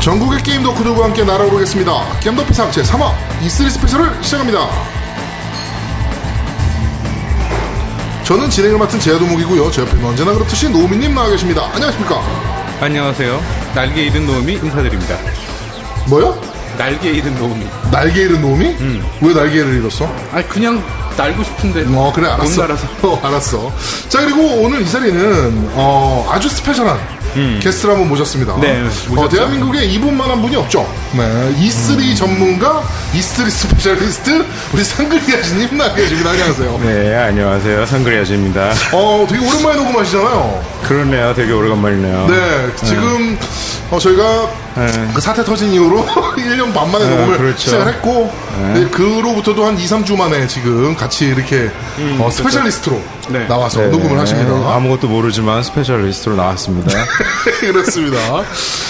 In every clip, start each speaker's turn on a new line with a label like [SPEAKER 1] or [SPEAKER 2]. [SPEAKER 1] 전국의 게임 덕후들과 함께 날아오르겠습니다. 겜덕비상 제3화 E3 스페셜을 시작합니다. 저는 진행을 맡은 제야도목이고요. 제 옆에는 뭐 언제나 그렇듯이 노우미님 나와 계십니다. 안녕하십니까?
[SPEAKER 2] 안녕하세요. 날개 잃은 노음이 인사드립니다.
[SPEAKER 1] 뭐요?
[SPEAKER 2] 날개 잃은 노음이.
[SPEAKER 1] 날개 잃은 노우미? 왜 날개를 잃었어?
[SPEAKER 2] 아니 그냥 날고 싶은데.
[SPEAKER 1] 어 그래 알았어.
[SPEAKER 2] 못 날아서.
[SPEAKER 1] 어, 알았어. 자 그리고 오늘 이 자리는 어, 아주 스페셜한 게스트를 한번 모셨습니다.
[SPEAKER 2] 네,
[SPEAKER 1] 어,
[SPEAKER 2] 모셨죠.
[SPEAKER 1] 대한민국에 이분만한 분이 없죠. 네, E3 전문가, E3 스페셜리스트 우리 상그리아씨님 나계십니다. 안녕하세요.
[SPEAKER 3] 네, 안녕하세요. 선그리아즈입니다.
[SPEAKER 1] 어 되게 오랜만에 녹음하시잖아요.
[SPEAKER 3] 그러네요. 되게 아, 오래간만이네요.
[SPEAKER 1] 네 지금 어, 저희가 그 사태 터진 이후로 1년 반 만에 녹음을
[SPEAKER 3] 그렇죠.
[SPEAKER 1] 시작을 했고 네, 그로부터도 한 2, 3주 만에 지금 같이 이렇게 어, 스페셜리스트로
[SPEAKER 2] 네.
[SPEAKER 1] 나와서
[SPEAKER 3] 네,
[SPEAKER 1] 녹음을 하십니다.
[SPEAKER 3] 아무것도 모르지만 스페셜리스트로 나왔습니다.
[SPEAKER 1] 그렇습니다.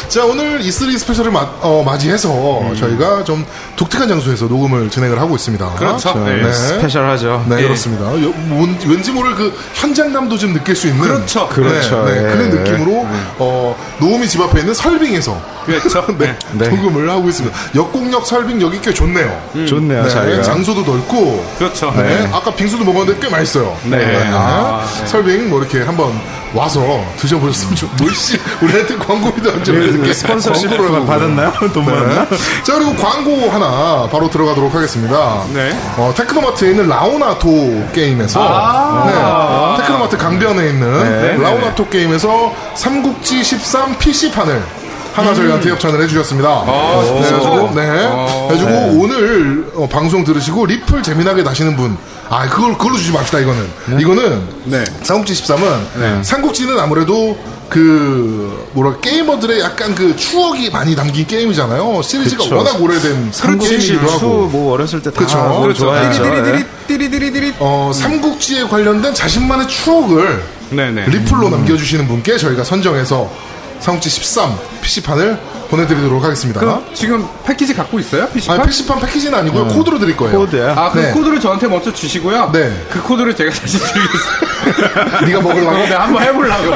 [SPEAKER 1] 자, 오늘 E3 스페셜을 마, 어, 맞이해서 저희가 좀 독특한 장소에서 녹음을 진행을 하고 있습니다.
[SPEAKER 2] 그렇죠.
[SPEAKER 1] 네.
[SPEAKER 2] 네.
[SPEAKER 1] 네.
[SPEAKER 3] 스페셜하죠.
[SPEAKER 1] 네, 그렇습니다. 여- 뭔- 왠지 모를 그 현장감도 좀 느낄 수 있는.
[SPEAKER 2] 그렇죠.
[SPEAKER 1] 네,
[SPEAKER 3] 그렇죠.
[SPEAKER 1] 네,
[SPEAKER 3] 예.
[SPEAKER 1] 그런 느낌으로, 어, 노우미 집 앞에 있는 설빙에서.
[SPEAKER 2] 그렇죠.
[SPEAKER 1] 네,
[SPEAKER 3] 네.
[SPEAKER 1] 녹음을 하고 있습니다. 역곡역 설빙 여기 꽤 좋네요.
[SPEAKER 3] 예. 좋네요,
[SPEAKER 1] 네,
[SPEAKER 3] 음. 자리가.
[SPEAKER 1] 장소도 넓고.
[SPEAKER 2] 그렇죠.
[SPEAKER 1] 네. 아까 빙수도 먹었는데 꽤 맛있어요.
[SPEAKER 2] 네.
[SPEAKER 1] 아, 설빙 뭐 이렇게 한번 와서 드셔보셨으면 좋. 뭐 뭘씨 우리한테 광고비도 안 주고 이렇게 광고를
[SPEAKER 3] 네, 스폰서십을
[SPEAKER 1] 하고
[SPEAKER 3] 받았나요? 돈 벌었나?
[SPEAKER 1] 네. 자 그리고 광고 하나 바로 들어가도록 하겠습니다.
[SPEAKER 2] 네.
[SPEAKER 1] 어, 테크노마트에 있는 라오나토 게임에서 네. 테크노마트 강변에 있는
[SPEAKER 3] 아. 네.
[SPEAKER 1] 라오나토 게임에서 삼국지 13 PC 판을 하나 저희한테 협찬을 해주셨습니다. 네, 그래가지고, 네. 그래가지고 오늘 어, 방송 들으시고 리플 재미나게 나시는 분, 아 그걸 그걸로 주지 맙시다 이거는. 이거는
[SPEAKER 2] 네.
[SPEAKER 1] 삼국지 13은 삼국지는 아무래도 그 뭐라 게이머들의 약간 그 추억이 많이 담긴 게임이잖아요. 시리즈가
[SPEAKER 3] 그쵸.
[SPEAKER 1] 워낙 오래된 삼국지이기도 하고.
[SPEAKER 3] 뭐 어렸을 때다
[SPEAKER 1] 그쵸.
[SPEAKER 3] 뭐
[SPEAKER 1] 그렇죠.
[SPEAKER 3] 좋아했죠.
[SPEAKER 2] 띠리디리디리
[SPEAKER 3] 네.
[SPEAKER 2] 띠리디리디리.
[SPEAKER 1] 어, 삼국지에 관련된 자신만의 추억을
[SPEAKER 2] 네네.
[SPEAKER 1] 리플로 남겨주시는 분께 저희가 선정해서 삼국지 13 PC판을 보내드리도록 하겠습니다.
[SPEAKER 2] 그럼 네. 지금 어? 패키지 갖고 있어요? PC판?
[SPEAKER 1] 아, PC판 패키지는 아니고요. 코드로 드릴 거예요.
[SPEAKER 3] 코드야.
[SPEAKER 2] 아, 그
[SPEAKER 1] 네.
[SPEAKER 2] 코드를 저한테 먼저 주시고요.
[SPEAKER 1] 네.
[SPEAKER 2] 그 코드를 제가 다시 드리겠습니다.
[SPEAKER 1] 네가 먹으려고.
[SPEAKER 2] 어, 네, 한번 해보려고.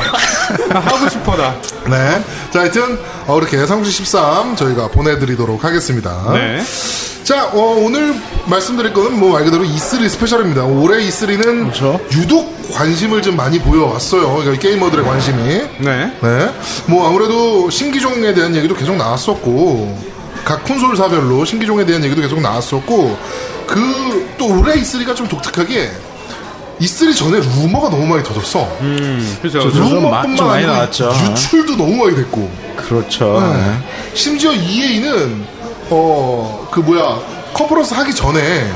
[SPEAKER 2] 하고 싶어, 나.
[SPEAKER 1] 네. 자, 하여튼, 어, 이렇게 삼국지 13 저희가 보내드리도록 하겠습니다.
[SPEAKER 2] 네.
[SPEAKER 1] 자, 어, 오늘 말씀드릴 거는 뭐 말 그대로 E3 스페셜입니다. 올해 E3는
[SPEAKER 3] 그렇죠.
[SPEAKER 1] 유독 관심을 좀 많이 보여왔어요. 그러니까 게이머들의 관심이.
[SPEAKER 2] 네.
[SPEAKER 1] 네. 뭐 아무래도 신기종에 대한 얘기도 계속 나왔었고 각 콘솔사별로 신기종에 대한 얘기도 계속 나왔었고 그 또 올해 E3가 좀 독특하게 E3 전에 루머가 너무 많이 터졌어.
[SPEAKER 2] 그죠.
[SPEAKER 3] 저- 음, 좀 마- 좀 많이 나왔죠.
[SPEAKER 1] 유출도 너무 많이 됐고
[SPEAKER 3] 그렇죠. 네.
[SPEAKER 1] 심지어 EA는 어 그 뭐야 컨퍼런스 하기 전에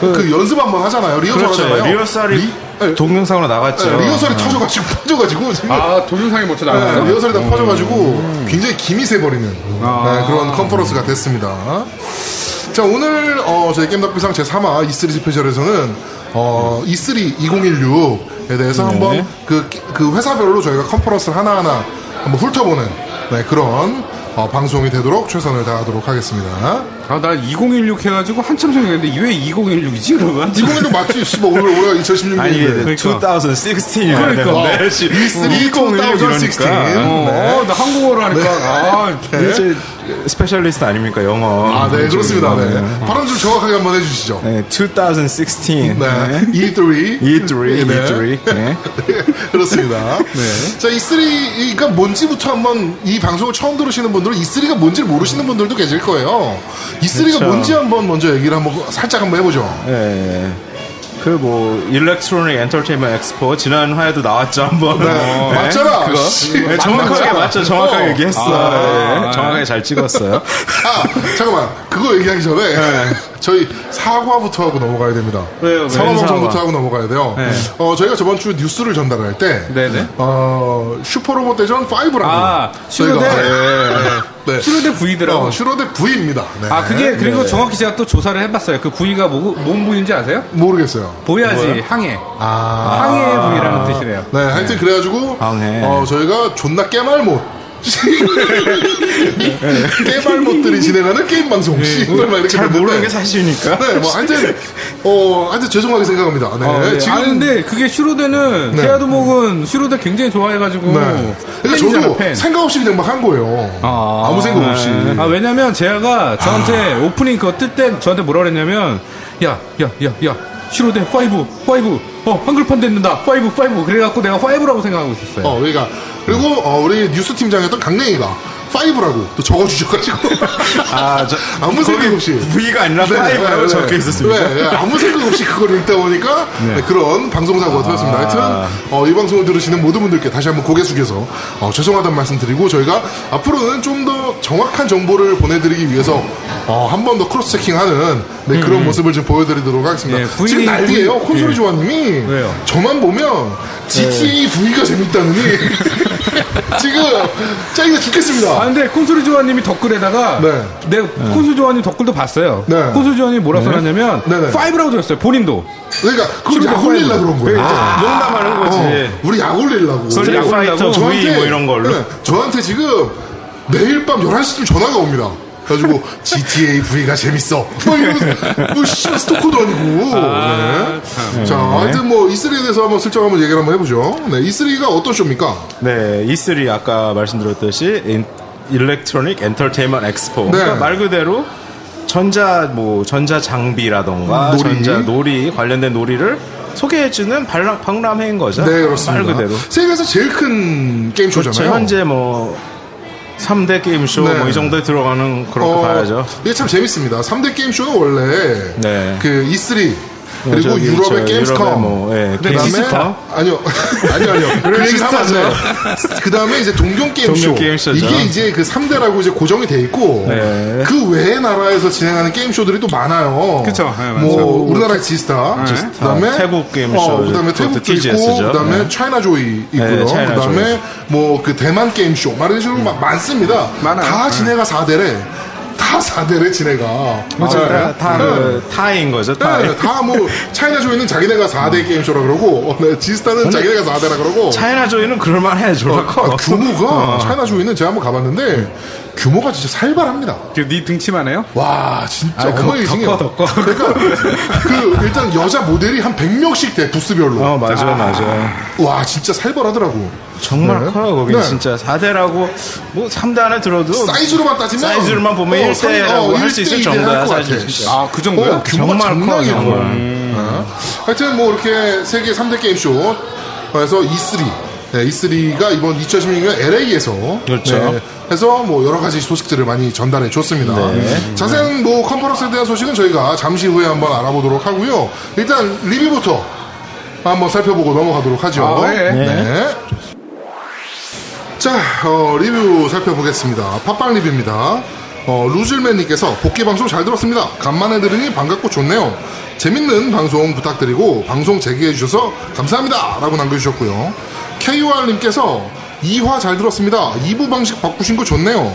[SPEAKER 1] 그, 연습 한번 하잖아요. 리허설
[SPEAKER 3] 그렇죠.
[SPEAKER 1] 하잖아요.
[SPEAKER 3] 리허설이 어.
[SPEAKER 1] 리- 네,
[SPEAKER 3] 동영상으로
[SPEAKER 1] 네,
[SPEAKER 3] 나갔죠.
[SPEAKER 1] 리허설이 터져가지고 터져가지고 지금
[SPEAKER 2] 아, 동영상이 먼저 나왔어?
[SPEAKER 1] 네, 리허설이 다
[SPEAKER 3] 음.
[SPEAKER 1] 퍼져가지고 굉장히 김이 새버리는
[SPEAKER 3] 아.
[SPEAKER 1] 네, 그런 컨퍼런스가 됐습니다. 자 오늘 어, 저희 겜덕비상 제3화 E3 스페셜에서는 어, E3 2016에 대해서
[SPEAKER 3] 네.
[SPEAKER 1] 한번 그, 그 회사별로 저희가 컨퍼런스를 하나하나 한번 훑어보는 네, 그런 어, 방송이 되도록 최선을 다하도록 하겠습니다.
[SPEAKER 2] 아, 나 2016 해가지고 한참 생각했는데, 왜 2016이지, 그러면?
[SPEAKER 1] 2016 맞지? 씨발 뭐 오늘 올해가 2016년인데.
[SPEAKER 3] 아니, 네.
[SPEAKER 2] 그러니까.
[SPEAKER 3] 2016이어야
[SPEAKER 2] 그러니까.
[SPEAKER 3] 되는데. 씨,
[SPEAKER 1] E3 2016.
[SPEAKER 3] 이러니까.
[SPEAKER 2] 어, 나 한국어로 하니까. 아,
[SPEAKER 1] 네.
[SPEAKER 3] 이제 스페셜리스트 아닙니까, 영어.
[SPEAKER 1] 아, 네, 그렇습니다. 네.
[SPEAKER 3] 네.
[SPEAKER 1] 발음 좀 정확하게 한번 해주시죠.
[SPEAKER 3] 네, 2016.
[SPEAKER 1] 네. E3.
[SPEAKER 3] E3,
[SPEAKER 1] 네.
[SPEAKER 3] E3. 네.
[SPEAKER 1] 그렇습니다.
[SPEAKER 2] 네.
[SPEAKER 1] 자, E3가 뭔지부터 한번 이 방송을 처음 들으시는 분들은 E3가 뭔지를 모르시는 분들도 계실 거예요. E3가
[SPEAKER 3] 그렇죠.
[SPEAKER 1] 뭔지 한번 먼저 얘기를 한번 살짝 한번
[SPEAKER 2] 네.
[SPEAKER 1] 해보죠.
[SPEAKER 3] 예. 그 뭐 일렉트로닉 엔터테인먼트 엑스포 지난 화에도 나왔죠 한번. 어, 예.
[SPEAKER 1] 네. 맞잖아.
[SPEAKER 3] 그거.
[SPEAKER 1] 씨,
[SPEAKER 3] 예,
[SPEAKER 1] 맞-
[SPEAKER 3] 정확하게
[SPEAKER 1] 맞잖아.
[SPEAKER 3] 맞죠. 정확하게
[SPEAKER 1] 어.
[SPEAKER 3] 얘기했어.
[SPEAKER 2] 아,
[SPEAKER 3] 예,
[SPEAKER 2] 아.
[SPEAKER 3] 정확하게 잘 찍었어요.
[SPEAKER 1] 아, 잠깐만. 그거 얘기하기 전에 저희 사과부터 하고 넘어가야 됩니다.
[SPEAKER 2] 네. 왜요? 왜?
[SPEAKER 1] 사과 방송부터
[SPEAKER 3] 사과.
[SPEAKER 1] 하고 넘어가야 돼요. 어, 저희가 저번 주 뉴스를 전달할 때
[SPEAKER 2] 네네.
[SPEAKER 1] 어, 슈퍼로봇 대전 5라고
[SPEAKER 2] 아, 슈로데.
[SPEAKER 1] 네.
[SPEAKER 2] 슈로데 V더라고.
[SPEAKER 1] 어, 슈로데 V입니다. 네.
[SPEAKER 2] 아, 그게, 그리고 정확히 제가 또 조사를 해봤어요. 그 부위가 뭐, 뭔 부위인지 아세요?
[SPEAKER 1] 모르겠어요.
[SPEAKER 2] 보야지, 항해.
[SPEAKER 1] 아.
[SPEAKER 2] 항해의 부위라는 뜻이래요.
[SPEAKER 1] 네, 하여튼 그래가지고
[SPEAKER 3] 아, 네.
[SPEAKER 1] 어, 저희가 존나 깨말못 깨발못들이 진행하는 게임 방송 씨. 막 이렇게
[SPEAKER 3] 잘
[SPEAKER 1] 됐는데.
[SPEAKER 3] 모르는 게 사실이니까.
[SPEAKER 1] 네, 뭐 하여튼 어 하여튼 죄송하게 생각합니다. 네,
[SPEAKER 2] 아, 네.
[SPEAKER 1] 지금
[SPEAKER 2] 아 근데 그게 슈로데는
[SPEAKER 1] 네.
[SPEAKER 2] 케아드목은 슈로데 굉장히 좋아해가지고
[SPEAKER 1] 네. 그러니까
[SPEAKER 2] 뭐 팬이잖아,
[SPEAKER 1] 저도
[SPEAKER 2] 팬.
[SPEAKER 1] 생각 없이 그냥 막 한 거예요.
[SPEAKER 2] 아.
[SPEAKER 1] 아, 무 생각 없이.
[SPEAKER 2] 아 왜냐면 제아가 저한테 오프닝 그거 뜰 때 저한테 뭐라 그랬냐면 야 야 야 야 슈로데 5 5 어 한글판 됐는다 5 5 그래갖고 내가 5라고 생각하고 있었어요.
[SPEAKER 1] 어, 그러니까 그리고 어, 우리 뉴스 팀장이었던 강냉이가 5라고 또 적어주셔가지고
[SPEAKER 3] 아, 저,
[SPEAKER 1] 아무 생각 없이
[SPEAKER 3] V가 아니라
[SPEAKER 1] 네, 네,
[SPEAKER 3] 5라고
[SPEAKER 1] 네.
[SPEAKER 3] 적혀 있었습니다.
[SPEAKER 1] 네, 네. 아무 생각 없이 그걸 읽다 보니까 네, 그런
[SPEAKER 3] 아.
[SPEAKER 1] 방송사고가 터졌습니다. 하여튼 어, 이 방송을 들으시는 모든 분들께 다시 한번 고개 숙여서 어, 죄송하다는 말씀 드리고 저희가 앞으로는 좀 더 정확한 정보를 보내드리기 위해서 어, 한 번 더 크로스 체킹하는 네, 그런
[SPEAKER 3] 음.
[SPEAKER 1] 모습을 좀 보여드리도록 하겠습니다.
[SPEAKER 2] 네, V-
[SPEAKER 1] 지금 난리예요.
[SPEAKER 2] V-
[SPEAKER 1] 콘솔이
[SPEAKER 2] 예.
[SPEAKER 1] 조아님이
[SPEAKER 2] 왜요?
[SPEAKER 1] 저만 보면
[SPEAKER 3] 네.
[SPEAKER 1] GTA V가 재밌다느니 지금 짜이가 죽겠습니다.
[SPEAKER 2] 아 근데 콘솔이 조아님이 댓글에다가
[SPEAKER 1] 네.
[SPEAKER 2] 내 콘솔 조아님 댓글도 봤어요.
[SPEAKER 1] 네.
[SPEAKER 2] 콘솔 조아님 뭐라 써놨냐면
[SPEAKER 1] 네, 네.
[SPEAKER 2] 5라고 들었어요. 본인도.
[SPEAKER 1] 그러니까 그걸
[SPEAKER 2] 지금
[SPEAKER 1] 약 올리려고 그런 거예요.
[SPEAKER 3] 아. 농담하는 거지.
[SPEAKER 1] 어, 우리 약 올리려고.
[SPEAKER 3] 스트리트
[SPEAKER 2] 약올리려고
[SPEAKER 3] 파이터 V 뭐 이런 걸로.
[SPEAKER 1] 네, 저한테 지금 매일 밤 11시쯤 전화가 옵니다. 그래가지고 GTA V가 재밌어. 뭐 이러면서 뭐 씨발 스토커도 아니고. 네. 자, 하여튼 뭐 E3에 대해서 한번 슬쩍 한번 얘기를 한번 해보죠. 네, E3가 어떤 쇼입니까?
[SPEAKER 3] 네, E3 아까 말씀드렸듯이 인, 일렉트로닉 엔터테인먼트 엑스포.
[SPEAKER 1] 네.
[SPEAKER 3] 그러니까 말 그대로 전자 뭐 전자 장비라던가
[SPEAKER 1] 음, 놀이.
[SPEAKER 3] 전자 놀이 관련된 놀이를 소개해 주는 박람 회인 거죠.
[SPEAKER 1] 네, 그렇습니다.
[SPEAKER 3] 아, 말 그대로.
[SPEAKER 1] 세계에서 제일 큰 게임
[SPEAKER 3] 그렇죠.
[SPEAKER 1] 쇼잖아요.
[SPEAKER 3] 현재 뭐 3대 게임쇼
[SPEAKER 1] 네.
[SPEAKER 3] 뭐 이 정도에 들어가는 그렇게
[SPEAKER 1] 어,
[SPEAKER 3] 봐야죠.
[SPEAKER 1] 이게 참 재밌습니다. 3대 게임쇼는 원래
[SPEAKER 3] 네. 뭐
[SPEAKER 1] 그 E3 그리고
[SPEAKER 3] 저기
[SPEAKER 1] 유럽의
[SPEAKER 3] 저 유럽의
[SPEAKER 1] 게임스컴 네,
[SPEAKER 3] 뭐, 예,
[SPEAKER 1] 그다음에
[SPEAKER 3] 게임스터?
[SPEAKER 1] 아니요 아니요 아니요 그 얘기
[SPEAKER 3] 스터죠.
[SPEAKER 1] 사맞아요 그다음에 이제 동경 게임쇼
[SPEAKER 3] 동경 게임쇼죠.
[SPEAKER 1] 이게 이제 그 3대라고 이제 고정이 돼 있고
[SPEAKER 3] 네.
[SPEAKER 1] 그 외의 나라에서 진행하는 게임쇼들이 또 많아요
[SPEAKER 2] 그쵸, 네,
[SPEAKER 1] 뭐
[SPEAKER 2] 맞아요.
[SPEAKER 1] 우리나라 지스타
[SPEAKER 2] 지스타,
[SPEAKER 1] 그다음에
[SPEAKER 3] 네. 아, 태국 게임쇼,
[SPEAKER 1] 어, 그다음에
[SPEAKER 3] 그것도
[SPEAKER 1] 태국도
[SPEAKER 3] TGS
[SPEAKER 1] 있고
[SPEAKER 3] 죠.
[SPEAKER 1] 그다음에
[SPEAKER 3] 네.
[SPEAKER 1] 차이나 조이 있고요
[SPEAKER 3] 네, 차이나
[SPEAKER 1] 그다음에 뭐 그 대만 게임쇼 말하는 식으로 막 많습니다
[SPEAKER 2] 많아요.
[SPEAKER 1] 다
[SPEAKER 2] 네.
[SPEAKER 1] 진해가 4대래 다 4대래 진해가
[SPEAKER 3] 아,
[SPEAKER 1] 네.
[SPEAKER 3] 다, 그 타인 거죠. 타
[SPEAKER 1] 예, 다뭐 차이나 조이는 자기네가 4대 게임쇼라 그러고 어, 네, 지스타는 자기네가 4대라 그러고
[SPEAKER 3] 차이나 조이는 그럴만해 어, 졸라 커.
[SPEAKER 1] 아, 규모가 차이나 조이는 제가 한번 가봤는데 규모가 진짜 살벌합니다.
[SPEAKER 2] 네 등치만 해요?
[SPEAKER 1] 와 진짜
[SPEAKER 2] 아, 그거
[SPEAKER 1] 어마이징해요.
[SPEAKER 2] 더 커, 더 커.
[SPEAKER 1] 그러니까 그 일단 여자 모델이 한 100명씩 돼 부스별로.
[SPEAKER 3] 어 맞아요 맞아요.
[SPEAKER 1] 와 진짜 살벌하더라고.
[SPEAKER 3] 정말
[SPEAKER 1] 네.
[SPEAKER 3] 커요 거기
[SPEAKER 1] 네.
[SPEAKER 3] 진짜 4대라고 뭐 3대 안에 들어도
[SPEAKER 1] 그 사이즈로만 따지면
[SPEAKER 3] 사이즈로만 보면
[SPEAKER 1] 어,
[SPEAKER 3] 1대 라고 할수 있을
[SPEAKER 1] 1대1
[SPEAKER 3] 정도야,
[SPEAKER 1] 할것 같아.
[SPEAKER 3] 사이즈 진짜.
[SPEAKER 2] 아, 그 정도야?
[SPEAKER 1] 어, 규모가
[SPEAKER 3] 정말 커,
[SPEAKER 1] 장난이고.
[SPEAKER 3] 정말.
[SPEAKER 1] 하여튼 뭐 이렇게 세계 3대 게임쇼 그래서 E3 네, E3가 이번 2016년 LA에서
[SPEAKER 3] 그렇죠.
[SPEAKER 1] 해서 뭐 여러 가지 소식들을 많이 전달해 줬습니다.
[SPEAKER 3] 네.
[SPEAKER 1] 자세한 뭐 컨퍼런스에 대한 소식은 저희가 잠시 후에 한번 알아보도록 하고요. 일단 리뷰부터 한번 살펴보고 넘어가도록 하죠.
[SPEAKER 2] 아, 네.
[SPEAKER 1] 네. 자, 어, 리뷰 살펴보겠습니다. 팟빵 리뷰입니다. 어, 루즐맨님께서 복귀 방송 잘 들었습니다. 간만에 들으니 반갑고 좋네요. 재밌는 방송 부탁드리고 방송 제기해 주셔서 감사합니다. 라고 남겨주셨고요. KOR님께서 2화 잘 들었습니다. 2부 방식 바꾸신 거 좋네요.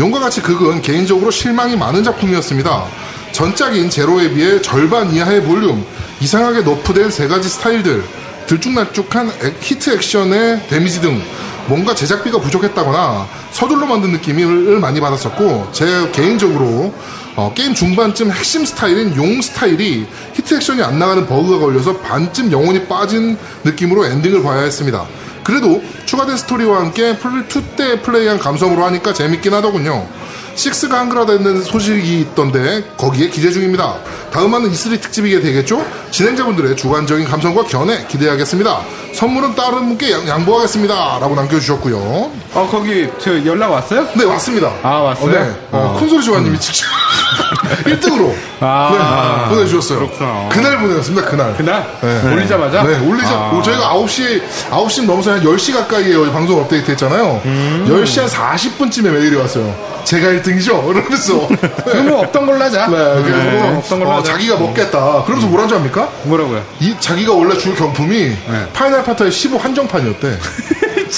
[SPEAKER 1] 용과 같이 극은 개인적으로 실망이 많은 작품이었습니다. 전작인 제로에 비해 절반 이하의 볼륨, 이상하게 너프된 세 가지 스타일들, 들쭉날쭉한 액- 히트 액션의 데미지 등 뭔가 제작비가 부족했다거나 서둘러 만든 느낌을 많이 받았었고 제 개인적으로 어, 게임 중반쯤 핵심 스타일인 용 스타일이 히트 액션이 안 나가는 버그가 걸려서 반쯤 영혼이 빠진 느낌으로 엔딩을 봐야 했습니다. 그래도 추가된 스토리와 함께 플 2때 플레이한 감성으로 하니까 재밌긴 하더군요. 6가 한글화되는 소식이 있던데 거기에 기대 중입니다. 다음화는 E3 특집이게 되겠죠? 진행자분들의 주관적인 감성과 견해 기대하겠습니다. 선물은 다른 분께 양- 양보하겠습니다. 라고 남겨주셨고요.
[SPEAKER 2] 어 거기 저 연락 왔어요?
[SPEAKER 1] 네, 왔습니다.
[SPEAKER 2] 아, 왔어요? 음.
[SPEAKER 1] 어, 네. 어, 콘솔이 조아님이 직접 1등으로 네,
[SPEAKER 2] 아,
[SPEAKER 1] 보내주셨어요.
[SPEAKER 2] 그렇구나.
[SPEAKER 1] 날 보내셨습니다, 그날.
[SPEAKER 2] 그날
[SPEAKER 1] 네.
[SPEAKER 2] 올리자마자 아.
[SPEAKER 1] 네, 올리자. 오, 저희가 9시, 9시 넘어서 한 10시 가까이에 여기 방송 업데이트 했잖아요.
[SPEAKER 2] 음.
[SPEAKER 1] 10시 한 40분쯤에 메일이 왔어요. 제가 1등이죠? 이러면서. 네.
[SPEAKER 2] 그러면 뭐 없던 걸로 하자.
[SPEAKER 1] 네, 그래서
[SPEAKER 2] 네, 없던 걸로
[SPEAKER 1] 어,
[SPEAKER 2] 하자. 음.
[SPEAKER 1] 자기가 먹겠다. 그러면서 뭐라는 줄 압니까?
[SPEAKER 2] 뭐라고요?
[SPEAKER 1] 이 자기가 원래 줄
[SPEAKER 2] 네.
[SPEAKER 1] 경품이 파이널 파타의 15 한정판이었대.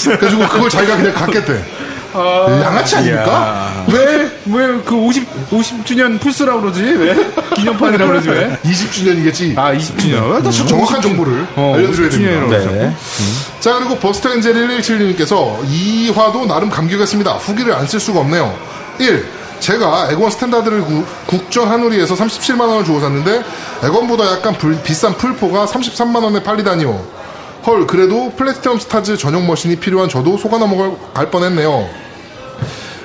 [SPEAKER 1] 그래가지고 그걸 자기가 그냥 갖겠대. 양아치 아닙니까?
[SPEAKER 2] 왜? 왜 그 50, 50주년 풀스라고 그러지? 왜? 기념판이라고 그러지 왜?
[SPEAKER 1] 20주년이겠지.
[SPEAKER 2] 아, 20주년. 나 저-
[SPEAKER 1] 음. 정확한 정보를
[SPEAKER 2] 어,
[SPEAKER 1] 알려드려야 됩니다.
[SPEAKER 2] 50주년이라고 그러죠.
[SPEAKER 3] 네.
[SPEAKER 1] 자 그리고 버스트엔젤 117님께서 이화도 나름 감격했습니다. 후기를 안 쓸 수가 없네요. 1. 제가 에건 스탠다드를 구- 국전 한우리에서 37만원을 주고 샀는데 에건보다 약간 불- 비싼 풀포가 33만원에 팔리다니요. 헐 그래도 플래티넘 스타즈 전용 머신이 필요한 저도 속아 넘어갈 뻔했네요.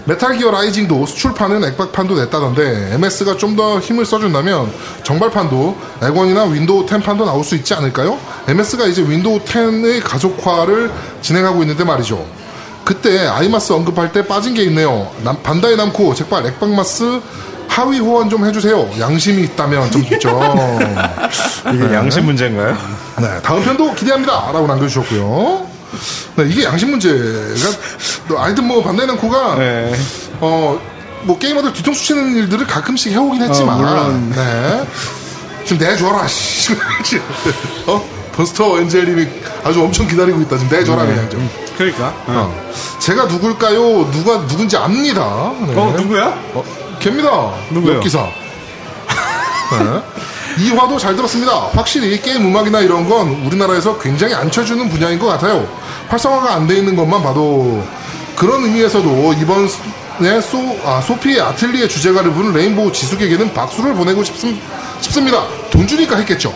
[SPEAKER 1] 메탈 기어 라이징도 수출판은 액박판도 냈다던데 MS가 좀 더 힘을 써준다면 정발판도 액원이나 윈도우 10판도 나올 수 있지 않을까요? MS가 이제 윈도우 10의 가속화를 진행하고 있는데 말이죠. 그때 아이마스 언급할 때 빠진 게 있네요. 남- 반다이 남코 잭발 액박마스 하위 호환 좀 해주세요. 양심이 있다면 좀 있죠.
[SPEAKER 3] 이게 양심 문제인가요?
[SPEAKER 1] 네, 다음 편도 기대합니다. 라고 남겨주셨고요. 네, 이게 양심 문제가, 하여튼 뭐, 반대는 코가,
[SPEAKER 3] 네.
[SPEAKER 1] 어, 뭐, 게이머들 뒤통수 치는 일들을 가끔씩
[SPEAKER 2] 어,
[SPEAKER 1] 해오긴 했지만, 네. 좀 내줘라, 씨. 어? 버스터 엔젤님이 아주 엄청 기다리고 있다. 좀 내줘라,
[SPEAKER 2] 네.
[SPEAKER 1] 그냥 좀.
[SPEAKER 2] 그러니까.
[SPEAKER 1] 어. 제가 누굴까요? 누가, 누군지 압니다. 네.
[SPEAKER 2] 어, 누구야?
[SPEAKER 1] 어, 걔입니다.
[SPEAKER 2] 누구예요?
[SPEAKER 1] 기사. 네. 이 화도 잘 들었습니다. 확실히 게임 음악이나 이런 건 우리나라에서 굉장히 안 쳐주는 분야인 것 같아요. 활성화가 안 돼 있는 것만 봐도 그런 의미에서도 이번 에 소, 아, 소피의 아틀리에 주제가를 부른 레인보우 지숙에게는 박수를 보내고 싶습, 니다돈 주니까 했겠죠.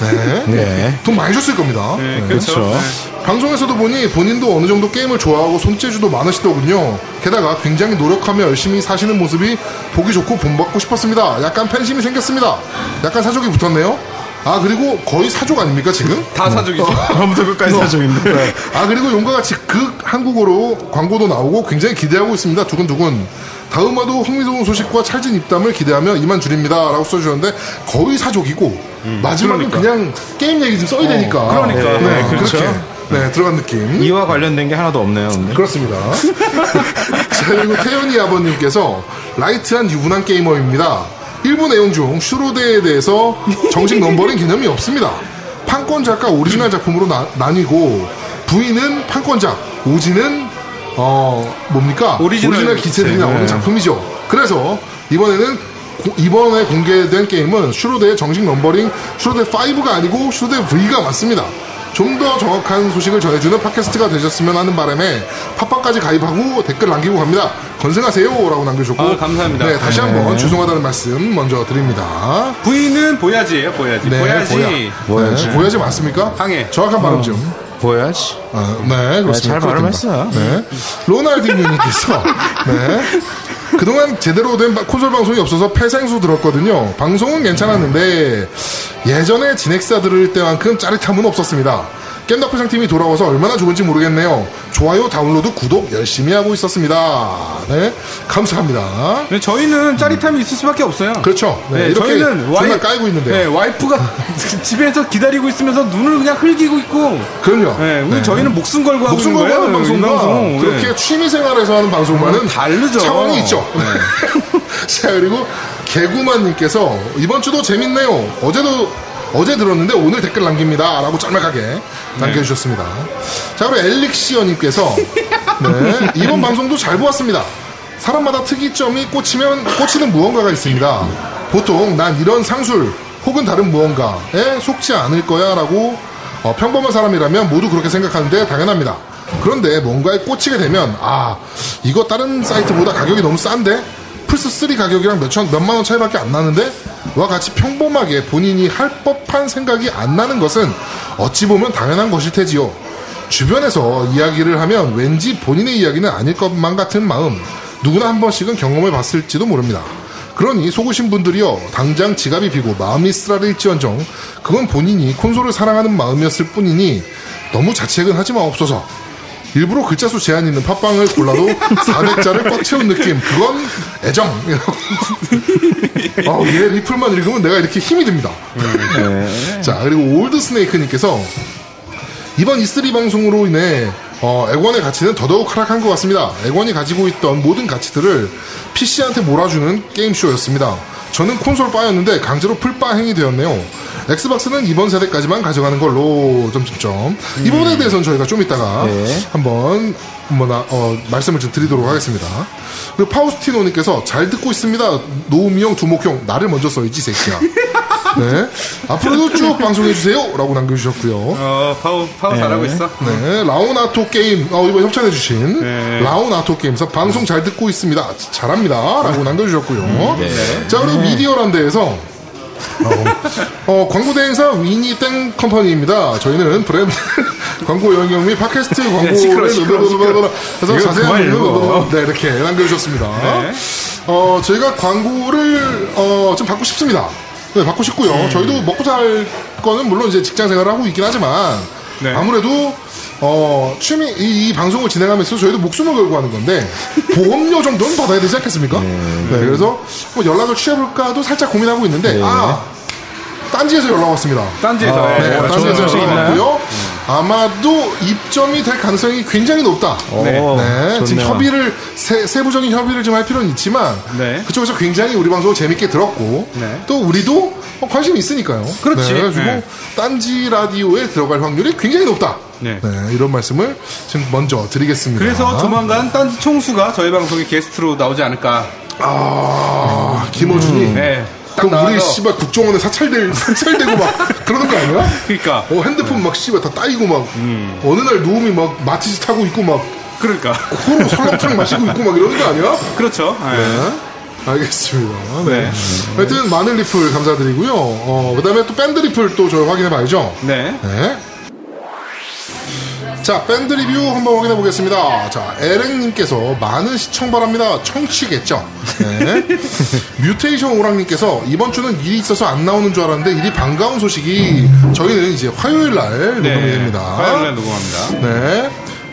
[SPEAKER 1] 네.
[SPEAKER 3] 네.
[SPEAKER 1] 돈 많이 줬을 겁니다.
[SPEAKER 2] 네,
[SPEAKER 1] 네.
[SPEAKER 2] 그렇죠.
[SPEAKER 3] 그렇죠.
[SPEAKER 2] 네.
[SPEAKER 1] 방송에서도 보니 본인도 어느 정도 게임을 좋아하고 손재주도 많으시더군요. 게다가 굉장히 노력하며 열심히 사시는 모습이 보기 좋고 본받고 싶었습니다. 약간 팬심이 생겼습니다. 약간 사족이 붙었네요. 아 그리고 거의 사족 아닙니까 지금?
[SPEAKER 2] 다 사족이죠.
[SPEAKER 1] 어.
[SPEAKER 3] 처음부터 끝까지 그 사정인데.
[SPEAKER 1] 네. 아 그리고 용과 같이 극 한국어로 광고도 나오고 굉장히 기대하고 있습니다. 두근두근. 다음화도 흥미로운 소식과 찰진 입담을 기대하며 이만 줄입니다라고 써주셨는데 거의 사족이고 마지막은 그냥 게임 얘기 좀 써야 되니까.
[SPEAKER 2] 그러니까.
[SPEAKER 1] 네,
[SPEAKER 3] 네,
[SPEAKER 1] 어, 그렇게
[SPEAKER 3] 그렇죠.
[SPEAKER 1] 네 들어간 느낌.
[SPEAKER 3] 이와 관련된 게 하나도 없네요. 근데.
[SPEAKER 1] 그렇습니다. 자, 그리고 태연이 아버님께서 라이트한 유부남 게이머입니다. 일부 내용 중 슈로데에 대해서 정식 넘버링 개념이 없습니다. 판권작과 오리지널 작품으로 나, 나뉘고 부인은 판권작, 오지는 어 뭡니까
[SPEAKER 2] 오리지널 네.
[SPEAKER 1] 기체들이 나오는 작품이죠. 그래서 이번에는 고- 이번에 공개된 게임은 슈로데의 정식 넘버링 슈로데 5가 아니고 슈로데 V가 맞습니다. 좀 더 정확한 소식을 전해주는 팟캐스트가 되셨으면 하는 바람에 팟빵까지 가입하고 댓글 남기고 갑니다. 건승하세요라고 남겨주셨고
[SPEAKER 2] 아, 감사합니다.
[SPEAKER 1] 네, 다시 한번 죄송하다는 말씀 먼저 드립니다.
[SPEAKER 2] 부인은 보야지예요, 보야지.
[SPEAKER 1] 네,
[SPEAKER 2] 보야지.
[SPEAKER 1] 보야.
[SPEAKER 3] 뭐야지?
[SPEAKER 1] 네, 보야지 맞습니까?
[SPEAKER 2] 항해.
[SPEAKER 1] 정확한 발음 좀.
[SPEAKER 3] 보야지.
[SPEAKER 1] 아, 네, 그렇습니다.
[SPEAKER 3] 잘 발음했어요.
[SPEAKER 1] 네. 로날드님께서, 네. 그동안 제대로 된 바- 콘솔 방송이 없어서 폐생수 들었거든요. 방송은 괜찮았는데, 예전에 진엑사 들을 때만큼 짜릿함은 없었습니다. 겜덕회상 팀이 돌아와서 얼마나 좋은지 모르겠네요. 좋아요, 다운로드, 구독 열심히 하고 있었습니다. 네. 감사합니다.
[SPEAKER 2] 네, 저희는 짜릿함이 있을 수밖에 없어요.
[SPEAKER 1] 그렇죠. 네, 이렇게 존나
[SPEAKER 2] 와이-
[SPEAKER 1] 까이고 있는데요.
[SPEAKER 2] 네, 와이프가 집에서 기다리고 있으면서 눈을 그냥 흘기고 있고.
[SPEAKER 1] 그럼요.
[SPEAKER 2] 네, 우리 저희는 목숨 걸고 하고
[SPEAKER 1] 목숨
[SPEAKER 2] 있는
[SPEAKER 1] 걸고
[SPEAKER 2] 거예요.
[SPEAKER 1] 하는 방송과 네. 음,
[SPEAKER 2] 방송. 네.
[SPEAKER 1] 그렇게 취미생활에서 하는 방송과는
[SPEAKER 2] 다르죠.
[SPEAKER 1] 차원이 있죠. 네. 자 그리고 개구만님께서 이번 주도 재밌네요. 어제도 어제 들었는데 오늘 댓글 남깁니다라고 짤막하게 남겨주셨습니다. 자 그리고 엘릭시어님께서 네, 이번 방송도 잘 보았습니다. 사람마다 특이점이 꽂히면 꽂히는 무언가가 있습니다. 보통 난 이런 상술 혹은 다른 무언가에 속지 않을 거야라고 어, 평범한 사람이라면 모두 그렇게 생각하는데 당연합니다. 그런데 뭔가에 꽂히게 되면 아 이거 다른 사이트보다 가격이 너무 싼데 플스 3 가격이랑 몇천 몇만 원 차이밖에 안 나는데 와 같이 평범하게 본인이 할 법한 생각이 안 나는 것은 어찌 보면 당연한 것일 테지요. 주변에서 이야기를 하면 왠지 본인의 이야기는 아닐 것만 같은 마음 누구나 한 번씩은 경험해 봤을지도 모릅니다. 그러니 속으신 분들이요 당장 지갑이 비고 마음이 쓰라릴지언정 그건 본인이 콘솔을 사랑하는 마음이었을 뿐이니 너무 자책은 하지 마옵소서 일부러 글자 수 제한 있는 팟빵을 골라도 400자를 꽉 채운 느낌 그건 애정이라고 아, 얘 리플만 읽으면 내가 이렇게 힘이 듭니다 자 그리고 올드 스네이크님께서 이번 E3 방송으로 인해 어, 액원의 가치는 더더욱 하락한 것 같습니다. 액원이 가지고 있던 모든 가치들을 PC한테 몰아주는 게임쇼였습니다. 저는 콘솔 바였는데 강제로 풀바 행이 되었네요. 엑스박스는 이번 세대까지만 가져가는 걸로 점점점. 이번에 대해서는 저희가 좀 이따가
[SPEAKER 3] 네.
[SPEAKER 1] 한번 뭐나 어, 말씀을 좀 드리도록 하겠습니다. 그리고 파우스티노님께서 잘 듣고 있습니다. 노우미형 두목형 나를 먼저 써야지 새끼야. 네. 앞으로도 쭉 방송해 주세요라고 남겨주셨고요.
[SPEAKER 2] 어, 파우, 파우 잘하고 있어.
[SPEAKER 1] 네, 라온아토 게임, 어, 이번 협찬해주신
[SPEAKER 2] 네.
[SPEAKER 1] 라온아토 게임에서 방송 잘 듣고 있습니다. 잘합니다. 라고 남겨주셨고요.
[SPEAKER 2] 음, 네.
[SPEAKER 1] 자, 그리고 미디어란데에서 어, 어, 광고대행사 위니땡 컴퍼니입니다. 저희는 브랜드 광고 영역 및 팟캐스트 광고를
[SPEAKER 2] 네, 시끄러워, 시끄러워,
[SPEAKER 1] 노노노노노노 해서
[SPEAKER 2] 이거
[SPEAKER 1] 자세한
[SPEAKER 2] 그만 읽어.
[SPEAKER 1] 내용을 네, 이렇게 남겨주셨습니다.
[SPEAKER 2] 네.
[SPEAKER 1] 어, 저희가 광고를 어, 좀 받고 싶습니다. 네, 받고 싶고요.
[SPEAKER 2] 음.
[SPEAKER 1] 저희도 먹고 살 거는 물론 이제 직장 생활을 하고 있긴 하지만
[SPEAKER 2] 네.
[SPEAKER 1] 아무래도 어, 취미 이, 이 방송을 진행하면서 저희도 목숨을 걸고 하는 건데 보험료 정도는 받아야 되지 않겠습니까? 네, 그래서 뭐 연락을 취해볼까도 살짝 고민하고 있는데 아 딴지에서 연락 왔습니다.
[SPEAKER 2] 네. 딴지에서. 예,
[SPEAKER 1] 네,
[SPEAKER 2] 좋은
[SPEAKER 1] 딴지에서
[SPEAKER 2] 소식
[SPEAKER 1] 연락
[SPEAKER 2] 있나요?
[SPEAKER 1] 왔고요. 아마도 입점이 될 가능성이 굉장히 높다.
[SPEAKER 2] 네.
[SPEAKER 3] 오,
[SPEAKER 1] 네, 지금
[SPEAKER 3] 어, 좋네요.
[SPEAKER 1] 협의를 세, 세부적인 협의를 좀 할 필요는 있지만
[SPEAKER 2] 네.
[SPEAKER 1] 그쪽에서 굉장히 우리 방송 재밌게 들었고
[SPEAKER 2] 네.
[SPEAKER 1] 또 우리도 어, 관심이 있으니까요.
[SPEAKER 2] 그렇지.
[SPEAKER 1] 네, 그래가지고
[SPEAKER 2] 네.
[SPEAKER 1] 딴지 라디오에 들어갈 확률이 굉장히 높다.
[SPEAKER 2] 네.
[SPEAKER 1] 이런 말씀을 지금 먼저 드리겠습니다.
[SPEAKER 2] 그래서 조만간 딴지 총수가 저희 방송에 게스트로 나오지 않을까.
[SPEAKER 1] 아 김어준이
[SPEAKER 2] 네. 딱
[SPEAKER 1] 음. 그럼 우리
[SPEAKER 2] 나와서-
[SPEAKER 1] 씨발 국정원에 사찰될 사찰되고 막 그러는 거 아니야?
[SPEAKER 2] 그러니까.
[SPEAKER 1] 어 핸드폰 막 씨발 다 따이고 막
[SPEAKER 2] 음.
[SPEAKER 1] 어느 날 누움이 막 마티즈 타고 있고 막
[SPEAKER 2] 그러니까.
[SPEAKER 1] 코로 설렁탕 마시고 있고 막 이러는 거 아니야?
[SPEAKER 2] 그렇죠. 예.
[SPEAKER 1] 네. 알겠습니다. 네.
[SPEAKER 2] 네.
[SPEAKER 1] 하여튼 많은 리플 감사드리고요. 어, 그다음에 또 밴드 리플 또 저희 확인해 봐야죠.
[SPEAKER 2] 네.
[SPEAKER 1] 네. 자, 밴드 리뷰 한번 확인해 보겠습니다. 자, 에랭님께서 많은 시청 바랍니다. 청취겠죠? 네. 뮤테이션 오랑님께서 이번 주는 일이 있어서 안 나오는 줄 알았는데 일이 반가운 소식이 저희는 이제 화요일 날 녹음이 됩니다.
[SPEAKER 2] 네. 화요일날 녹음합니다.
[SPEAKER 1] 네.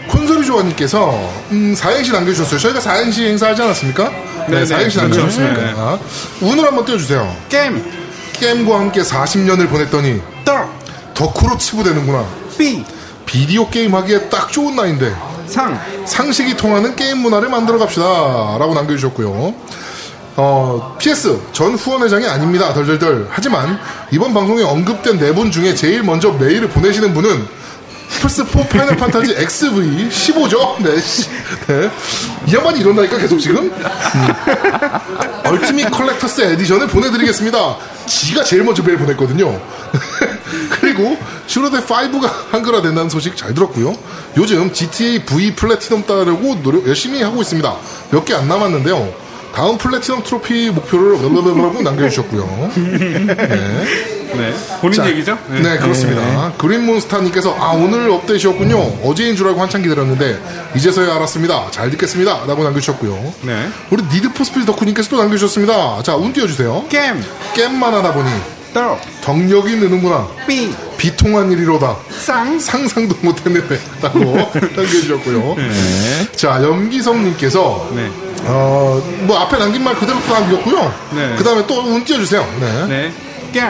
[SPEAKER 1] 콘솔이 조아님께서 음, 4행시 남겨주셨어요. 저희가 4행시 행사하지 않았습니까? 네,
[SPEAKER 2] 네네,
[SPEAKER 1] 사 4행시
[SPEAKER 2] 그렇죠.
[SPEAKER 1] 남겨주셨습니까?
[SPEAKER 2] 네, 네.
[SPEAKER 1] 아, 운을 한번 띄워주세요.
[SPEAKER 2] 게임.
[SPEAKER 1] 게임과 함께 40년을 보냈더니
[SPEAKER 2] 떡.
[SPEAKER 1] 덕후로 치부되는구나.
[SPEAKER 2] 삐.
[SPEAKER 1] 비디오 게임 하기에 딱 좋은 나이인데
[SPEAKER 2] 상.
[SPEAKER 1] 상식이 통하는 게임 문화를 만들어 갑시다. 라고 남겨주셨고요. 어, PS, 전 후원회장이 아닙니다. 덜덜덜. 하지만, 이번 방송에 언급된 네 분 중에 제일 먼저 메일을 보내시는 분은 플스4 파이널 판타지 XV15죠? 네, 씨. 네. 이 양반이 이런다니까, 계속 지금? 음. 얼티밋 컬렉터스 에디션을 보내드리겠습니다. 지가 제일 먼저 메일 보냈거든요. 그리고 슈로데5가 한글화 된다는 소식 잘 들었고요. 요즘 GTA V 플래티넘 따려고 노력 열심히 하고 있습니다. 몇 개 안 남았는데요. 다음 플래티넘 트로피 목표를 블라블라블라고 남겨주셨고요.
[SPEAKER 2] 네. 본인
[SPEAKER 1] 자,
[SPEAKER 2] 얘기죠?
[SPEAKER 1] 네, 그렇습니다. 그린몬스타님께서 아 오늘 업데이트였군요. 어제인 줄 알고 한참 기다렸는데 이제서야 알았습니다. 잘 듣겠습니다. 라고 남겨주셨고요.
[SPEAKER 2] 네.
[SPEAKER 1] 우리 니드포스피드 덕후님께서 또 남겨주셨습니다. 자, 운 띄워주세요.
[SPEAKER 2] 게임.
[SPEAKER 1] 만 하다 보니
[SPEAKER 2] 떡.
[SPEAKER 1] 경력이 느는구나.
[SPEAKER 2] 삐.
[SPEAKER 1] 비통한 일이로다.
[SPEAKER 2] 쌍.
[SPEAKER 1] 상상도 못했는데 라고 남겨주셨고요. 자, 염기성님께서
[SPEAKER 2] 네.
[SPEAKER 1] 어, 뭐 앞에 남긴 말 그대로 또 남겼고요.
[SPEAKER 2] 네.
[SPEAKER 1] 그 다음에 또 운 띄워주세요. 네.
[SPEAKER 2] 네. 게임.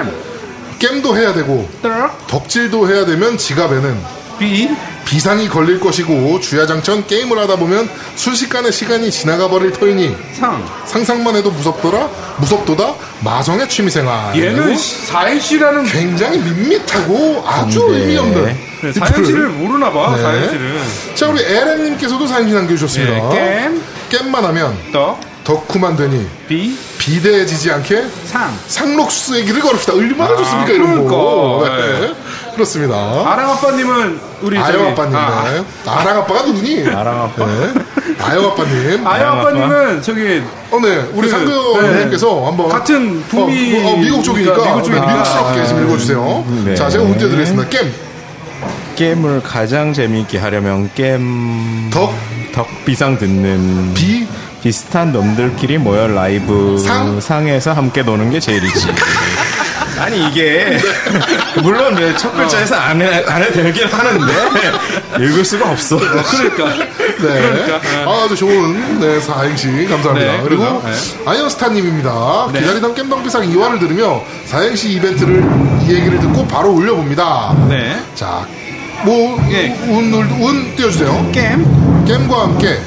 [SPEAKER 1] 겜도 해야 되고
[SPEAKER 2] 떡.
[SPEAKER 1] 덕질도 해야 되면 지갑에는
[SPEAKER 2] 삐.
[SPEAKER 1] 비상이 걸릴 것이고 주야장천 게임을 하다 보면 순식간에 시간이 지나가 버릴 터이니
[SPEAKER 2] 상.
[SPEAKER 1] 상상만 해도 무섭더라 무섭도다 마성의 취미생활
[SPEAKER 2] 얘는
[SPEAKER 1] 그리고
[SPEAKER 2] 4행시라는
[SPEAKER 1] 굉장히 밋밋하고 아주
[SPEAKER 3] 근데.
[SPEAKER 1] 의미 없는
[SPEAKER 2] 네,
[SPEAKER 1] 리플.
[SPEAKER 2] 사연실을 모르나 봐,
[SPEAKER 1] 네.
[SPEAKER 2] 사연실을.
[SPEAKER 1] 자 우리 에렌님께서도 사연지 남겨주셨습니다
[SPEAKER 2] 네,
[SPEAKER 1] 만 하면
[SPEAKER 2] 떡,
[SPEAKER 1] 덕후만 되니
[SPEAKER 2] 비,
[SPEAKER 1] 비대해지지 않게
[SPEAKER 2] 상.
[SPEAKER 1] 상록수 얘기를 걸읍시다
[SPEAKER 2] 아,
[SPEAKER 1] 얼마나 좋습니까 이런 거
[SPEAKER 2] 그러니까.
[SPEAKER 1] 네. 그렇습니다
[SPEAKER 2] 아랑 아빠님은 우리
[SPEAKER 1] 아영
[SPEAKER 2] 저기-
[SPEAKER 1] 아빠님.
[SPEAKER 2] 아,
[SPEAKER 1] 네. 아랑 아빠가 누구니?
[SPEAKER 3] 아랑 아빠.
[SPEAKER 1] 네. 아영 아빠님.
[SPEAKER 2] 아, 아영 아빠님은 저기
[SPEAKER 1] 어, 네. 우리
[SPEAKER 2] 그,
[SPEAKER 1] 상교님께서 한번.
[SPEAKER 2] 같은 북미-
[SPEAKER 1] 어, 어, 미국 쪽이니까. 아, 네.
[SPEAKER 2] 그러니까
[SPEAKER 1] 미국
[SPEAKER 2] 미국 쪽이니까. 음,
[SPEAKER 1] 스럽게 지금 읽어주세요.
[SPEAKER 3] 네.
[SPEAKER 1] 자, 제가 문제 드리겠습니다. 겜.
[SPEAKER 3] 게임을 가장 재미있게 하려면 게임
[SPEAKER 1] 덕.
[SPEAKER 3] 비상 듣는
[SPEAKER 1] 비.
[SPEAKER 3] 비슷한 놈들끼리 모여 라이브
[SPEAKER 1] 상?
[SPEAKER 3] 에서 함께 노는 게 제일이지. 아니 이게 물론 네, 첫 글자에서 안, 해, 안 해도 되긴 하는데 읽을 수가 없어.
[SPEAKER 2] 그러니까
[SPEAKER 1] 네.
[SPEAKER 2] 그러니까.
[SPEAKER 1] 아, 아주 좋은, 네, 사행시. 감사합니다.
[SPEAKER 2] 네,
[SPEAKER 1] 그리고,
[SPEAKER 2] 그러죠.
[SPEAKER 1] 아이언스타님입니다. 기다리던 겜덕비상 2화를 들으며, 사행시 이벤트를, 이 얘기를 듣고 바로 올려봅니다.
[SPEAKER 2] 네.
[SPEAKER 1] 자, 뭐,
[SPEAKER 2] 예.
[SPEAKER 1] 운, 운, 운 띄워주세요.
[SPEAKER 2] 게임
[SPEAKER 1] 겜과 함께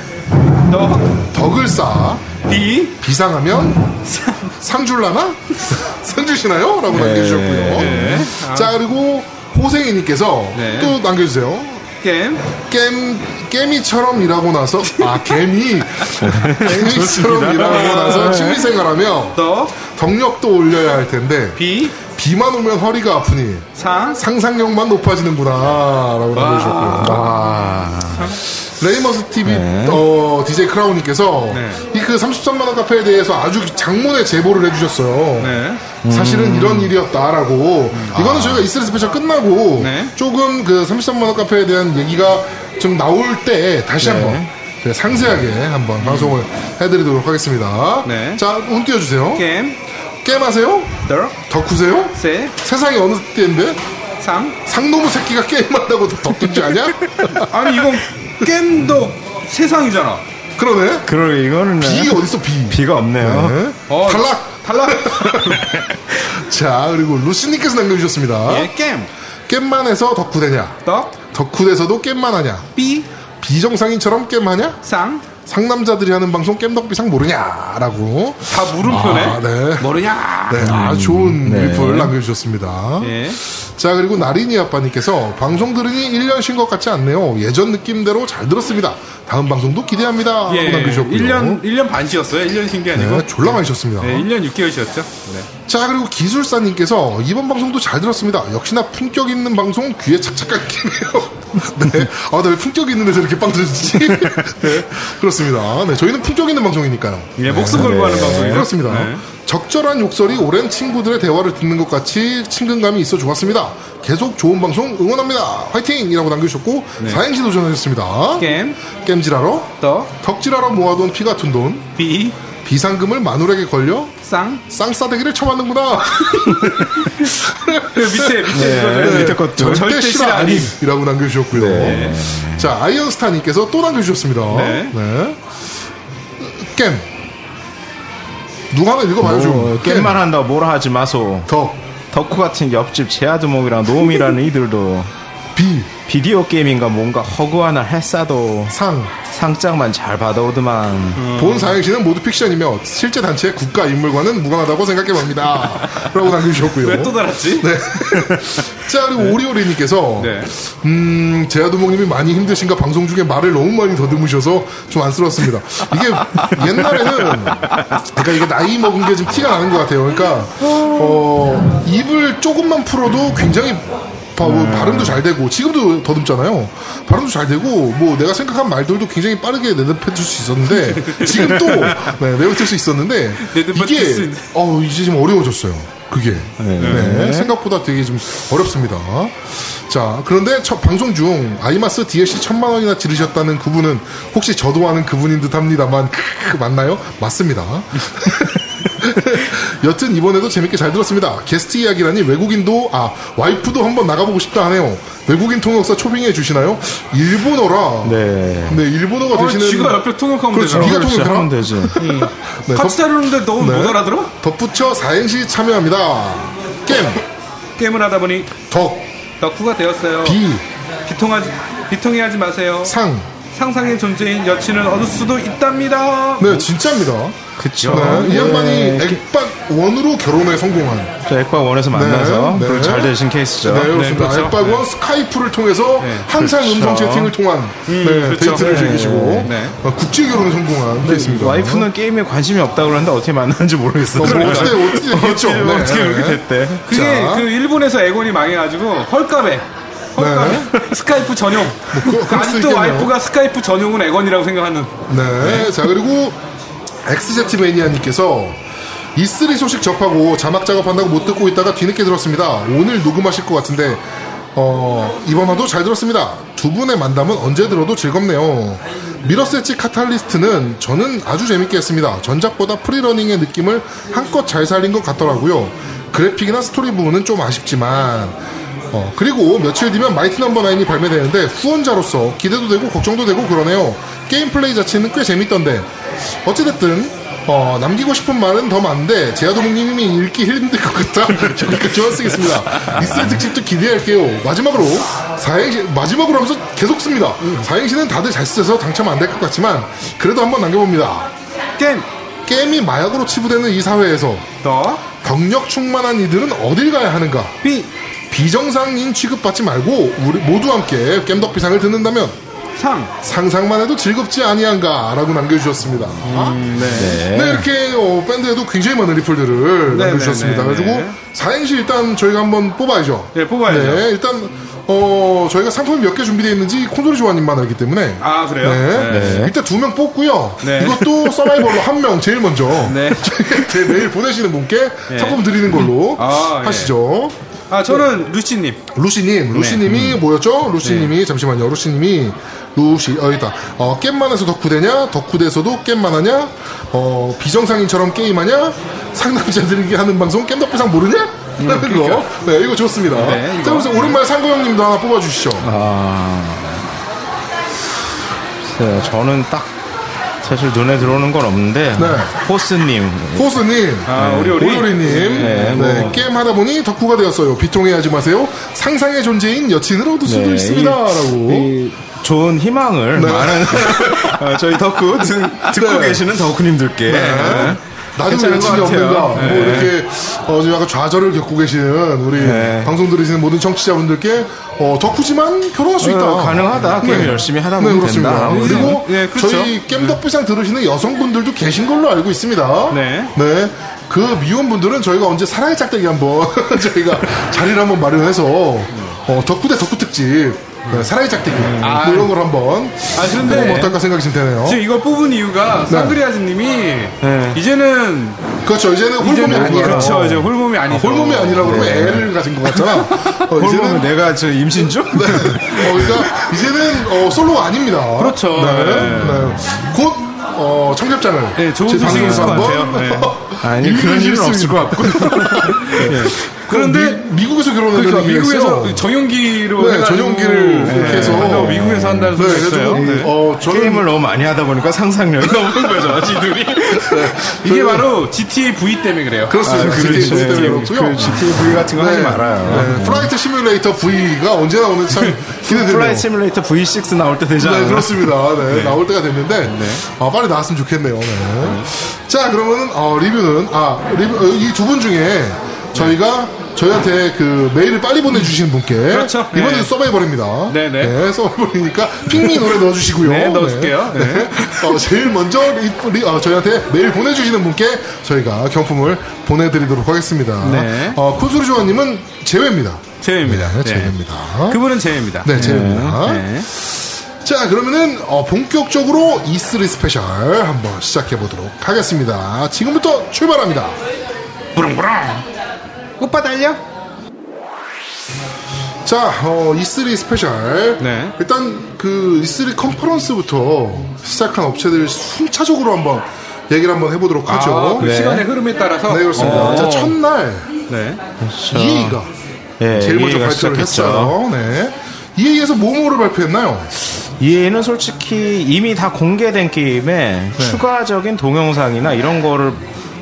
[SPEAKER 1] 덕을 쌓아
[SPEAKER 2] 덕디
[SPEAKER 1] 비상하면 상줄라나? 상주시나요? 라고 남겨주셨고요.
[SPEAKER 2] 네.
[SPEAKER 1] 자, 그리고 호생이님께서
[SPEAKER 2] 네.
[SPEAKER 1] 또 남겨주세요.
[SPEAKER 2] 게임
[SPEAKER 1] 깸, 깨미처럼 일하고 나서, 아, 개미. 개미처럼 일하고
[SPEAKER 2] 네.
[SPEAKER 1] 나서 취미생활하며 덕력도 올려야 할 텐데,
[SPEAKER 2] 덕비상
[SPEAKER 1] 비만 오면 허리가 아프니 상상력만 높아지는구나. 라고 남겨주셨고요. 아. 레이머스 TV 어, DJ 크라우님께서
[SPEAKER 2] 네.
[SPEAKER 1] 이 그 33만원 카페에 대해서 아주 장문의 제보를 해주셨어요.
[SPEAKER 2] 네.
[SPEAKER 1] 사실은 이런 일이었다라고 이거는 저희가 이스라엘 스페셜 끝나고
[SPEAKER 2] 아. 네.
[SPEAKER 1] 조금 그 33만원 카페에 대한 얘기가 좀 나올 때 다시
[SPEAKER 2] 네.
[SPEAKER 1] 한번 제가 상세하게 한번 방송을 해드리도록 하겠습니다
[SPEAKER 2] 네.
[SPEAKER 1] 자운 띄워주세요
[SPEAKER 2] 게임
[SPEAKER 1] 게임하세요? 덕후세요?
[SPEAKER 2] 덕세상
[SPEAKER 1] 세상에 어느 때인데 상노무 새끼가 게임한다고 덕분지 아냐?
[SPEAKER 2] 아니 이건 겜덕 세상이잖아
[SPEAKER 1] 그러네
[SPEAKER 3] 그럴 이거는
[SPEAKER 1] 비 어딨어 비
[SPEAKER 3] 비가 없네요.
[SPEAKER 1] 네.
[SPEAKER 2] 어,
[SPEAKER 1] 탈락
[SPEAKER 2] 탈락
[SPEAKER 1] 자 그리고 루시님께서 남겨주셨습니다
[SPEAKER 2] 예.
[SPEAKER 1] 겜만해서 덕후되냐
[SPEAKER 2] 예겜덕비상
[SPEAKER 1] 덕후돼서도 겜만하냐 비정상인처럼 겜하냐? 상남자들이 하는 방송 겜덕비상 모르냐라고.
[SPEAKER 2] 다 물음표네.
[SPEAKER 1] 아, 네.
[SPEAKER 2] 모르냐?
[SPEAKER 1] 네, 아, 좋은
[SPEAKER 3] 네.
[SPEAKER 1] 리플 남겨주셨습니다.
[SPEAKER 2] 예.
[SPEAKER 1] 자, 그리고 나린이 아빠님께서 방송 들으니 1년 쉰 것 같지 않네요. 예전 느낌대로 잘 들었습니다. 다음 방송도 기대합니다.
[SPEAKER 2] 예.
[SPEAKER 1] 하고 남겨주셨고요.
[SPEAKER 2] 1년, 1년 반 쉬었어요. 1년 쉰 게 아니고.
[SPEAKER 1] 네, 졸라 많이 셨습니다.
[SPEAKER 2] 네, 1년 6개월 쉬었죠.
[SPEAKER 1] 자, 그리고 기술사님께서 이번 방송도 잘 들었습니다. 역시나 품격 있는 방송 귀에 착착 깎이네요. 네. 아, 나 왜 품격 있는 데서 이렇게 빵 터지지? 네. 그렇습니다. 네, 저희는 품격 있는 방송이니까요.
[SPEAKER 2] 예, 목숨 걸고 하는 방송이에요.
[SPEAKER 1] 네. 그렇습니다.
[SPEAKER 2] 네.
[SPEAKER 1] 적절한 욕설이 오랜 친구들의 대화를 듣는 것 같이 친근감이 있어 좋았습니다. 계속 좋은 방송 응원합니다. 화이팅! 이라고 남겨주셨고,
[SPEAKER 2] 네.
[SPEAKER 1] 사행시 도전하셨습니다.
[SPEAKER 2] 겜,
[SPEAKER 1] 겜질하러,
[SPEAKER 2] 덕,
[SPEAKER 1] 덕질하러 모아둔 피 같은 돈,
[SPEAKER 2] 비,
[SPEAKER 1] 비상금을 마누라에게 걸려
[SPEAKER 2] 쌍.
[SPEAKER 1] 쌍싸대기를 쳐맞는구나.
[SPEAKER 2] 그 밑에, 밑에 이거 좀-
[SPEAKER 3] 네, 밑에 것도.
[SPEAKER 2] 저- 절대
[SPEAKER 1] 실화
[SPEAKER 2] 실화 아님.
[SPEAKER 1] 이라고 남겨주셨고요. 자, 아이언스타님께서 또 남겨주셨습니다.
[SPEAKER 2] 네.
[SPEAKER 1] 네. 겜. 누가 하나 읽어봐요,
[SPEAKER 3] 뭐,
[SPEAKER 1] 좀.
[SPEAKER 3] 게임만 한다고 뭐라 하지 마소.
[SPEAKER 1] 덕,
[SPEAKER 3] 덕후 같은 옆집 제아두목이랑 노움이라는 이들도
[SPEAKER 1] 비,
[SPEAKER 3] 비디오 게임인가 뭔가 허구하나 했어도
[SPEAKER 1] 상.
[SPEAKER 3] 상장만 잘 받아오더만.
[SPEAKER 1] 본 사행시는 모두 픽션이며 실제 단체의 국가 인물과는 무관하다고 생각해봅니다. 라고 남겨주셨고요.
[SPEAKER 2] 왜 네, 또 달았지?
[SPEAKER 1] 네. 자 그리고 오리오리님께서
[SPEAKER 2] 네.
[SPEAKER 1] 음 제아도목님이 많이 힘드신가 방송 중에 말을 너무 많이 더듬으셔서 좀 안쓰러웠습니다. 이게 옛날에는 그러니까 이게 나이 먹은 게 좀 티가 나는 것 같아요. 그러니까 어 입을 조금만 풀어도 굉장히 바, 뭐 발음도 잘 되고 지금도 더듬잖아요. 발음도 잘 되고 뭐 내가 생각한 말들도 굉장히 빠르게 내뱉을 수 있었는데 지금 또 네, 내뱉을 수 있었는데
[SPEAKER 2] 내뱉을
[SPEAKER 1] 이게
[SPEAKER 2] 수 있는.
[SPEAKER 1] 어 이제 좀 어려워졌어요. 그게 네, 생각보다 되게 좀 어렵습니다. 자 그런데 첫 방송 중 아이마스 DLC 천만 원이나 지르셨다는 그분은 혹시 저도 아는 그분인 듯합니다만 크으, 맞나요? 맞습니다. 여튼 이번에도 재밌게 잘 들었습니다. 게스트 이야기라니 외국인도 아 와이프도 한번 나가보고 싶다 하네요. 외국인 통역사 초빙해 주시나요? 일본어라.
[SPEAKER 3] 네.
[SPEAKER 1] 네, 일본어가
[SPEAKER 2] 어,
[SPEAKER 1] 되시는
[SPEAKER 2] 지가 옆에 통역하면
[SPEAKER 1] 그렇죠.
[SPEAKER 2] 되잖아.
[SPEAKER 1] 네가
[SPEAKER 3] 그렇지,
[SPEAKER 1] 통역해라?
[SPEAKER 3] 하면 되지.
[SPEAKER 1] 네,
[SPEAKER 2] 같이 다루는데 너무 못 알아들어?
[SPEAKER 1] 덧붙여 사행시 참여합니다. 겜,
[SPEAKER 2] 게임을 하다 보니
[SPEAKER 1] 덕,
[SPEAKER 2] 덕후가 되었어요.
[SPEAKER 1] 비,
[SPEAKER 2] 비통하지, 비통해하지 마세요.
[SPEAKER 1] 상.
[SPEAKER 2] 상상의 존재인 여친을 얻을 수도 있답니다.
[SPEAKER 1] 네, 진짜입니다.
[SPEAKER 3] 그쵸.
[SPEAKER 1] 네, 이
[SPEAKER 3] 네.
[SPEAKER 1] 양반이 액박 원으로 결혼에 성공한.
[SPEAKER 3] 자, 액박 원에서 만나서
[SPEAKER 1] 네.
[SPEAKER 3] 그리고 잘 되신 케이스죠.
[SPEAKER 1] 네, 그렇습니다.
[SPEAKER 2] 그렇죠.
[SPEAKER 1] 액박 원 스카이프를 통해서 항상
[SPEAKER 3] 그렇죠.
[SPEAKER 1] 음성 채팅을 통한 네,
[SPEAKER 2] 그렇죠.
[SPEAKER 1] 데이트를
[SPEAKER 2] 네.
[SPEAKER 1] 즐기시고
[SPEAKER 2] 네.
[SPEAKER 1] 어, 국제 결혼에 성공한 케이스입니다.
[SPEAKER 3] 네, 그렇죠. 와이프는 게임에 관심이 없다고 그러는데 어떻게 만났는지 모르겠어.
[SPEAKER 1] 어, 뭐 어떻게 어떻게 됐겠죠?
[SPEAKER 3] 그렇죠. 어떻게,
[SPEAKER 1] 네.
[SPEAKER 3] 어떻게 그렇게 됐대?
[SPEAKER 2] 그게
[SPEAKER 1] 자.
[SPEAKER 2] 그 일본에서 에곤이 망해가지고 헐값에 헐값에 스카이프 전용
[SPEAKER 1] 네. 뭐 그럴 수
[SPEAKER 2] 아직도
[SPEAKER 1] 있겠네요.
[SPEAKER 2] 와이프가 스카이프 전용은 에곤이라고 생각하는
[SPEAKER 1] 네. 자, 그리고 엑스제트 매니아님께서 E3 소식 접하고 자막 작업한다고 못 듣고 있다가 뒤늦게 들었습니다. 오늘 녹음하실 것 같은데, 어, 이번 화도 잘 들었습니다. 두 분의 만남은 언제 들어도 즐겁네요. 미러세치 카탈리스트는 저는 아주 재밌게 했습니다. 전작보다 프리러닝의 느낌을 한껏 잘 살린 것 같더라고요. 그래픽이나 스토리 부분은 좀 아쉽지만, 어, 그리고 며칠 뒤면 마이티 넘버 나인이 발매되는데 후원자로서 기대도 되고 걱정도 되고 그러네요. 게임 플레이 자체는 꽤 재밌던데 어찌됐든 어, 남기고 싶은 말은 더 많은데 제아도목님이 읽기 힘들 것 같아 여기까지 만 쓰겠습니다 이스라엘 특집도 기대할게요 마지막으로 사행시 마지막으로 하면서 계속 씁니다 사행시는 다들 잘 쓰셔서 당첨 안 될 것 같지만 그래도 한번 남겨봅니다
[SPEAKER 2] 게임
[SPEAKER 1] 게임이 마약으로 치부되는 이 사회에서
[SPEAKER 2] 더
[SPEAKER 1] 경력 충만한 이들은 어딜 가야 하는가
[SPEAKER 2] B
[SPEAKER 1] 비정상인 취급받지 말고 우리 모두 함께 겜덕비상을 듣는다면
[SPEAKER 2] 3
[SPEAKER 1] 상상만 해도 즐겁지 아니한가라고 남겨주셨습니다.
[SPEAKER 2] 음,
[SPEAKER 1] 네. 이렇게 어, 밴드에도 굉장히 많은 리플들을
[SPEAKER 2] 네,
[SPEAKER 1] 남겨주셨습니다.
[SPEAKER 2] 네, 네,
[SPEAKER 1] 그래가지고
[SPEAKER 2] 네.
[SPEAKER 1] 사행시 일단 저희가 한번 뽑아야죠.
[SPEAKER 2] 네, 뽑아야죠.
[SPEAKER 1] 네, 일단 어, 저희가 상품이 몇 개 준비되어 있는지 콘솔이 조아님만 알기 때문에
[SPEAKER 2] 아, 그래요?
[SPEAKER 1] 네. 일단 두 명 뽑고요.
[SPEAKER 2] 네.
[SPEAKER 1] 이것도 서바이벌로 한 명 제일 먼저
[SPEAKER 2] 네.
[SPEAKER 1] 저희한테 메일 보내시는 분께 상품 드리는 걸로
[SPEAKER 2] 아, 예.
[SPEAKER 1] 하시죠.
[SPEAKER 2] 아, 저는 루치님. 네.
[SPEAKER 1] 루시님,
[SPEAKER 2] 음.
[SPEAKER 1] 루시님이 뭐였죠? 루시님이 잠시만요. 루시님이 루시 어 있다. 어 게임만해서 덕후대냐? 덕후대에서도 게임만하냐? 어 비정상인처럼 게임하냐? 상남자들에게 하는 방송 겜덕비상 모르냐? 이거 네 이거 좋습니다.
[SPEAKER 2] 음, 그러니까. 네, 이거.
[SPEAKER 1] 자 그래서 오랜만에 상고 형님도 하나 뽑아주시죠.
[SPEAKER 3] 자, 저는 딱 사실 눈에 들어오는 건 없는데
[SPEAKER 1] 네.
[SPEAKER 3] 포스님
[SPEAKER 1] 포스님,
[SPEAKER 2] 아, 오리오리.
[SPEAKER 1] 오요리님, 네,
[SPEAKER 3] 네, 뭐.
[SPEAKER 1] 게임 하다 보니 덕후가 되었어요. 비통해하지 마세요. 상상의 존재인 여친으로 둘 수도
[SPEAKER 3] 네,
[SPEAKER 1] 있습니다라고.
[SPEAKER 3] 이 좋은 희망을 많은 어, 저희 덕후 드, 듣고
[SPEAKER 1] 네.
[SPEAKER 3] 계시는 덕후님들께
[SPEAKER 1] 네. 나는 왜
[SPEAKER 3] 괜찮은
[SPEAKER 1] 여친이
[SPEAKER 3] 것 같아요.
[SPEAKER 1] 없는가 뭐
[SPEAKER 3] 네.
[SPEAKER 1] 이렇게 어, 지금 약간 좌절을 겪고 계시는 우리
[SPEAKER 3] 네.
[SPEAKER 1] 방송 들으시는 모든 청취자분들께 어, 덕후지만 결혼할 수 있다
[SPEAKER 3] 어, 가능하다. 게임 열심히 하다 보면
[SPEAKER 1] 네, 그렇습니다.
[SPEAKER 3] 된다.
[SPEAKER 1] 그리고
[SPEAKER 2] 네, 그렇죠.
[SPEAKER 1] 저희 겜덕비상 들으시는 여성분들도 계신 걸로 알고 있습니다
[SPEAKER 2] 네.
[SPEAKER 1] 그 미혼분들은 저희가 언제 사랑의 짝대기 한번 저희가 자리를 한번 마련해서 어, 덕후 대 덕후 특집 네, 사랑의 짝대기 뭐 이런 걸 한번
[SPEAKER 2] 아, 근데
[SPEAKER 1] 해보면 어떨까 생각이 좀 되네요
[SPEAKER 2] 지금 이걸 뽑은 이유가
[SPEAKER 1] 네.
[SPEAKER 2] 쌍그리아즈님이 이제는
[SPEAKER 1] 그렇죠 이제는 네. 홀몸이
[SPEAKER 2] 이제는
[SPEAKER 1] 아니에요 어.
[SPEAKER 2] 그렇죠 이제 홀몸이 아니죠.
[SPEAKER 1] 홀몸이 아니라 그러면 애를 가진 것 같잖아. 어,
[SPEAKER 3] 그러면
[SPEAKER 1] 이제는
[SPEAKER 3] 내가 저 임신 중?
[SPEAKER 1] 어, 그러니까 이제는 어, 솔로가 아닙니다.
[SPEAKER 2] 그렇죠.
[SPEAKER 1] 네.
[SPEAKER 2] 네.
[SPEAKER 1] 네. 곧 어, 청첩장을
[SPEAKER 2] 네, 좋은
[SPEAKER 1] 제
[SPEAKER 2] 소식일
[SPEAKER 1] 방송에서
[SPEAKER 2] 것
[SPEAKER 1] 한번
[SPEAKER 2] 같아요.
[SPEAKER 3] 아니 그런
[SPEAKER 1] 읽으실
[SPEAKER 3] 일은
[SPEAKER 1] 수
[SPEAKER 3] 없을
[SPEAKER 1] 있는-
[SPEAKER 3] 것 같고
[SPEAKER 2] 그런데
[SPEAKER 1] 네. 미, 국에서 결혼을
[SPEAKER 2] 그러니까 미국에서 정용기로
[SPEAKER 1] 네,
[SPEAKER 2] 해가지고
[SPEAKER 1] 전용기를
[SPEAKER 2] 네,
[SPEAKER 1] 이렇게 해서
[SPEAKER 2] 한다고 미국에서 한다는 소리
[SPEAKER 1] 네,
[SPEAKER 2] 있어요.
[SPEAKER 1] 그래가지고,
[SPEAKER 2] 네.
[SPEAKER 1] 어, 저는 네,
[SPEAKER 3] 게임을 너무 많이 하다 보니까 상상력이 없는 거죠 지들이
[SPEAKER 2] 이게 바로 GTA V 때문에 그래요.
[SPEAKER 1] 그렇습니다. GTA
[SPEAKER 3] 그렇죠.
[SPEAKER 1] 아, 때문에
[SPEAKER 3] 그
[SPEAKER 1] 그렇고요.
[SPEAKER 3] GTV 같은 거 하지 말아요
[SPEAKER 1] 네, 프라이트 시뮬레이터 V가 언제 나오는지 참 기대되네요.
[SPEAKER 3] 플라이 시뮬레이터 V6 나올 때 되지
[SPEAKER 1] 네,
[SPEAKER 3] 않아요?
[SPEAKER 1] 그렇습니다. 네, 나올 때가 됐는데, 아, 빨리 나왔으면 좋겠네요. 네. 자, 그러면은, 어, 리뷰는, 아, 리뷰, 이 두 분 중에 저희가 저희한테 그 메일을 빨리 보내주시는 분께.
[SPEAKER 2] 그렇죠.
[SPEAKER 1] 이번에도
[SPEAKER 2] 네.
[SPEAKER 1] 서바이벌입니다.
[SPEAKER 2] 네, 네.
[SPEAKER 1] 서바이벌이니까 핑미 노래 넣어주시고요.
[SPEAKER 2] 네, 넣어줄게요.
[SPEAKER 1] 네. 어, 제일 먼저 리, 리- 어, 저희한테 메일 보내주시는 분께 저희가 경품을 보내드리도록 하겠습니다.
[SPEAKER 2] 네.
[SPEAKER 1] 어, 콘솔 조원님은 제외입니다.
[SPEAKER 2] 제입니다.
[SPEAKER 1] 네, 제외입니다.
[SPEAKER 2] 그분은 제입니다.
[SPEAKER 1] 네, 제외입니다.
[SPEAKER 2] 네.
[SPEAKER 1] 자 그러면은 어, 본격적으로 E3 스페셜 한번 시작해 보도록 하겠습니다. 지금부터 출발합니다.
[SPEAKER 2] 오빠 달려?
[SPEAKER 1] 자 어, E3 스페셜
[SPEAKER 2] 네.
[SPEAKER 1] 일단 그 E3 컨퍼런스부터 시작한 업체들 순차적으로 한번 얘기를 한번 해보도록
[SPEAKER 2] 아,
[SPEAKER 1] 하죠.
[SPEAKER 2] 그 시간의 흐름에 따라서.
[SPEAKER 1] 어, 네 그렇습니다.
[SPEAKER 3] 어.
[SPEAKER 1] 자
[SPEAKER 3] 그렇죠.
[SPEAKER 1] 첫날
[SPEAKER 2] 네.
[SPEAKER 1] EA가
[SPEAKER 3] 예,
[SPEAKER 1] 제일 먼저
[SPEAKER 3] EA 가
[SPEAKER 1] 발표를
[SPEAKER 3] 시작했죠.
[SPEAKER 1] 했어요. 네. EA에서 뭐뭐를 발표했나요?
[SPEAKER 3] EA는 솔직히 이미 다 공개된 게임에
[SPEAKER 1] 네.
[SPEAKER 3] 추가적인 동영상이나 이런 거를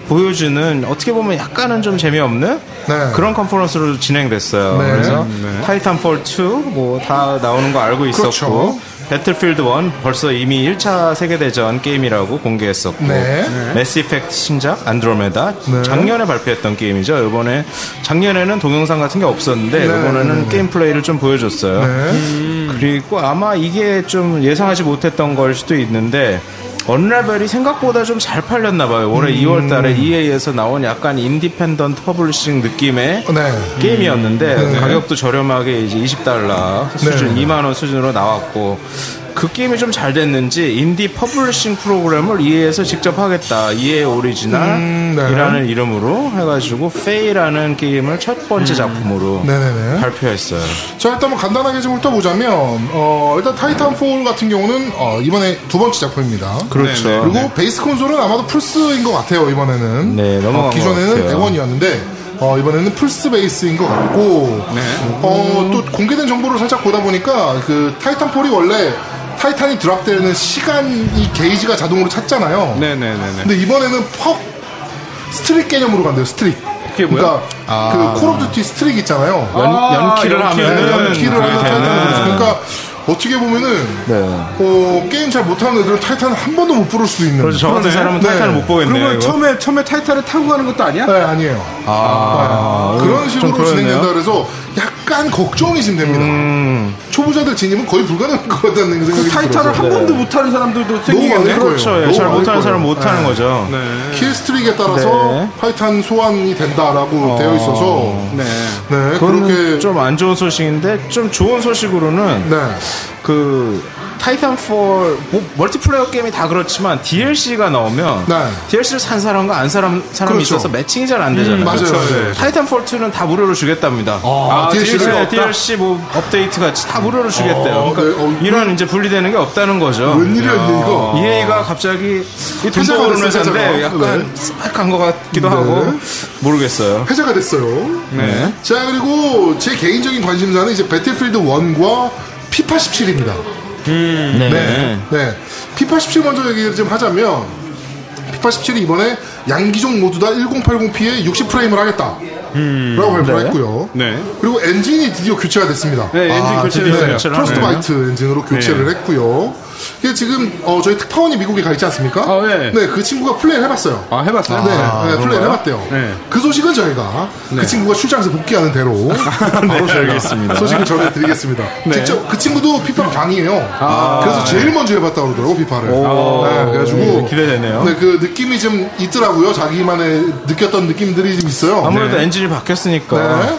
[SPEAKER 3] 보여주는 어떻게 보면 약간은 좀 재미없는
[SPEAKER 1] 네.
[SPEAKER 3] 그런 컨퍼런스로 진행됐어요.
[SPEAKER 1] 네.
[SPEAKER 3] 그래서 타이탄폴 2 뭐 다 나오는 거 알고 있었고
[SPEAKER 1] 그렇죠.
[SPEAKER 3] 배틀필드 1 벌써 이미 1차 세계대전 게임이라고 공개했었고
[SPEAKER 1] 네.
[SPEAKER 3] 메스 이펙트 신작 안드로메다
[SPEAKER 1] 네.
[SPEAKER 3] 작년에 발표했던 게임이죠. 이번에 작년에는 동영상 같은 게 없었는데 이번에는 게임 플레이를 좀 보여줬어요.
[SPEAKER 1] 네.
[SPEAKER 3] 그리고 아마 이게 좀 예상하지 못했던 걸 수도 있는데 언라벨이 생각보다 좀 잘 팔렸나 봐요.
[SPEAKER 1] 음.
[SPEAKER 3] 올해 2월 달에 EA에서 나온 약간 인디펜던트 퍼블리싱 느낌의
[SPEAKER 1] 네.
[SPEAKER 3] 게임이었는데 가격도 저렴하게 이제 20달러 수준
[SPEAKER 1] 네.
[SPEAKER 3] 2만 원 수준으로 나왔고 그 게임이 좀 잘 됐는지 인디 퍼블리싱 프로그램을 EA에서 직접 하겠다. EA
[SPEAKER 1] 음, 네.
[SPEAKER 3] 오리지널이라는 이름으로 해가지고 페이라는 게임을 첫 번째 작품으로
[SPEAKER 1] 음. 네네네.
[SPEAKER 3] 발표했어요.
[SPEAKER 1] 자 일단 한번 간단하게 좀 훑어보자면 어, 일단 타이탄4 같은 경우는 어, 이번에 두 번째 작품입니다.
[SPEAKER 3] 그렇죠.
[SPEAKER 1] 네, 그리고 베이스 콘솔은 아마도 플스인 것 같아요 이번에는.
[SPEAKER 3] 네, 넘어간
[SPEAKER 1] 어,
[SPEAKER 3] 것
[SPEAKER 1] 기존에는
[SPEAKER 3] 같아요.
[SPEAKER 1] 100원이었는데 어, 이번에는 플스 베이스인 것
[SPEAKER 3] 네.
[SPEAKER 1] 같고 어, 또 공개된 정보를 살짝 보다 보니까 그 타이탄 폴이 원래 타이타닉 드랍 때는 시간이 게이지가 자동으로 찼잖아요.
[SPEAKER 2] 네네네네.
[SPEAKER 1] 근데 이번에는 퍽 스트릭 개념으로 간대요. 스트릭.
[SPEAKER 2] 그게 뭐야?
[SPEAKER 1] 그러니까
[SPEAKER 3] 아.
[SPEAKER 1] 그 콜 오브 듀티 스트릭 있잖아요.
[SPEAKER 3] 연,
[SPEAKER 2] 아,
[SPEAKER 3] 연키를
[SPEAKER 2] 연키.
[SPEAKER 3] 하면은
[SPEAKER 1] 네, 연키를 하는
[SPEAKER 3] 그게 되는.
[SPEAKER 1] 타이탄을 그러니까 어떻게 보면은
[SPEAKER 3] 네.
[SPEAKER 1] 어, 게임 잘 못하는 애들은 타이탄을 한 번도 못 부를 수도 있는
[SPEAKER 3] 그래서 저 같은
[SPEAKER 2] 그러네.
[SPEAKER 3] 사람은
[SPEAKER 1] 네.
[SPEAKER 3] 타이탄을 못 보겠네요.
[SPEAKER 2] 그러면
[SPEAKER 3] 이거.
[SPEAKER 2] 처음에 처음에 타이타를 타고 가는 것도 아니야?
[SPEAKER 1] 네, 아니에요. 네. 그런 식으로
[SPEAKER 3] 그러네요.
[SPEAKER 1] 진행된다 그래서 약간 걱정이 지금 됩니다. 초보자들 진입은 거의 불가능할 것 같다는 생각이
[SPEAKER 2] 그 타이타를
[SPEAKER 1] 들어서.
[SPEAKER 2] 한 번도 못 타는 사람들도
[SPEAKER 1] 네. 너무 많을
[SPEAKER 2] 생기겠네.
[SPEAKER 1] 거예요.
[SPEAKER 3] 그렇죠. 예.
[SPEAKER 1] 너무
[SPEAKER 3] 잘
[SPEAKER 1] 많을
[SPEAKER 3] 못하는 사람은
[SPEAKER 1] 거예요.
[SPEAKER 3] 못하는
[SPEAKER 1] 네.
[SPEAKER 3] 거죠.
[SPEAKER 2] 네.
[SPEAKER 1] 킬스트릭에 따라서
[SPEAKER 3] 네.
[SPEAKER 1] 파이탄 소환이 된다라고 되어 있어서
[SPEAKER 2] 네.
[SPEAKER 1] 네
[SPEAKER 3] 그렇게
[SPEAKER 1] 그렇게
[SPEAKER 3] 좀 안 좋은 소식인데 좀 좋은 소식으로는
[SPEAKER 1] 네
[SPEAKER 3] 그 타이탄 4 멀티플레이어 게임이 다 그렇지만 DLC가 나오면
[SPEAKER 1] 네.
[SPEAKER 3] DLC를 산 사람과 안 사람 사람이
[SPEAKER 1] 그렇죠.
[SPEAKER 3] 있어서 매칭이 잘 안 되잖아요. 그렇죠.
[SPEAKER 1] 맞아요. 네.
[SPEAKER 3] 타이탄 4는 다 무료로 주겠답니다.
[SPEAKER 1] 아, DLC 가
[SPEAKER 3] DLC,
[SPEAKER 1] 없다?
[SPEAKER 3] DLC 뭐 업데이트 같이 다 무료로 주겠대요.
[SPEAKER 1] 어,
[SPEAKER 3] 그러니까
[SPEAKER 1] 네, 어,
[SPEAKER 3] 이런 이제 분리되는 게 없다는 거죠.
[SPEAKER 1] 웬일이야 이게 이거
[SPEAKER 3] EA가 갑자기 이
[SPEAKER 1] 회사가
[SPEAKER 3] 돈보는
[SPEAKER 1] 됐어요,
[SPEAKER 3] 회사인데
[SPEAKER 1] 회사가.
[SPEAKER 3] 약간
[SPEAKER 1] 네.
[SPEAKER 3] 싹한것 같기도 하고 모르겠어요.
[SPEAKER 1] 회자가 됐어요.
[SPEAKER 3] 네.
[SPEAKER 1] 자 그리고 제 개인적인 관심사는 이제 배틀필드 1과 피파 17입니다.
[SPEAKER 3] 네.
[SPEAKER 1] 네. 피파 17 먼저 얘기를 좀 하자면 피파 17이 이번에 양기종 모두 다 1080p에 60프레임을 하겠다. 라고 발표를 했고요.
[SPEAKER 2] 음. 네.
[SPEAKER 1] 그리고 엔진이 드디어 교체가 됐습니다. 아,
[SPEAKER 2] 네, 엔진 교체를
[SPEAKER 1] 드디어
[SPEAKER 2] 했어요.
[SPEAKER 1] 교체를 프로스트
[SPEAKER 3] 하네요.
[SPEAKER 1] 바이트 엔진으로 교체를 했고요. 이게 지금 어, 저희 특파원이 미국에 가 있지 않습니까?
[SPEAKER 2] 아, 네.
[SPEAKER 1] 네, 그 친구가 플레이를 해봤어요.
[SPEAKER 2] 아 해봤어요.
[SPEAKER 1] 네, 네, 플레이를 해봤대요.
[SPEAKER 2] 네.
[SPEAKER 1] 그 소식은 저희가
[SPEAKER 3] 네.
[SPEAKER 1] 그 친구가 출장에서 복귀하는 대로 바로
[SPEAKER 3] 알겠습니다. 네.
[SPEAKER 1] 소식을 전해드리겠습니다. 직접 그 친구도 피파 광이에요.
[SPEAKER 3] 아.
[SPEAKER 1] 그래서 제일 먼저 해봤다고 그러더라고 피파를. 네, 그래가지고
[SPEAKER 3] 네, 기대되네요.
[SPEAKER 1] 네, 그 느낌이 좀 있더라고요. 자기만의 느꼈던 느낌들이 좀 있어요.
[SPEAKER 3] 아무래도 엔진이 바뀌었으니까.
[SPEAKER 1] 네.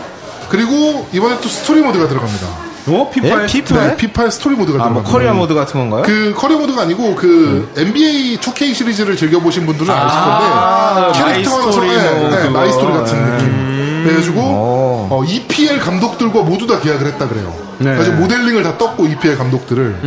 [SPEAKER 1] 그리고 이번에 또 스토리 모드가 들어갑니다.
[SPEAKER 2] 어 피파에
[SPEAKER 3] 예?
[SPEAKER 1] 네,
[SPEAKER 3] 피프에?
[SPEAKER 1] 피파의 스토리 모드가
[SPEAKER 3] 아, 뭐
[SPEAKER 1] 들어갑니다.
[SPEAKER 3] 커리어 모드 같은 건가요?
[SPEAKER 1] 음. 그 커리어 모드가 아니고 그 NBA 2K 시리즈를 즐겨보신 분들은 아실 건데 캐릭터처럼
[SPEAKER 3] 아, 마이 스토리 뭐
[SPEAKER 1] 네,
[SPEAKER 3] 그거. 음.
[SPEAKER 1] 마이 스토리 같은 느낌 그래가지고 어, EPL 감독들과 모두 다 계약을 했다 그래요
[SPEAKER 2] 네.
[SPEAKER 1] 그래서 모델링을 다 떴고 EPL 감독들을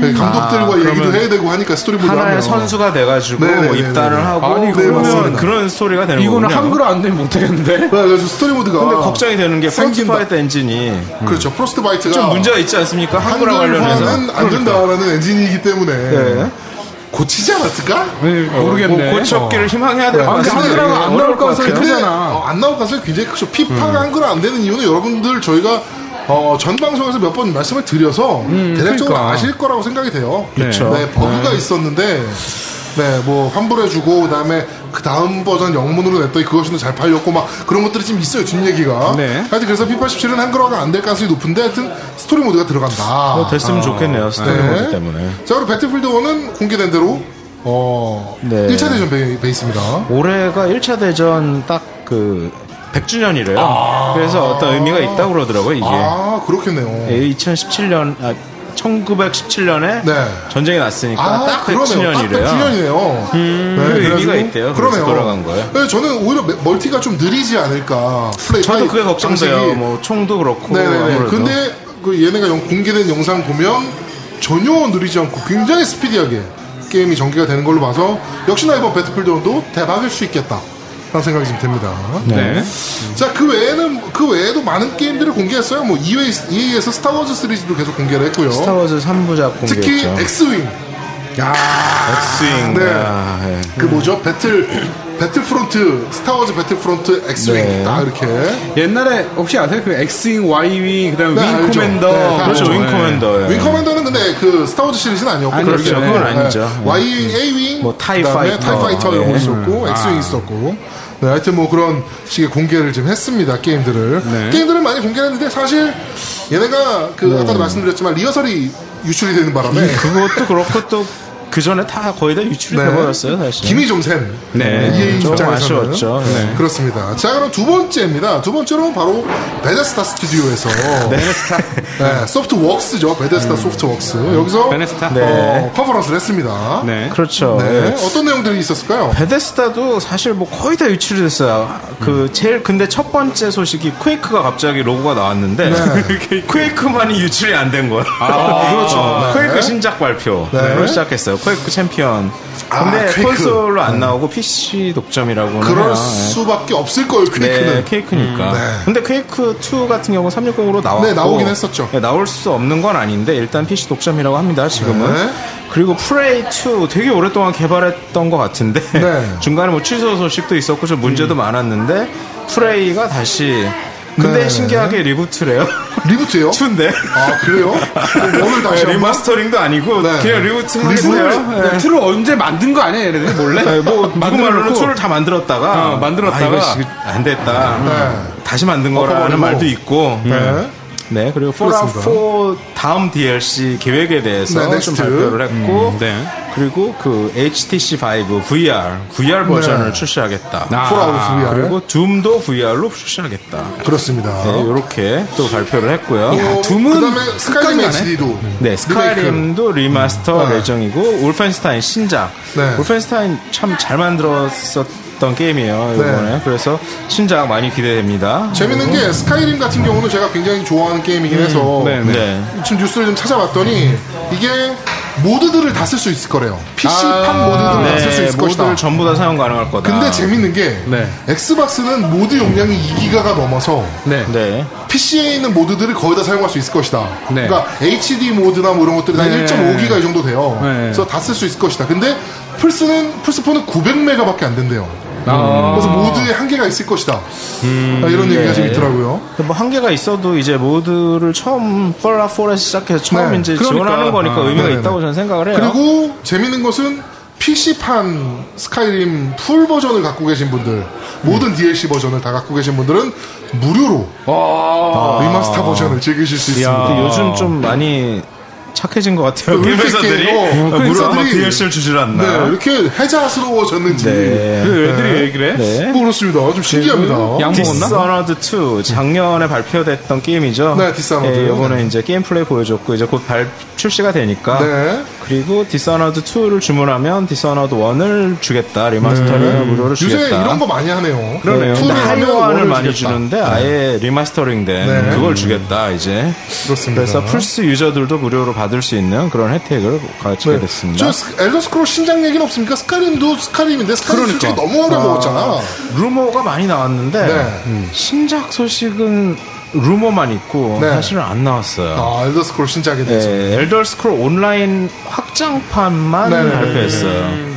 [SPEAKER 1] 네, 감독들과 얘기도 해야 되고 하니까 스토리 모드 하면
[SPEAKER 3] 음. 아, 하나의 선수가 돼가지고
[SPEAKER 1] 네, 네,
[SPEAKER 3] 뭐
[SPEAKER 1] 네,
[SPEAKER 3] 입단을
[SPEAKER 1] 네.
[SPEAKER 3] 하고
[SPEAKER 2] 아니,
[SPEAKER 3] 그러면
[SPEAKER 1] 맞습니다.
[SPEAKER 3] 그런 스토리가 되는
[SPEAKER 2] 이거는
[SPEAKER 3] 거군요.
[SPEAKER 2] 한글 안 되면 못하겠는데.
[SPEAKER 1] 네, 그래서 스토리 모드가
[SPEAKER 3] 근데 걱정이 되는 게
[SPEAKER 1] 생긴다.
[SPEAKER 3] 프로스트바이트 엔진이
[SPEAKER 1] 그렇죠 프로스트 바이트가
[SPEAKER 3] 좀 문제가 있지 않습니까? 한글화 관련해서 뭐 네.
[SPEAKER 1] 한글화는 안 된다라는 엔진이기 때문에 고치지 않았을까?
[SPEAKER 2] 네,
[SPEAKER 1] 어,
[SPEAKER 2] 모르겠네.
[SPEAKER 3] 뭐 고쳤기를 희망해야 될 것
[SPEAKER 1] 네,
[SPEAKER 2] 아, 근데
[SPEAKER 3] 같습니다.
[SPEAKER 2] 한글화가 안 나올 가능성이
[SPEAKER 1] 근데,
[SPEAKER 2] 크잖아. 음.
[SPEAKER 1] 어, 안 나올 가능성이 굉장히 크죠. 피파가 한글 안 되는 이유는 여러분들 저희가 어, 전 방송에서 몇 번 말씀을 드려서 대략적으로
[SPEAKER 2] 그러니까. 그렇죠.
[SPEAKER 1] 아실 거라고 생각이 돼요.
[SPEAKER 2] 그쵸.
[SPEAKER 1] 네, 버그가 있었는데 네, 뭐 환불해주고 그다음에 그 다음 버전 영문으로 냈더니 그것이 잘 팔렸고 막 그런 것들이 지금 있어요. 뒷 얘기가.
[SPEAKER 2] 네.
[SPEAKER 1] 하여튼 그래서 피파 17은 한글화가 안 될 가능성이 높은데 하여튼 스토리 모드가 들어간다.
[SPEAKER 3] 어, 됐으면 좋겠네요. 스토리
[SPEAKER 1] 네.
[SPEAKER 3] 모드 때문에.
[SPEAKER 1] 자, 그리고 배틀필드 1은 공개된 대로 어,
[SPEAKER 3] 네.
[SPEAKER 1] 1차 대전 베, 베이스입니다.
[SPEAKER 3] 올해가 1차 대전 딱 그 100주년이래요. 그래서 어떤 의미가 있다고 그러더라고요, 이게. 예.
[SPEAKER 1] 아, 그렇겠네요.
[SPEAKER 3] 2017년, 아, 1917년에
[SPEAKER 1] 네.
[SPEAKER 3] 전쟁이 났으니까
[SPEAKER 1] 아,
[SPEAKER 3] 딱
[SPEAKER 1] 그러네요. 딱
[SPEAKER 3] 100주년이래요.
[SPEAKER 1] 100주년이네요.
[SPEAKER 3] 그 의미가
[SPEAKER 1] 그래가지고-
[SPEAKER 3] 있대요. 그래서
[SPEAKER 1] 그러네요.
[SPEAKER 3] 돌아간 거예요.
[SPEAKER 1] 네, 저는 오히려 매- 멀티가 좀 느리지 않을까. 플레이
[SPEAKER 3] 저도
[SPEAKER 1] 타입
[SPEAKER 3] 그게 걱정돼요.
[SPEAKER 1] 방식이.
[SPEAKER 3] 뭐 총도 그렇고
[SPEAKER 1] 네네네.
[SPEAKER 3] 아무래도.
[SPEAKER 1] 근데 그 얘네가 영- 공개된 영상 보면 전혀 느리지 않고 굉장히 스피디하게 게임이 전개가 되는 걸로 봐서 역시나 이번 배틀필드 1도 대박일 수 있겠다. 라는 생각이 좀 됩니다.
[SPEAKER 2] 네.
[SPEAKER 1] 자, 그 외에는, 그 외에도 많은 게임들을 공개했어요. 뭐, EA, EA에서 스타워즈 시리즈도 계속 공개를 했고요.
[SPEAKER 3] 스타워즈 3부작 공개했죠.
[SPEAKER 1] 특히, 엑스윙.
[SPEAKER 3] 엑스윙.
[SPEAKER 1] 네.
[SPEAKER 3] 아, 예.
[SPEAKER 1] 그 뭐죠? 배틀, 배틀프론트, 스타워즈 배틀프론트 엑스윙.
[SPEAKER 3] 네.
[SPEAKER 1] 딱 이렇게.
[SPEAKER 2] 옛날에 혹시 아세요? 그 엑스윙, 와이윙, 그다음
[SPEAKER 1] 네,
[SPEAKER 2] 윙
[SPEAKER 1] 알죠.
[SPEAKER 2] 코맨더.
[SPEAKER 1] 네, 다 알죠.
[SPEAKER 3] 그렇죠. 윙 코맨더. 예.
[SPEAKER 1] 윙커맨더는 근데 그 스타워즈 시리즈는 아니었고. 그렇죠. 네.
[SPEAKER 2] 아니었죠. 그건
[SPEAKER 3] 아니죠. 네.
[SPEAKER 1] Y윙, A윙,
[SPEAKER 3] 뭐 타이
[SPEAKER 1] 그다음에
[SPEAKER 3] 파이터.
[SPEAKER 1] 타이 파이터 이런 거
[SPEAKER 3] 예.
[SPEAKER 1] 있었고, X윙 있었고. 네, 하여튼 뭐 그런 식의 공개를 지금 했습니다. 게임들을.
[SPEAKER 3] 네.
[SPEAKER 1] 게임들을 많이 공개했는데 사실 얘네가 그 아까도 말씀드렸지만 리허설이 유출이 되는 바람에
[SPEAKER 3] 네. 그것도 그렇고 또 그 전에 다 거의 다 유출이
[SPEAKER 1] 예. 네.
[SPEAKER 3] 돼버렸어요 사실.
[SPEAKER 1] 김이 좀 센.
[SPEAKER 2] 네.
[SPEAKER 1] EA
[SPEAKER 3] 좀
[SPEAKER 1] 입장에서는.
[SPEAKER 3] 아쉬웠죠. 네.
[SPEAKER 1] 그렇습니다. 자, 그럼 두 번째입니다. 두 번째로는 바로 베데스타 스튜디오에서 네, 소프트웍스죠. 베데스타 소프트웍스. 여기서
[SPEAKER 2] 베데스타?
[SPEAKER 1] 어,
[SPEAKER 3] 음. 네.
[SPEAKER 1] 컨퍼런스를 했습니다.
[SPEAKER 2] 네.
[SPEAKER 3] 그렇죠.
[SPEAKER 1] 네, 어떤 내용들이 있었을까요?
[SPEAKER 3] 베데스다도 사실 뭐 거의 다 유출이 됐어요. 그
[SPEAKER 1] 음.
[SPEAKER 3] 제일 근데 첫 번째 소식이 퀘이크가 갑자기 로고가 나왔는데
[SPEAKER 1] 네.
[SPEAKER 3] 퀘이크만이 유출이 안 된 거예요.
[SPEAKER 2] 아, 그렇죠.
[SPEAKER 3] 어, 퀘이크 신작 발표를 시작했어요. 퀘이크 챔피언.
[SPEAKER 1] 네. 아,
[SPEAKER 3] 근데
[SPEAKER 1] 퀘이크.
[SPEAKER 3] 콘솔로 안 나오고 PC 독점이라고.
[SPEAKER 1] 그럴 수밖에 없을 거예요,
[SPEAKER 3] 네,
[SPEAKER 1] 퀘이크는. 음,
[SPEAKER 3] 케이크니까. 근데 케이크 2 같은 경우 360으로 나왔고
[SPEAKER 1] 네, 나오긴 했었죠.
[SPEAKER 3] 네, 나올 수 없는 건 아닌데 일단 PC 독점이라고 합니다. 지금은.
[SPEAKER 1] 네.
[SPEAKER 3] 그리고 프레이 2 되게 오랫동안 개발했던 것 같은데
[SPEAKER 1] 네. 음.
[SPEAKER 3] 중간에 뭐 취소 소식도 있었고 좀 문제도 많았는데 프레이가 다시 근데
[SPEAKER 1] 네.
[SPEAKER 3] 신기하게 리부트래요.
[SPEAKER 1] 리부트예요?
[SPEAKER 3] 2인데
[SPEAKER 1] 아, 그래요? 그럼 오늘 다시 한 번.
[SPEAKER 3] 네, 리마스터링도 아니고
[SPEAKER 1] 네.
[SPEAKER 3] 그냥 리부트
[SPEAKER 2] 툴을
[SPEAKER 3] 했어요.
[SPEAKER 2] 툴을 네. 언제 만든 거 아니야 얘네들이 몰래?
[SPEAKER 3] 네, 뭐 누구말로
[SPEAKER 2] 만들어놓고
[SPEAKER 3] 툴을 다 만들었다가
[SPEAKER 2] 어, 만들었다가
[SPEAKER 3] 아, 이거 씨, 안 됐다
[SPEAKER 1] 네.
[SPEAKER 3] 다시 만든 거라는
[SPEAKER 1] 엎어버리고.
[SPEAKER 3] 말도 있고 음.
[SPEAKER 1] 네.
[SPEAKER 3] 네, 그리고 포라
[SPEAKER 1] 그렇습니다.
[SPEAKER 3] 4 다음 DLC 계획에 대해서
[SPEAKER 1] 네,
[SPEAKER 3] 좀
[SPEAKER 1] 넥스트.
[SPEAKER 3] 발표를 했고,
[SPEAKER 2] 네.
[SPEAKER 3] 그리고 그 HTC 5 VR, VR 버전을 출시하겠다.
[SPEAKER 2] 아,
[SPEAKER 1] 폴아웃 VR.
[SPEAKER 3] 그리고 둠도 VR로 출시하겠다.
[SPEAKER 1] 그렇습니다.
[SPEAKER 3] 네, 아, 이렇게 또 발표를 했고요.
[SPEAKER 1] 어,
[SPEAKER 2] 둠은
[SPEAKER 1] 그다음에 스카이림
[SPEAKER 2] 끝까지 가네.
[SPEAKER 1] HD도
[SPEAKER 3] 네, 스카이림도 리마스터 예정이고 울펜스타인 신작.
[SPEAKER 1] 네.
[SPEAKER 3] 울펜스타인 참 잘 만들었었던 게임이에요. 이번에 그래서 신작 많이 기대됩니다.
[SPEAKER 1] 네. 재밌는 게 스카이림 같은 경우는 제가 굉장히 좋아하는 게임이긴 해서
[SPEAKER 2] 음. 네, 네.
[SPEAKER 3] 네.
[SPEAKER 1] 지금 뉴스를 좀 찾아봤더니 이게 모드들을 다 쓸 수 있을 거래요. PC판
[SPEAKER 2] 아.
[SPEAKER 1] 모드들을 다 쓸 수 있을
[SPEAKER 3] 네, 모드를
[SPEAKER 1] 것이다.
[SPEAKER 3] 전부 다 사용 가능할 거다.
[SPEAKER 1] 근데 재밌는 게
[SPEAKER 2] 네.
[SPEAKER 1] 엑스박스는 모드 용량이 2기가가 넘어서
[SPEAKER 2] 네.
[SPEAKER 3] 네.
[SPEAKER 1] PC에 있는 모드들을 거의 다 사용할 수 있을 것이다.
[SPEAKER 2] 네.
[SPEAKER 1] 그러니까 HD 모드나 뭐 이런 것들이 다
[SPEAKER 2] 네.
[SPEAKER 1] 1.5기가 이 정도 돼요.
[SPEAKER 2] 네.
[SPEAKER 1] 그래서 다 쓸 수 있을 것이다. 근데 플스는 플스4는 900메가밖에 안 된대요.
[SPEAKER 2] 아. 음.
[SPEAKER 1] 그래서 모드에 한계가 있을 것이다. 이런
[SPEAKER 2] 네.
[SPEAKER 1] 얘기가 지금 있더라고요.
[SPEAKER 3] 근데 뭐 한계가 있어도 이제 모드를 처음 폴라 4에서 시작해서 처음
[SPEAKER 1] 네,
[SPEAKER 3] 이제
[SPEAKER 2] 그러니까.
[SPEAKER 3] 지원하는 거니까
[SPEAKER 2] 아,
[SPEAKER 3] 의미가
[SPEAKER 1] 네네네.
[SPEAKER 3] 있다고 저는 생각을 해요.
[SPEAKER 1] 그리고 재밌는 것은 PC판 스카이림 풀 버전을 갖고 계신 분들,
[SPEAKER 3] 음.
[SPEAKER 1] 모든 DLC 버전을 다 갖고 계신 분들은 무료로
[SPEAKER 3] 아,
[SPEAKER 2] 와.
[SPEAKER 1] 리마스터 버전을 즐기실 수 있습니다.
[SPEAKER 3] 근데 요즘 좀 많이 착해진 것 같아요.
[SPEAKER 1] 왜
[SPEAKER 3] 음. 게임
[SPEAKER 1] 이렇게
[SPEAKER 3] 회사들이
[SPEAKER 1] 어,
[SPEAKER 3] 어,
[SPEAKER 1] 게임
[SPEAKER 3] 무료 아마
[SPEAKER 1] 회사들이-
[SPEAKER 3] DLC를 주질 않나.
[SPEAKER 1] 네, 이렇게 해자스러워졌는지.
[SPEAKER 3] 네.
[SPEAKER 2] 그 애들이 왜 그래?
[SPEAKER 3] 네.
[SPEAKER 1] 뭐 그렇습니다. 좀 신기합니다.
[SPEAKER 2] 양- 먹었나?
[SPEAKER 3] 디스어너드 2 작년에 발표됐던 게임이죠.
[SPEAKER 1] 네, Dishonored.
[SPEAKER 3] 예, 이번에 이제 게임 플레이 보여줬고 이제 곧 발, 출시가 되니까.
[SPEAKER 1] 네.
[SPEAKER 3] 그리고 디스어너드 2를 주문하면 디스어너드 1을 주겠다 리마스터링을
[SPEAKER 2] 음.
[SPEAKER 3] 무료로
[SPEAKER 1] 요새
[SPEAKER 3] 주겠다.
[SPEAKER 1] 이런 거 많이 하네요.
[SPEAKER 3] 네,
[SPEAKER 1] 투를
[SPEAKER 3] 근데
[SPEAKER 1] 하면
[SPEAKER 3] 하이오안을
[SPEAKER 1] 원을
[SPEAKER 3] 많이
[SPEAKER 1] 주겠다.
[SPEAKER 2] 네.
[SPEAKER 3] 주는데 아예 리마스터링된
[SPEAKER 1] 네.
[SPEAKER 3] 그걸 주겠다 이제
[SPEAKER 1] 그렇습니다.
[SPEAKER 2] 음.
[SPEAKER 3] 그래서 플스 유저들도 무료로 받을 수 있는 그런 혜택을 갖게 됐습니다.
[SPEAKER 1] 네. 저 스- 엘더 스크롤 신작 얘기는 없습니까? 스카림도 스카림인데 스카림
[SPEAKER 3] 그러니까.
[SPEAKER 1] 솔직히 너무 오래 먹었잖아.
[SPEAKER 3] 루머가 많이 나왔는데
[SPEAKER 1] 네.
[SPEAKER 3] 음. 신작 소식은 루머만 있고
[SPEAKER 1] 네.
[SPEAKER 3] 사실은 안 나왔어요.
[SPEAKER 1] 아, 엘더 스크롤 신작에
[SPEAKER 3] 네,
[SPEAKER 1] 대해서.
[SPEAKER 3] 엘더 스크롤 온라인 확장판만
[SPEAKER 1] 네, 네, 네.
[SPEAKER 3] 발표했어요.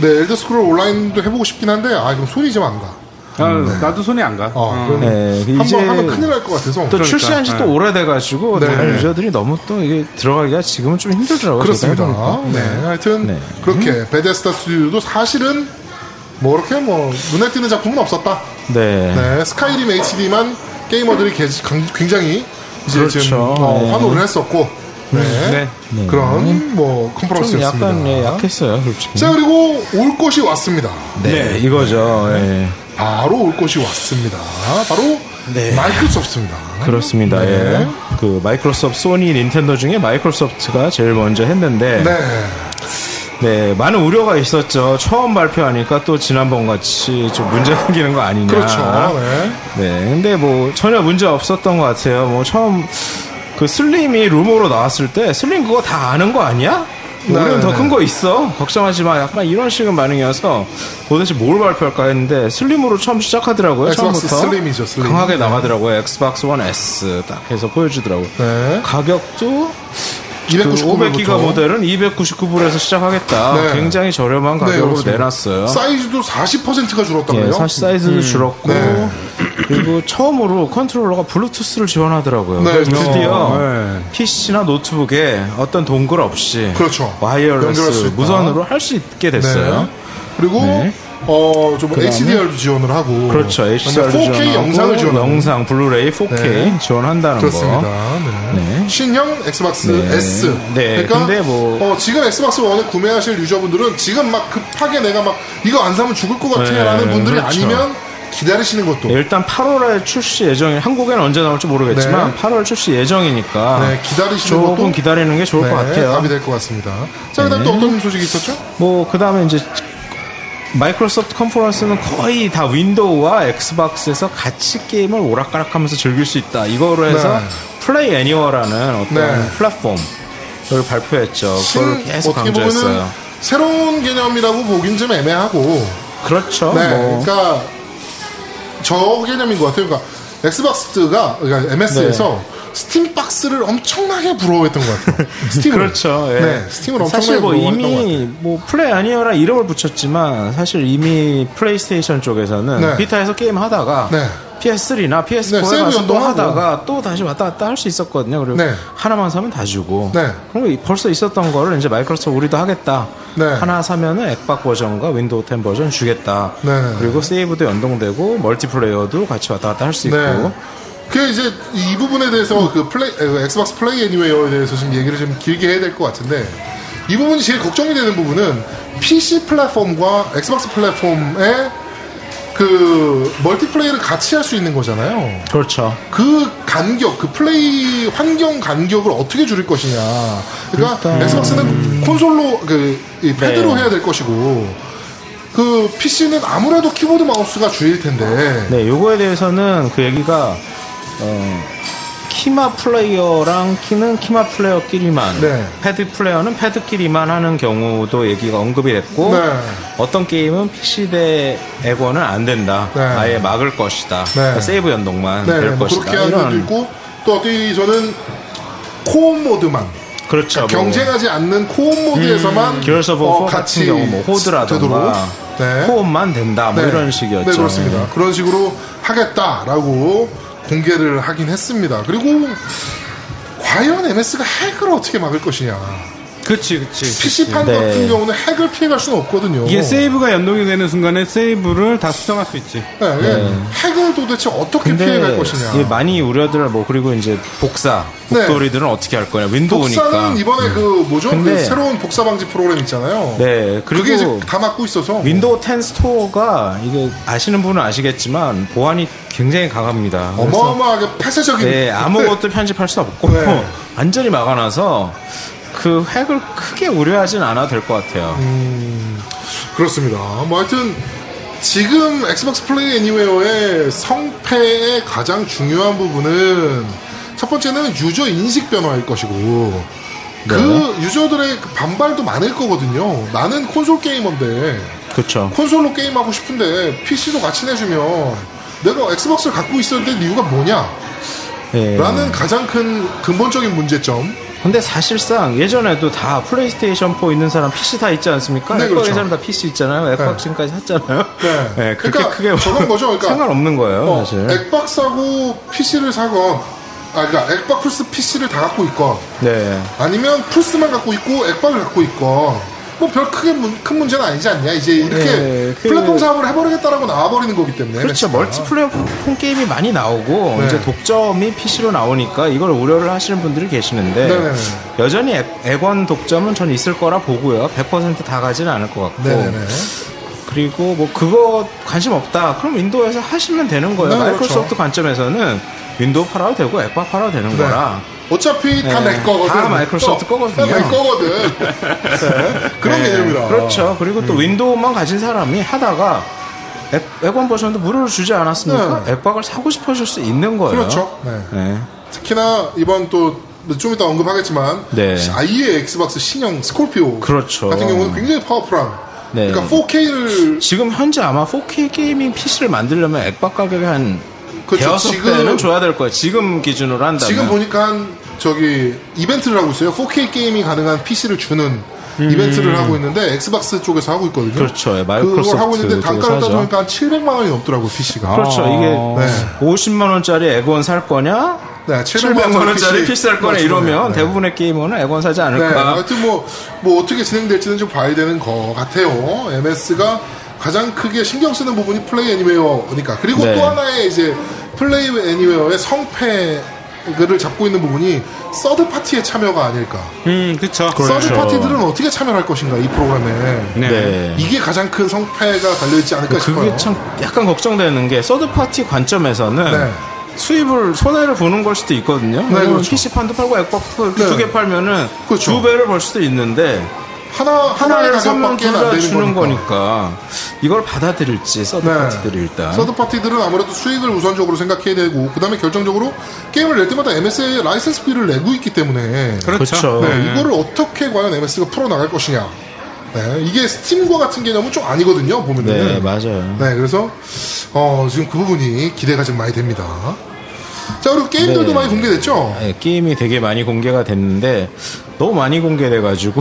[SPEAKER 1] 네, 엘더 스크롤 온라인도 해보고 싶긴 한데, 아, 그럼 손이 좀 안 가.
[SPEAKER 2] 아, 나도 손이 안 가.
[SPEAKER 1] 어, 그럼
[SPEAKER 3] 네,
[SPEAKER 1] 한번
[SPEAKER 3] 이제
[SPEAKER 1] 하면 큰일 날 것 같아서.
[SPEAKER 3] 또
[SPEAKER 2] 그러니까,
[SPEAKER 3] 출시한 지
[SPEAKER 2] 네.
[SPEAKER 3] 또 오래돼가지고
[SPEAKER 1] 네.
[SPEAKER 3] 다른 유저들이 너무 또 이게 들어가기가 지금은 좀 힘들더라고요.
[SPEAKER 1] 그렇습니다.
[SPEAKER 3] 제가 해보니까.
[SPEAKER 1] 네, 하여튼
[SPEAKER 3] 네.
[SPEAKER 1] 그렇게 베데스타 스튜디오도 사실은 뭐 이렇게 뭐 눈에 띄는 작품은 없었다.
[SPEAKER 3] 네.
[SPEAKER 1] 네, 스카이림 HD만 게이머들이 개- 강- 굉장히 이제
[SPEAKER 3] 그렇죠.
[SPEAKER 1] 지금 어,
[SPEAKER 3] 네.
[SPEAKER 1] 환호를 했었고 네. 그런 뭐
[SPEAKER 3] 좀
[SPEAKER 1] 컨퍼런스였습니다.
[SPEAKER 3] 약간 예, 약했어요, 솔직히.
[SPEAKER 1] 자 그리고 올 곳이 왔습니다.
[SPEAKER 3] 네, 이거죠. 예.
[SPEAKER 1] 바로 올 곳이 왔습니다. 바로 마이크로소프트입니다.
[SPEAKER 3] 네. 그렇습니다.
[SPEAKER 1] 네.
[SPEAKER 3] 예. 그 마이크로소프트, 소니, 닌텐도 중에 마이크로소프트가 제일 먼저 했는데 네.
[SPEAKER 1] 네,
[SPEAKER 3] 많은 우려가 있었죠. 처음 발표하니까 또 지난번 같이 좀 문제 생기는 거 아니냐.
[SPEAKER 1] 그렇죠. 네.
[SPEAKER 3] 네, 근데 뭐 전혀 문제 없었던 것 같아요. 뭐 처음 그 슬림이 루머로 나왔을 때 슬림 그거 다 아는 거 아니야? 뭐 우리는
[SPEAKER 1] 네,
[SPEAKER 3] 더
[SPEAKER 1] 네.
[SPEAKER 3] 큰 거 있어. 걱정하지 마. 약간 이런 식의 반응이어서 도대체 뭘 발표할까 했는데 슬림으로 처음 시작하더라고요.
[SPEAKER 1] 엑스박스
[SPEAKER 3] 처음부터
[SPEAKER 1] 슬림이죠, 슬림.
[SPEAKER 3] 강하게 나가더라고요. 엑스박스 원 S 딱 해서 보여주더라고요.
[SPEAKER 1] 네.
[SPEAKER 3] 가격도
[SPEAKER 1] 299
[SPEAKER 3] 그
[SPEAKER 1] 불부터.
[SPEAKER 3] 500기가 모델은 299불에서 시작하겠다.
[SPEAKER 1] 네.
[SPEAKER 3] 굉장히 저렴한
[SPEAKER 1] 네,
[SPEAKER 3] 가격으로
[SPEAKER 1] 그렇습니다.
[SPEAKER 3] 내놨어요.
[SPEAKER 1] 사이즈도 40%가 줄었다고요?
[SPEAKER 3] 예, 사실 사이즈는 줄었고
[SPEAKER 1] 네.
[SPEAKER 3] 그리고 처음으로 컨트롤러가 블루투스를 지원하더라고요.
[SPEAKER 1] 네,
[SPEAKER 3] 그래서
[SPEAKER 1] 그렇죠.
[SPEAKER 3] 드디어
[SPEAKER 2] 네.
[SPEAKER 3] PC나 노트북에 어떤 동글 없이
[SPEAKER 1] 그렇죠. 연결할 수
[SPEAKER 3] 와이어리스
[SPEAKER 1] 있다. 네.
[SPEAKER 3] 무선으로 할 수 있게 됐어요.
[SPEAKER 1] 그리고
[SPEAKER 3] 네.
[SPEAKER 1] 어, 좀 HDR도 지원을 하고
[SPEAKER 3] 그렇죠. HDR
[SPEAKER 1] 4K
[SPEAKER 3] 지원하고
[SPEAKER 1] 영상을 지원하고
[SPEAKER 3] 영상, 뭐. 블루레이, 4K
[SPEAKER 1] 네.
[SPEAKER 3] 지원한다는
[SPEAKER 1] 그렇습니다.
[SPEAKER 3] 거.
[SPEAKER 1] 네.
[SPEAKER 3] 네.
[SPEAKER 1] 신형 엑스박스
[SPEAKER 3] 네.
[SPEAKER 1] S.
[SPEAKER 3] 네,
[SPEAKER 1] 그러니까
[SPEAKER 3] 근데 뭐-
[SPEAKER 1] 어, 지금 엑스박스 원을 구매하실 유저분들은 지금 막 급하게 내가 막 이거 안 사면 죽을 것
[SPEAKER 3] 네,
[SPEAKER 1] 같아라는 분들이
[SPEAKER 3] 그렇죠.
[SPEAKER 1] 아니면 기다리시는 것도
[SPEAKER 3] 네, 일단 8월에 출시 예정이 한국에는 언제 나올지 모르겠지만
[SPEAKER 1] 네.
[SPEAKER 3] 8월 출시 예정이니까
[SPEAKER 1] 네, 기다리시는 것도
[SPEAKER 3] 조금 기다리는 게 좋을
[SPEAKER 1] 네,
[SPEAKER 3] 것 같아요. 네.
[SPEAKER 1] 답이 될 것 같습니다. 자, 그다음 또 어떤 소식이 있었죠?
[SPEAKER 3] 뭐 그다음에 이제 마이크로소프트 컨퍼런스는 거의 다 윈도우와 엑스박스에서 같이 게임을 오락가락하면서 즐길 수 있다. 이거로 해서
[SPEAKER 1] 네.
[SPEAKER 3] 플레이 애니어라는 어떤
[SPEAKER 1] 네.
[SPEAKER 3] 플랫폼 그걸 발표했죠. 그걸
[SPEAKER 1] 신-
[SPEAKER 3] 계속
[SPEAKER 1] 어떻게 보면은
[SPEAKER 3] 강조했어요.
[SPEAKER 1] 새로운 개념이라고 보긴 좀 애매하고
[SPEAKER 3] 그렇죠.
[SPEAKER 1] 네,
[SPEAKER 3] 뭐.
[SPEAKER 1] 그러니까 저 개념인 것 같아요. 그러니까 엑스박스가 그러니까 MS에서
[SPEAKER 3] 네.
[SPEAKER 1] 스팀 박스를 엄청나게 부러워했던 것 같아요. 스팀을.
[SPEAKER 3] 그렇죠. 예.
[SPEAKER 1] 네, 스팀을
[SPEAKER 3] 사실
[SPEAKER 1] 엄청나게
[SPEAKER 3] 뭐
[SPEAKER 1] 부러워했던 것 같아요.
[SPEAKER 3] 이미 뭐 플레이 아니어라 이름을 붙였지만 사실 이미 플레이스테이션 쪽에서는
[SPEAKER 1] 네.
[SPEAKER 3] 비타에서 게임 하다가
[SPEAKER 1] 네.
[SPEAKER 3] PS3나 PS4에
[SPEAKER 1] 네, 세이브
[SPEAKER 3] 가서 또
[SPEAKER 1] 연동하고.
[SPEAKER 3] 하다가 또 다시 왔다 갔다 할 수 있었거든요. 그리고
[SPEAKER 1] 네.
[SPEAKER 3] 하나만 사면 다 주고.
[SPEAKER 1] 네.
[SPEAKER 3] 그럼 벌써 있었던 거를 이제 마이크로소프트 우리도 하겠다.
[SPEAKER 1] 네.
[SPEAKER 3] 하나 사면은 엑박 버전과 윈도우 10 버전 주겠다.
[SPEAKER 1] 네.
[SPEAKER 3] 그리고 세이브도 연동되고 멀티플레이어도 같이 왔다 갔다 할 수
[SPEAKER 1] 네.
[SPEAKER 3] 있고.
[SPEAKER 1] 그 이제 이 부분에 대해서 그 플레이 에, 엑스박스 플레이 애니웨어에 대해서 좀 얘기를 좀 길게 해야 될 것 같은데 이 부분이 제일 걱정이 되는 부분은 PC 플랫폼과 엑스박스 플랫폼의 그 멀티플레이를 같이 할 수 있는 거잖아요.
[SPEAKER 3] 그렇죠.
[SPEAKER 1] 그 간격, 그 플레이 환경 간격을 어떻게 줄일 것이냐. 그러니까 엑스박스는 콘솔로 그이 패드로
[SPEAKER 3] 네.
[SPEAKER 1] 해야 될 것이고 그 PC는 아무래도 키보드 마우스가 주일 텐데.
[SPEAKER 3] 네, 요거에 대해서는 그 얘기가 어, 키마 플레이어랑 키는 키마 플레이어끼리만,
[SPEAKER 1] 네.
[SPEAKER 3] 패드 플레이어는 패드끼리만 하는 경우도 얘기가 언급이 됐고,
[SPEAKER 1] 네.
[SPEAKER 3] 어떤 게임은 PC 대 에고는 안 된다.
[SPEAKER 1] 네.
[SPEAKER 3] 아예 막을 것이다. 그러니까 세이브 연동만
[SPEAKER 1] 네,
[SPEAKER 3] 될
[SPEAKER 1] 뭐
[SPEAKER 3] 것이다.
[SPEAKER 1] 그렇게 하는 것도 있고 또 어떻게 저는 코어 모드만
[SPEAKER 3] 그렇죠. 뭐. 음,
[SPEAKER 1] 경쟁하지 않는 코어 모드에서만
[SPEAKER 3] 기어스 오브 포 같은 경우 뭐 호드라던가
[SPEAKER 1] 되도록. 네.
[SPEAKER 3] 호흡만 된다. 뭐
[SPEAKER 1] 네.
[SPEAKER 3] 이런 식이었죠.
[SPEAKER 1] 네,
[SPEAKER 3] 음.
[SPEAKER 1] 그렇습니다. 그런 식으로 하겠다라고 공개를 하긴 했습니다. 그리고 과연 MS가 핵을 어떻게 막을 것이냐.
[SPEAKER 2] 그치 그치.
[SPEAKER 1] PC판
[SPEAKER 3] 네.
[SPEAKER 1] 같은 경우는 핵을 피해갈 수는 없거든요.
[SPEAKER 2] 이게 세이브가 연동이 되는 순간에 세이브를 다 수정할 수 있지.
[SPEAKER 1] 네, 이게 핵을 도대체 어떻게 그 피해갈 것이냐.
[SPEAKER 3] 이게 많이 우려들 뭐 그리고 이제 복사
[SPEAKER 1] 네.
[SPEAKER 3] 복돌이들은 어떻게 할 거냐 윈도우니까 음.
[SPEAKER 1] 복사는 이번에 그 뭐죠?
[SPEAKER 3] 근데-
[SPEAKER 1] 그 새로운 복사 방지 프로그램 있잖아요.
[SPEAKER 3] 네
[SPEAKER 1] 그게 이제
[SPEAKER 3] 그리고
[SPEAKER 1] 다 막고 있어서
[SPEAKER 3] 윈도우 10 스토어가 이게 아시는 분은 아시겠지만 보안이 굉장히 강합니다. 그래서
[SPEAKER 1] 어마어마하게 폐쇄적인
[SPEAKER 3] 네, 아무것도 편집할 수 없고
[SPEAKER 1] 네.
[SPEAKER 3] 완전히 막아놔서 그 핵을 크게 우려하진 않아도 될 것 같아요.
[SPEAKER 1] 음. 그렇습니다. 뭐 하여튼 지금 엑스박스 플레이 애니웨어의 성패의 가장 중요한 부분은 첫 번째는 유저 인식 변화일 것이고 그
[SPEAKER 3] 네.
[SPEAKER 1] 유저들의 그 반발도 많을 거거든요. 나는 콘솔 게이머인데
[SPEAKER 3] 그렇죠.
[SPEAKER 1] 콘솔로 게임하고 싶은데 PC도 같이 내주면 내가 엑스박스를 갖고 있어야 될 이유가 뭐냐?
[SPEAKER 3] 예.
[SPEAKER 1] 라는 가장 큰 근본적인 문제점.
[SPEAKER 3] 근데 사실상 예전에도 다 플레이스테이션 4 있는 사람 PC 다 있지 않습니까?
[SPEAKER 1] 네,
[SPEAKER 3] 엑박에
[SPEAKER 1] 그렇죠.
[SPEAKER 3] 사람 다 PC 있잖아요. 엑박 지금까지 샀잖아요. 예,
[SPEAKER 1] 네.
[SPEAKER 3] 그렇게
[SPEAKER 1] 그러니까
[SPEAKER 3] 크게
[SPEAKER 1] 저런 거죠. 그러니까
[SPEAKER 3] 상관없는 거예요,
[SPEAKER 1] 어,
[SPEAKER 3] 사실.
[SPEAKER 1] 액박 사고 PC를 사건, 아, 그러니까 액박 플스 PC를 다 갖고 있건,
[SPEAKER 3] 네.
[SPEAKER 1] 아니면 플스만 갖고 있고 액박을 갖고 있건, 뭐 별 크게 문- 큰 문제는 아니지 않냐. 이제 이렇게
[SPEAKER 3] 네, 그-
[SPEAKER 1] 플랫폼 사업을 해버리겠다라고 나와버리는 거기 때문에.
[SPEAKER 3] 그렇죠.
[SPEAKER 1] MS가.
[SPEAKER 3] 멀티플레이어 폰 게임이 많이 나오고
[SPEAKER 1] 네.
[SPEAKER 3] 이제 독점이 PC로 나오니까 이걸 우려를 하시는 분들이 계시는데
[SPEAKER 1] 네네네.
[SPEAKER 3] 여전히 액- 액원 독점은 전 있을 거라 보고요. 100%다 가지는 않을 것 같고.
[SPEAKER 1] 네네네.
[SPEAKER 3] 그리고 뭐 그거 관심 없다. 그럼 윈도우에서 하시면 되는 거예요.
[SPEAKER 1] 네, 그렇죠.
[SPEAKER 3] 마이크로소프트 관점에서는 윈도우 팔아도 되고 액박 팔아도
[SPEAKER 1] 네.
[SPEAKER 3] 되는 거라.
[SPEAKER 1] 어차피 다
[SPEAKER 3] 네.
[SPEAKER 1] 내 거거든.
[SPEAKER 3] 다 마이크로소프트 거거든요.
[SPEAKER 1] 다내 거거든. 네. 그런 개념이라.
[SPEAKER 3] 그렇죠. 그리고
[SPEAKER 1] 음.
[SPEAKER 3] 또 윈도우만 가진 사람이 하다가 액- 액원 버전도 무료로 주지 않았습니까?
[SPEAKER 1] 네.
[SPEAKER 3] 액박을 사고 싶어질 수 있는 거예요.
[SPEAKER 1] 그렇죠. 네.
[SPEAKER 3] 네.
[SPEAKER 1] 특히나 이번 또 좀 이따 언급하겠지만
[SPEAKER 3] 네.
[SPEAKER 1] 아이의 엑스박스 신형 스콜피오
[SPEAKER 3] 그렇죠.
[SPEAKER 1] 같은 경우는 굉장히 파워풀한
[SPEAKER 3] 네.
[SPEAKER 1] 그러니까 4K를
[SPEAKER 3] 지금 현재 아마 4K 게이밍 PC를 만들려면 액박 가격이 한
[SPEAKER 1] 그렇죠.
[SPEAKER 3] 대여섯
[SPEAKER 1] 지금-
[SPEAKER 3] 배는 줘야 될 거예요. 지금 기준으로 한다면.
[SPEAKER 1] 지금 보니까 한 저기 이벤트를 하고 있어요 4K 게임이 가능한 PC를 주는 이벤트를 하고 있는데 엑스박스 쪽에서 하고 있거든요
[SPEAKER 3] 음. 그렇죠. 예,
[SPEAKER 1] 그걸
[SPEAKER 3] 마이크로소프트
[SPEAKER 1] 하고 있는데 단가를
[SPEAKER 3] 쪽에서 하죠.
[SPEAKER 1] 따져보니까 한 700만 원이 넘더라고 PC가
[SPEAKER 3] 그렇죠. 이게
[SPEAKER 1] 네.
[SPEAKER 2] 아.
[SPEAKER 3] 50만 원짜리 액원 살 거냐?
[SPEAKER 1] 네,
[SPEAKER 3] 700만 원짜리 PC 살 거냐
[SPEAKER 1] 그렇죠.
[SPEAKER 3] 이러면
[SPEAKER 1] 네.
[SPEAKER 3] 대부분의 게이머는 액원 사지
[SPEAKER 1] 네,
[SPEAKER 3] 않을까?
[SPEAKER 1] 하여튼 뭐, 뭐 어떻게 진행될지는 좀 봐야 되는 것 같아요. MS가 가장 크게 신경 쓰는 부분이 플레이 애니웨어니까. 그리고
[SPEAKER 3] 네.
[SPEAKER 1] 또 하나의 이제 플레이 애니웨어의 성패를 잡고 있는 부분이 서드 파티의 참여가 아닐까.
[SPEAKER 2] 음 그쵸.
[SPEAKER 1] 네. 그렇죠.
[SPEAKER 3] 그렇죠.
[SPEAKER 1] 서드 파티들은 어떻게 참여할 것인가 이 프로그램에.
[SPEAKER 2] 네.
[SPEAKER 3] 네.
[SPEAKER 1] 이게 가장 큰 성패가 달려있지 않을까
[SPEAKER 3] 그게
[SPEAKER 1] 싶어요.
[SPEAKER 3] 참 약간 걱정되는 게 서드 파티 관점에서는
[SPEAKER 1] 네.
[SPEAKER 3] 수입을 손해를 보는 걸 수도 있거든요.
[SPEAKER 1] 그렇죠.
[SPEAKER 3] PC 판도 팔고 액박도
[SPEAKER 1] 네.
[SPEAKER 3] 두개 팔면은
[SPEAKER 1] 그렇죠.
[SPEAKER 3] 두 배를 벌 수도 있는데
[SPEAKER 1] 하나 하나의
[SPEAKER 3] 하나를 사면
[SPEAKER 1] 가격밖에 안
[SPEAKER 3] 둘다
[SPEAKER 1] 되는
[SPEAKER 3] 주는
[SPEAKER 1] 거니까.
[SPEAKER 3] 거니까. 이걸 받아들일지 서드파티들이 일단
[SPEAKER 1] 네. 서드 파티들은 아무래도 수익을 우선적으로 생각해야 되고 그다음에 결정적으로 게임을 낼 때마다 MS의 라이센스 비를 내고 있기 때문에
[SPEAKER 3] 그렇죠.
[SPEAKER 2] 그렇죠.
[SPEAKER 1] 네, 이거를 어떻게 과연 MS가 풀어 나갈 것이냐. 네, 이게 스팀과 같은 개념은 좀 아니거든요. 보면은.
[SPEAKER 3] 네 맞아요.
[SPEAKER 1] 네, 그래서 어, 지금 그 부분이 기대가 좀 많이 됩니다. 자, 그리고 게임들도
[SPEAKER 3] 네.
[SPEAKER 1] 많이 공개됐죠.
[SPEAKER 3] 네, 게임이 되게 많이 공개가 됐는데 너무 많이 공개돼가지고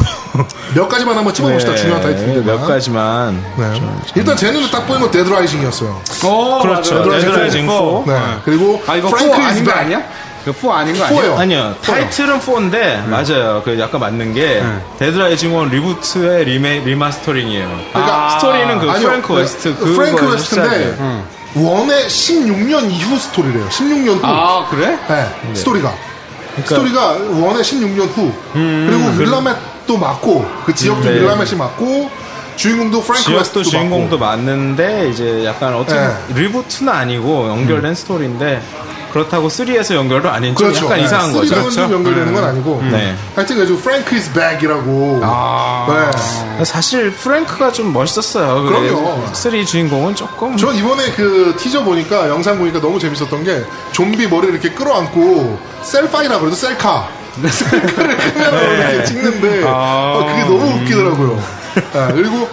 [SPEAKER 1] 몇 가지만 한번 찝어봅시다.
[SPEAKER 3] 네,
[SPEAKER 1] 중요한 타이틀인데
[SPEAKER 3] 몇 가지만
[SPEAKER 1] 네. 일단 제 눈에 딱 보인 건 데드 라이징이었어요.
[SPEAKER 2] 어, 맞아,
[SPEAKER 3] 그렇죠.
[SPEAKER 2] 맞아.
[SPEAKER 3] 데드 라이징
[SPEAKER 2] 데드
[SPEAKER 3] 포.
[SPEAKER 1] 네. 그리고
[SPEAKER 2] 아, 이거 4
[SPEAKER 1] 프랭크
[SPEAKER 2] 아닌 거
[SPEAKER 1] 이즈백.
[SPEAKER 2] 아니야? 이거 4 아닌 거 아니야?
[SPEAKER 1] 포예요.
[SPEAKER 3] 아니요 타이틀은 4인데
[SPEAKER 1] 네.
[SPEAKER 3] 맞아요 그 약간 맞는 게 데드라이징 1 리부트의 리메, 리마스터링이에요
[SPEAKER 1] 그러니까
[SPEAKER 2] 아.
[SPEAKER 3] 스토리는 그
[SPEAKER 1] 아니요.
[SPEAKER 3] 프랭크
[SPEAKER 1] 네,
[SPEAKER 3] 웨스트 그
[SPEAKER 1] 프랭크 웨스트인데 음. 원의 16년 이후 스토리래요. 16년 후.
[SPEAKER 2] 아, 그래?
[SPEAKER 1] 네, 스토리가.
[SPEAKER 3] 그러니까
[SPEAKER 1] 스토리가 원의 16년 후. 그리고 윌라멧도 맞고 그 지역도
[SPEAKER 3] 음, 네.
[SPEAKER 1] 윌라멧이 맞고 주인공도 프랭크
[SPEAKER 3] 지역도
[SPEAKER 1] 웨스트도
[SPEAKER 3] 주인공도
[SPEAKER 1] 맞고.
[SPEAKER 3] 맞는데 이제 약간 어떻게
[SPEAKER 1] 네. 음.
[SPEAKER 3] 리부트는 아니고 연결된 스토리인데 그렇다고 3에서 연결도 아닌 좀
[SPEAKER 1] 그렇죠.
[SPEAKER 3] 약간
[SPEAKER 1] 네,
[SPEAKER 3] 이상한 거죠
[SPEAKER 1] 스토리가 완전히 연결되는 건 아니고.
[SPEAKER 3] 네.
[SPEAKER 1] 하여튼 그래서 프랭크 이즈 백이라고.
[SPEAKER 2] 아.
[SPEAKER 1] 네.
[SPEAKER 3] 사실 프랭크가 좀 멋있었어요 그래.
[SPEAKER 1] 그럼요.
[SPEAKER 3] 3 주인공은 조금
[SPEAKER 1] 전 이번에 그 티저 보니까 영상 보니까 너무 재밌었던 게 좀비 머리를 이렇게 끌어안고 셀파이라 그래도 셀카 셀카를 카메라로 이렇게 찍는데 어, 그게 너무 웃기더라고요. 네, 그리고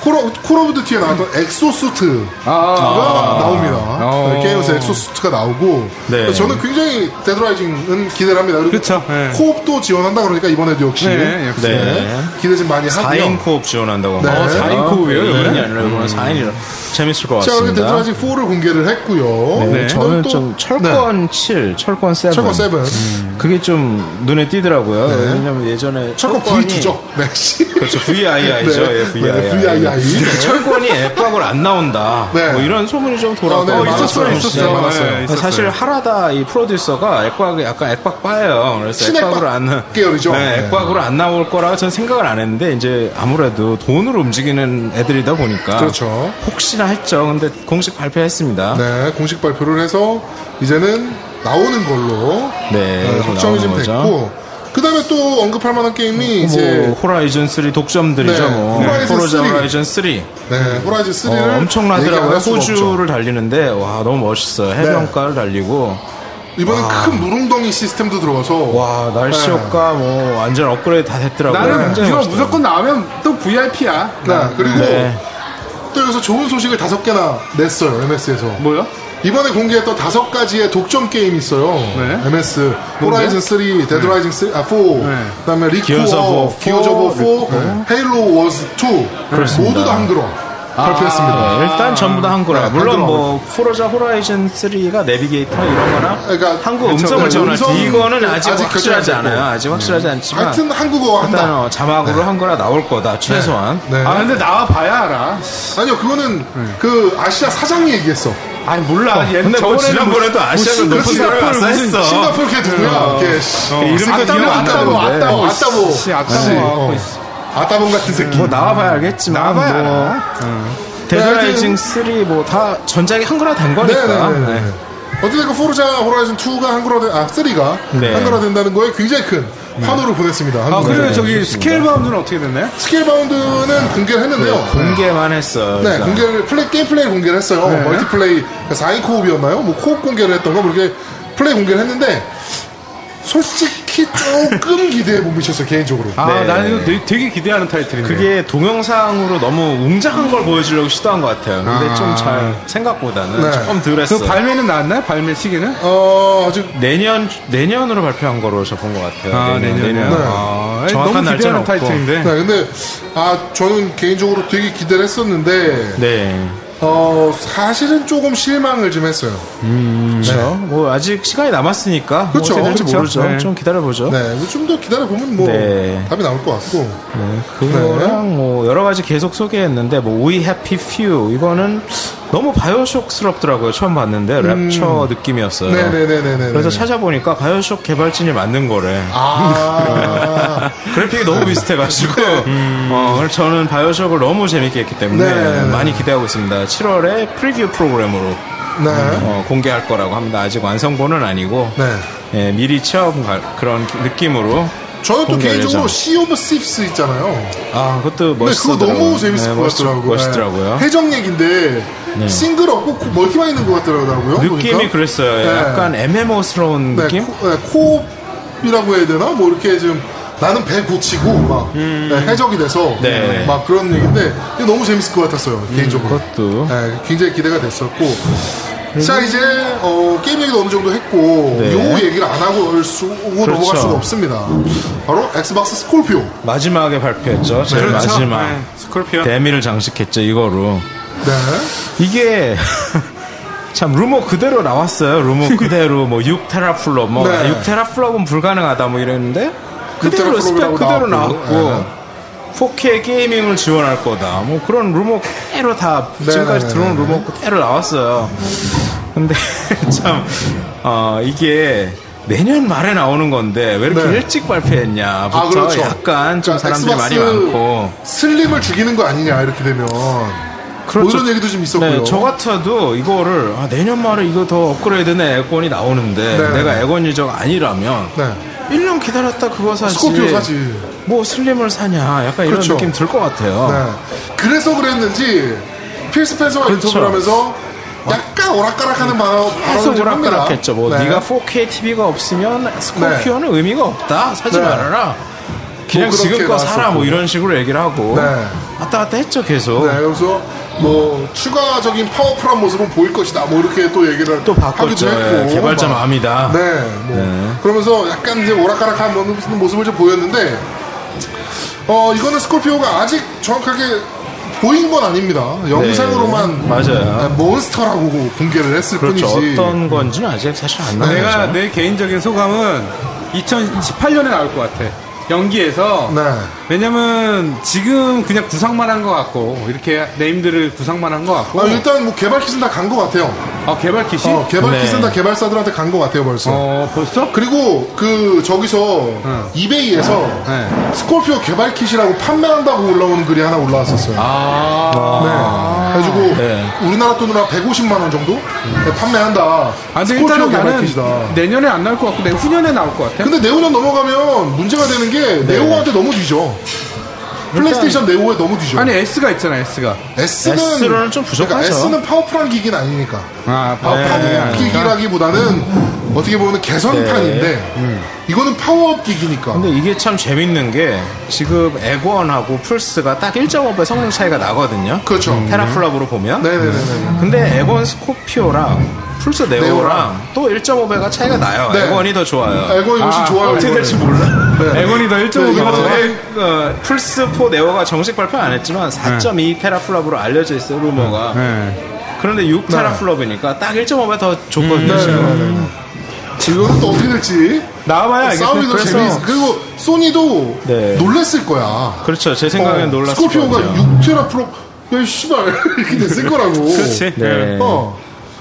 [SPEAKER 1] 콜, 콜 오브 듀티에 나왔던 엑소수트가 아, 나옵니다.
[SPEAKER 2] 아. 어.
[SPEAKER 1] 네, 게임에서 엑소수트가 나오고
[SPEAKER 3] 네.
[SPEAKER 1] 저는 굉장히 데드라이징은 기대를 합니다. 그리고
[SPEAKER 2] 그쵸, 네.
[SPEAKER 1] 코옵도 지원한다 그러니까 이번에도 역시
[SPEAKER 2] 네, 역시.
[SPEAKER 3] 네.
[SPEAKER 1] 기대 좀 많이 하고요.
[SPEAKER 3] 4인 코업 지원한다고
[SPEAKER 1] 네. 어,
[SPEAKER 2] 4인 코업이에요,
[SPEAKER 3] 이
[SPEAKER 2] 이번에?
[SPEAKER 3] 아니라 이번에 4인이라 재밌을 것
[SPEAKER 1] 자, 이렇게
[SPEAKER 3] 같습니다
[SPEAKER 1] 데드라이징 4를 공개를 했고요.
[SPEAKER 3] 네,
[SPEAKER 1] 이건
[SPEAKER 3] 저는
[SPEAKER 1] 또-
[SPEAKER 3] 좀
[SPEAKER 1] 네.
[SPEAKER 3] 철권 7, 철권 7.
[SPEAKER 1] 철권 세븐.
[SPEAKER 3] 음.
[SPEAKER 1] 네.
[SPEAKER 3] 그게 좀 눈에 띄더라고요. 왜냐면 예전에
[SPEAKER 1] 철권
[SPEAKER 3] 철권이-
[SPEAKER 1] V2죠. 네. 씨.
[SPEAKER 3] 그렇죠. VII죠.
[SPEAKER 1] 네.
[SPEAKER 3] 예, VII.
[SPEAKER 1] 네, VII.
[SPEAKER 3] 철권이 앱박을 안 나온다.
[SPEAKER 1] 네.
[SPEAKER 3] 뭐 이런 소문이 좀 돌아가고
[SPEAKER 1] 어, 네,
[SPEAKER 3] 있었어요,
[SPEAKER 1] 많았어요.
[SPEAKER 3] 혹시.
[SPEAKER 1] 네, 많았어요.
[SPEAKER 2] 네, 있었어요.
[SPEAKER 3] 사실 하라다 이 프로듀서가 액박이 약간 액박 빠예요. 그래서
[SPEAKER 1] 신액박
[SPEAKER 3] 액박으로 안
[SPEAKER 1] 계열이죠.
[SPEAKER 3] 네,
[SPEAKER 1] 네.
[SPEAKER 3] 액박으로 안 나올 거라고 저는 생각을 안 했는데 이제 아무래도 돈으로 움직이는 애들이다 보니까
[SPEAKER 1] 그렇죠.
[SPEAKER 3] 혹시나 했죠. 근데 공식 발표했습니다. 뭐
[SPEAKER 1] 네, 공식 발표를 해서 이제는 나오는 걸로
[SPEAKER 3] 네,
[SPEAKER 1] 네,
[SPEAKER 3] 이제
[SPEAKER 1] 확정이 좀
[SPEAKER 3] 나오는 거죠.
[SPEAKER 1] 됐고 그다음에 또 언급할 만한 게임이
[SPEAKER 3] 뭐
[SPEAKER 1] 이제
[SPEAKER 3] 호라이즌 3 독점들이죠
[SPEAKER 1] 네,
[SPEAKER 3] 뭐
[SPEAKER 1] 호라이즌
[SPEAKER 3] 호라이즌,
[SPEAKER 1] 3.
[SPEAKER 3] 호라이즌 3
[SPEAKER 1] 네, 호라이즌 3를
[SPEAKER 3] 어, 엄청나더라고요
[SPEAKER 1] 호주
[SPEAKER 3] 호주를 달리는데 와 너무 멋있어요 해변가를 달리고
[SPEAKER 1] 이번엔 큰 무릉덩이 시스템도 들어가서
[SPEAKER 3] 와 날씨
[SPEAKER 1] 네.
[SPEAKER 3] 효과 뭐 완전 업그레이드 다 됐더라고요
[SPEAKER 2] 나는
[SPEAKER 3] 굉장히
[SPEAKER 2] 이거
[SPEAKER 3] 멋있더라고요.
[SPEAKER 2] 무조건 나오면 또 VIP야.
[SPEAKER 1] 네, 그리고
[SPEAKER 3] 네.
[SPEAKER 1] 또 여기서 좋은 소식을 다섯 개나 냈어요 MS에서
[SPEAKER 2] 뭐요?
[SPEAKER 3] 네.
[SPEAKER 1] 이번에 공개했던 다섯 가지의 독점 게임이 있어요.
[SPEAKER 2] 네.
[SPEAKER 1] MS, 호라이즌 3,
[SPEAKER 3] 네.
[SPEAKER 1] 데드 라이징 3, 아, 4, 그다음에
[SPEAKER 3] 기어즈
[SPEAKER 1] 리코어,
[SPEAKER 3] 오브
[SPEAKER 1] 기어즈 오브 4,
[SPEAKER 3] 네.
[SPEAKER 1] 헤일로 워즈 2, 모두 다 한글화 발표했습니다.
[SPEAKER 3] 네, 일단 전부 다 한글화
[SPEAKER 1] 네,
[SPEAKER 3] 물론
[SPEAKER 1] 한글화.
[SPEAKER 3] 뭐 포르자 호라이즌 3가 내비게이터 이런 거나
[SPEAKER 1] 그러니까
[SPEAKER 3] 한국
[SPEAKER 1] 그쵸,
[SPEAKER 3] 음성을
[SPEAKER 1] 네,
[SPEAKER 3] 지원할 때
[SPEAKER 1] 음성
[SPEAKER 3] 이거는 아직,
[SPEAKER 1] 아직
[SPEAKER 3] 확실하지
[SPEAKER 1] 결정 안 됐고.
[SPEAKER 3] 않아요 아직 확실하지 않지만
[SPEAKER 1] 하여튼 한국어 한다.
[SPEAKER 3] 일단 어, 자막으로 한글화 나올 거다 최소한
[SPEAKER 1] 네.
[SPEAKER 2] 아, 근데 나와 봐야 알아.
[SPEAKER 1] 아니요, 그거는
[SPEAKER 3] 네.
[SPEAKER 1] 그 아시아 사장이 얘기했어.
[SPEAKER 2] 아니, 몰라. 얘
[SPEAKER 3] 근데 뭐
[SPEAKER 2] 저번에는
[SPEAKER 3] 지난번에도
[SPEAKER 2] 무슨-
[SPEAKER 3] 아시아는
[SPEAKER 2] 무슨
[SPEAKER 3] 높은
[SPEAKER 2] 싱가포르
[SPEAKER 3] 사람이 왔어
[SPEAKER 2] 무슨
[SPEAKER 3] 했어. 어.
[SPEAKER 1] 싱가포르 걔 누구야? 걔 씨.
[SPEAKER 3] 이름도
[SPEAKER 1] 아따보,
[SPEAKER 3] 기억 안
[SPEAKER 1] 아따보,
[SPEAKER 3] 나는데. 어,
[SPEAKER 1] 아따보,
[SPEAKER 2] 씨,
[SPEAKER 1] 아따보.
[SPEAKER 2] 씨, 아따보.
[SPEAKER 1] 씨,
[SPEAKER 2] 하고
[SPEAKER 1] 어.
[SPEAKER 2] 있어.
[SPEAKER 1] 아따본 같은 새끼.
[SPEAKER 3] 뭐 나와봐야 알겠지만
[SPEAKER 2] 나와봐야
[SPEAKER 3] 뭐
[SPEAKER 2] 알아.
[SPEAKER 3] 데드라이징 3 뭐 다 전작이 한글화 된 거니까
[SPEAKER 1] 네네네.
[SPEAKER 3] 네.
[SPEAKER 1] 어쨌든 포르자 호라이즌 2가 한글화 아 3가
[SPEAKER 3] 네.
[SPEAKER 1] 한글화 된다는 거에 굉장히 큰 환호를 보냈습니다.
[SPEAKER 2] 아,
[SPEAKER 1] 한국에서.
[SPEAKER 2] 그리고 저기 스케일 바운드는 어떻게 됐나요?
[SPEAKER 3] 네.
[SPEAKER 1] 스케일 바운드는 공개를 했는데요. 네,
[SPEAKER 3] 공개만 했어요.
[SPEAKER 1] 네,
[SPEAKER 3] 일단.
[SPEAKER 1] 공개를 플레이 게임 플레이 공개를 했어요. 멀티플레이 4인 코옵이었나요? 뭐 코옵 공개를 했던 거 그렇게 플레이 공개를 했는데 솔직히 조금 기대에 못 미쳤어요 개인적으로.
[SPEAKER 2] 아,
[SPEAKER 3] 네.
[SPEAKER 2] 나는 이거 되게, 되게 기대하는 타이틀인데.
[SPEAKER 3] 그게 동영상으로 너무 웅장한 걸 보여주려고 시도한 것 같아요. 근데
[SPEAKER 2] 아.
[SPEAKER 3] 좀 잘 생각보다는
[SPEAKER 1] 네.
[SPEAKER 3] 조금 덜했어요.
[SPEAKER 2] 그 발매는 나왔나요? 발매 시기는?
[SPEAKER 1] 어 아직
[SPEAKER 3] 내년 내년으로 발표한 거로 저 본 것 같아요.
[SPEAKER 2] 아, 내년에.
[SPEAKER 3] 내년.
[SPEAKER 2] 아,
[SPEAKER 3] 정확한
[SPEAKER 2] 너무
[SPEAKER 3] 날짜는
[SPEAKER 2] 기대하는
[SPEAKER 3] 없고.
[SPEAKER 2] 타이틀인데.
[SPEAKER 1] 네, 근데 아 저는 개인적으로 되게 기대를 했었는데
[SPEAKER 3] 네.
[SPEAKER 1] 어 사실은 조금 실망을 좀 했어요. 네.
[SPEAKER 3] 그렇죠. 뭐 아직 시간이 남았으니까 뭐
[SPEAKER 1] 그렇죠.
[SPEAKER 3] 어떻게 될지
[SPEAKER 1] 그렇죠.
[SPEAKER 3] 모르죠.
[SPEAKER 2] 네.
[SPEAKER 3] 좀 기다려 보죠. 네.
[SPEAKER 1] 네, 좀 더 기다려 보면 뭐
[SPEAKER 3] 네.
[SPEAKER 1] 답이 나올 것 같고.
[SPEAKER 3] 그거랑
[SPEAKER 1] 네.
[SPEAKER 3] 뭐 여러 가지 계속 소개했는데 뭐 We Happy Few 이거는 너무 바이오쇼크스럽더라고요. 처음 봤는데 랩처 느낌이었어요.
[SPEAKER 1] 네, 네, 네, 네, 네.
[SPEAKER 3] 그래서 찾아보니까 바이오쇼크 개발진이 만든 거래.
[SPEAKER 1] 아, 음.
[SPEAKER 3] 그래픽이 너무 비슷해가지고 어, 그래서 저는 바이오쇼크를 너무 재밌게 했기 때문에
[SPEAKER 1] 네.
[SPEAKER 3] 많이 기대하고 있습니다 7월에 프리뷰 프로그램으로
[SPEAKER 1] 네,
[SPEAKER 3] 어, 공개할 거라고 합니다 아직 완성본은 아니고
[SPEAKER 1] 네.
[SPEAKER 3] 예, 미리 체험 갈- 그런 기- 느낌으로
[SPEAKER 1] 저는 또
[SPEAKER 3] 공개
[SPEAKER 1] 개인적으로
[SPEAKER 3] 예정.
[SPEAKER 1] 시 오브 스ივ스 있잖아요.
[SPEAKER 3] 아, 그것도
[SPEAKER 1] 근데 그거
[SPEAKER 3] 멋있더라고요.
[SPEAKER 1] 너무 재밌을
[SPEAKER 3] 네,
[SPEAKER 1] 것
[SPEAKER 3] 멋있-
[SPEAKER 1] 같더라고요.
[SPEAKER 3] 멋있더라고요. 네.
[SPEAKER 1] 네. 해적 얘기인데 싱글없고 코- 멀티만 있는 것 같더라고요.
[SPEAKER 3] 느낌이
[SPEAKER 1] 보니까.
[SPEAKER 3] 그랬어요. 예.
[SPEAKER 1] 네.
[SPEAKER 3] 약간 MMO스러운
[SPEAKER 1] 네,
[SPEAKER 3] 느낌?
[SPEAKER 1] 코, 네, 코옵이라고 해야 되나? 뭐 이렇게 지금 나는 배 고치고 막 네, 해적이 돼서
[SPEAKER 3] 음. 네. 음,
[SPEAKER 1] 막 그런 얘기인데 이거 너무 재밌을 것 같았어요 개인적으로.
[SPEAKER 3] 그것도.
[SPEAKER 1] 네, 굉장히 기대가 됐었고. 자 이제 어, 게임 얘기도 어느 정도 했고
[SPEAKER 3] 네.
[SPEAKER 1] 요 얘기를 안 하고 올 수, 고 넘어갈
[SPEAKER 3] 그렇죠.
[SPEAKER 1] 수가 없습니다. 바로 엑스박스 스콜피오. 네.
[SPEAKER 3] 마지막에 발표했죠. 제일
[SPEAKER 2] 그렇죠.
[SPEAKER 3] 마지막.
[SPEAKER 2] 네, 스콜피언.
[SPEAKER 3] 데미를 장식했죠, 이거로.
[SPEAKER 1] 네.
[SPEAKER 3] 이게 참 루머 그대로 나왔어요. 루머 그대로 뭐 6테라플롭 뭐
[SPEAKER 1] 네.
[SPEAKER 3] 6테라플롭은 불가능하다 뭐 이랬는데 그대로
[SPEAKER 1] 테라플롭이라고 네.
[SPEAKER 3] 스펙 그대로
[SPEAKER 1] 나왔고.
[SPEAKER 3] 나왔고 4K 게이밍을 지원할 거다. 뭐 그런 루머 그대로 다
[SPEAKER 1] 네,
[SPEAKER 3] 지금까지
[SPEAKER 1] 네,
[SPEAKER 3] 들어온
[SPEAKER 1] 네.
[SPEAKER 3] 루머 그대로 나왔어요. 근데 참 어, 이게 내년 말에 나오는 건데 왜 이렇게
[SPEAKER 1] 네.
[SPEAKER 3] 일찍 발표했냐부터
[SPEAKER 1] 아 그렇죠.
[SPEAKER 3] 약간
[SPEAKER 1] 그러니까
[SPEAKER 3] 좀 사람들이 많이
[SPEAKER 1] 엑스박스
[SPEAKER 3] 많고
[SPEAKER 1] 슬림을 죽이는 거 아니냐 이렇게 되면
[SPEAKER 3] 그렇죠.
[SPEAKER 1] 뭐 이런 얘기도 좀 있었고요.
[SPEAKER 3] 네, 저 같아도 이거를 아, 내년 말에 이거 더 업그레이드된 에어컨이 나오는데
[SPEAKER 1] 네.
[SPEAKER 3] 내가 에어컨 유저가 아니라면
[SPEAKER 1] 네.
[SPEAKER 3] 1년 기다렸다 그거 사지
[SPEAKER 1] 스코피오 사지.
[SPEAKER 3] 뭐 슬림을 사냐 약간
[SPEAKER 1] 그렇죠.
[SPEAKER 3] 이런 느낌 들 것 같아요
[SPEAKER 1] 네. 그래서 그랬는지 필스 펜서가
[SPEAKER 3] 그렇죠. 어.
[SPEAKER 1] 인터뷰를 하면서 약간 오락가락하는 마음
[SPEAKER 3] 계속
[SPEAKER 1] 발언을 합니다.
[SPEAKER 3] 오락가락했죠 뭐
[SPEAKER 1] 네.
[SPEAKER 3] 네. 가 4K TV가 없으면 스코피오는 의미가 없다 사지
[SPEAKER 1] 네.
[SPEAKER 3] 말아라 그냥
[SPEAKER 1] 뭐 그렇게
[SPEAKER 3] 지금 거 사라
[SPEAKER 1] 나왔었고.
[SPEAKER 3] 뭐 이런 식으로 얘기를 하고
[SPEAKER 1] 네.
[SPEAKER 3] 왔다 갔다 했죠 계속
[SPEAKER 1] 네, 그래서 뭐 추가적인 파워풀한 모습은 보일 것이다. 뭐 이렇게 또 얘기를
[SPEAKER 3] 또 바꿨죠
[SPEAKER 1] 하기도 했고
[SPEAKER 3] 예, 개발자
[SPEAKER 1] 막.
[SPEAKER 3] 마음이다
[SPEAKER 1] 네, 뭐 그러면서 약간 이제 오락가락한 뭐 모습- 모습을 좀 보였는데 어 이거는 스콜피오가 아직 정확하게 보인 건 아닙니다. 영상으로만
[SPEAKER 3] 맞아요.
[SPEAKER 1] 네, 몬스터라고 공개를 했을
[SPEAKER 3] 그렇죠
[SPEAKER 1] 뿐이지. 네.
[SPEAKER 3] 어떤 건지는 아직 사실 안 나와요
[SPEAKER 2] 내가 내 개인적인 소감은 2018년에 나올 것 같아. 연기에서
[SPEAKER 1] 네,
[SPEAKER 2] 왜냐면 지금 그냥 구상만 한 것 같고 이렇게 네임들을 구상만 한 것 같고
[SPEAKER 1] 아, 일단 뭐 개발 킷은 다 간 것 같아요.
[SPEAKER 2] 아, 개발 킷이
[SPEAKER 1] 어,
[SPEAKER 2] 어,
[SPEAKER 1] 개발
[SPEAKER 3] 네.
[SPEAKER 1] 킷은 다 개발사들한테 간 것 같아요 벌써.
[SPEAKER 2] 벌써
[SPEAKER 1] 그리고 그 저기서 이베이에서
[SPEAKER 2] 네.
[SPEAKER 1] 스콜피오 개발 킷이라고 판매한다고 올라오는 글이 하나 올라왔었어요.
[SPEAKER 2] 아,
[SPEAKER 1] 네. 그래가지고 우리나라 돈으로 한 150만 원 정도 네, 판매한다.
[SPEAKER 2] 아 근데
[SPEAKER 1] 스콜피오
[SPEAKER 2] 일단은
[SPEAKER 1] 개발
[SPEAKER 2] 나는
[SPEAKER 1] 킷이다.
[SPEAKER 2] 내년에 안 나올 것 같고 내 후년에 나올 것 같아.
[SPEAKER 1] 근데 네오년 넘어가면 문제가 되는 게 네오한테 너무 뒤져. 플레이스테이션 네오에 너무 뒤져.
[SPEAKER 2] 아니 S가 있잖아 S가.
[SPEAKER 1] S는
[SPEAKER 3] S로는 좀 부족하죠.
[SPEAKER 1] 그러니까 S는 파워풀한 기기는 아니니까.
[SPEAKER 2] 아
[SPEAKER 1] 아,
[SPEAKER 2] 파워
[SPEAKER 3] 네.
[SPEAKER 1] 파워업 기기라기보다는 어떻게 보면 개선판인데 이거는 파워업 기기니까.
[SPEAKER 3] 네. 음. 근데 이게 참 재밌는 게 지금 에고원하고 플스가 딱 1.5배 성능 차이가 나거든요. 음.
[SPEAKER 1] 그렇죠.
[SPEAKER 3] 테라플랍으로 보면.
[SPEAKER 1] 네네네네.
[SPEAKER 3] 근데 에고원 스코피오랑 플스 네오랑
[SPEAKER 1] 네오랑.
[SPEAKER 3] 또 1.5배가 차이가 나요.
[SPEAKER 1] 네.
[SPEAKER 3] 에고원이 더 좋아요.
[SPEAKER 1] 에고 역시
[SPEAKER 2] 아,
[SPEAKER 1] 좋아요.
[SPEAKER 3] 어떻게
[SPEAKER 1] 이거는.
[SPEAKER 3] 될지 몰라.
[SPEAKER 1] 네.
[SPEAKER 2] 에건이 더
[SPEAKER 1] 이거 네.
[SPEAKER 2] 1.5배가
[SPEAKER 1] 더
[SPEAKER 2] 더.
[SPEAKER 1] 해.
[SPEAKER 3] 어, 플스 4 네오가 정식 발표 안 했지만 4.2 테라플랍으로 알려져 있어요 루머가.
[SPEAKER 2] 네. 음,
[SPEAKER 3] 그런데 6 테라플랍이니까 딱 1.5배 더 좋거든요. 지금.
[SPEAKER 1] 네네네네. 지금은 또 어떻게 될지
[SPEAKER 2] 나와봐야 알겠어.
[SPEAKER 1] 싸움이 더 재미. 그리고 소니도
[SPEAKER 3] 네.
[SPEAKER 1] 놀랬을 거야. 어,
[SPEAKER 3] 그렇죠. 제 생각엔 놀랐을
[SPEAKER 1] 스코피오가
[SPEAKER 3] 거죠.
[SPEAKER 1] 6테라 프로 야 씨발 이렇게 됐을 거라고.
[SPEAKER 2] 그렇지.
[SPEAKER 3] 네.
[SPEAKER 1] 어.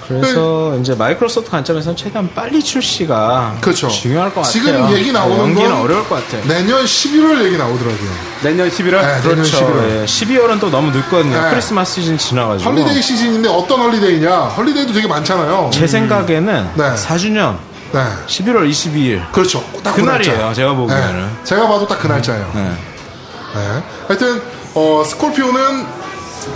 [SPEAKER 3] 그래서 이제 마이크로소프트 관점에서는 최대한 빨리 출시가
[SPEAKER 1] 그렇죠.
[SPEAKER 3] 중요할 것 같아요.
[SPEAKER 1] 지금 얘기 나오는
[SPEAKER 3] 네, 연기는
[SPEAKER 1] 건
[SPEAKER 3] 어려울 것 같아요.
[SPEAKER 1] 내년 11월 얘기 나오더라고요.
[SPEAKER 2] 내년 11월.
[SPEAKER 1] 네, 내년
[SPEAKER 3] 그렇죠.
[SPEAKER 1] 11월.
[SPEAKER 3] 예, 12월은 또 너무 늦거든요.
[SPEAKER 1] 네.
[SPEAKER 3] 크리스마스 시즌 지나가지고.
[SPEAKER 1] 헐리데이 시즌인데 어떤 헐리데이냐? 헐리데이도 되게 많잖아요.
[SPEAKER 3] 제 생각에는
[SPEAKER 1] 네.
[SPEAKER 3] 4주년
[SPEAKER 1] 네.
[SPEAKER 3] 11월 22일
[SPEAKER 1] 그렇죠. 딱 그
[SPEAKER 3] 그날이에요,
[SPEAKER 1] 날짜.
[SPEAKER 3] 제가 보기에는.
[SPEAKER 1] 네. 제가 봐도 딱 그 날짜예요. 네. 하여튼 어, 스콜피오는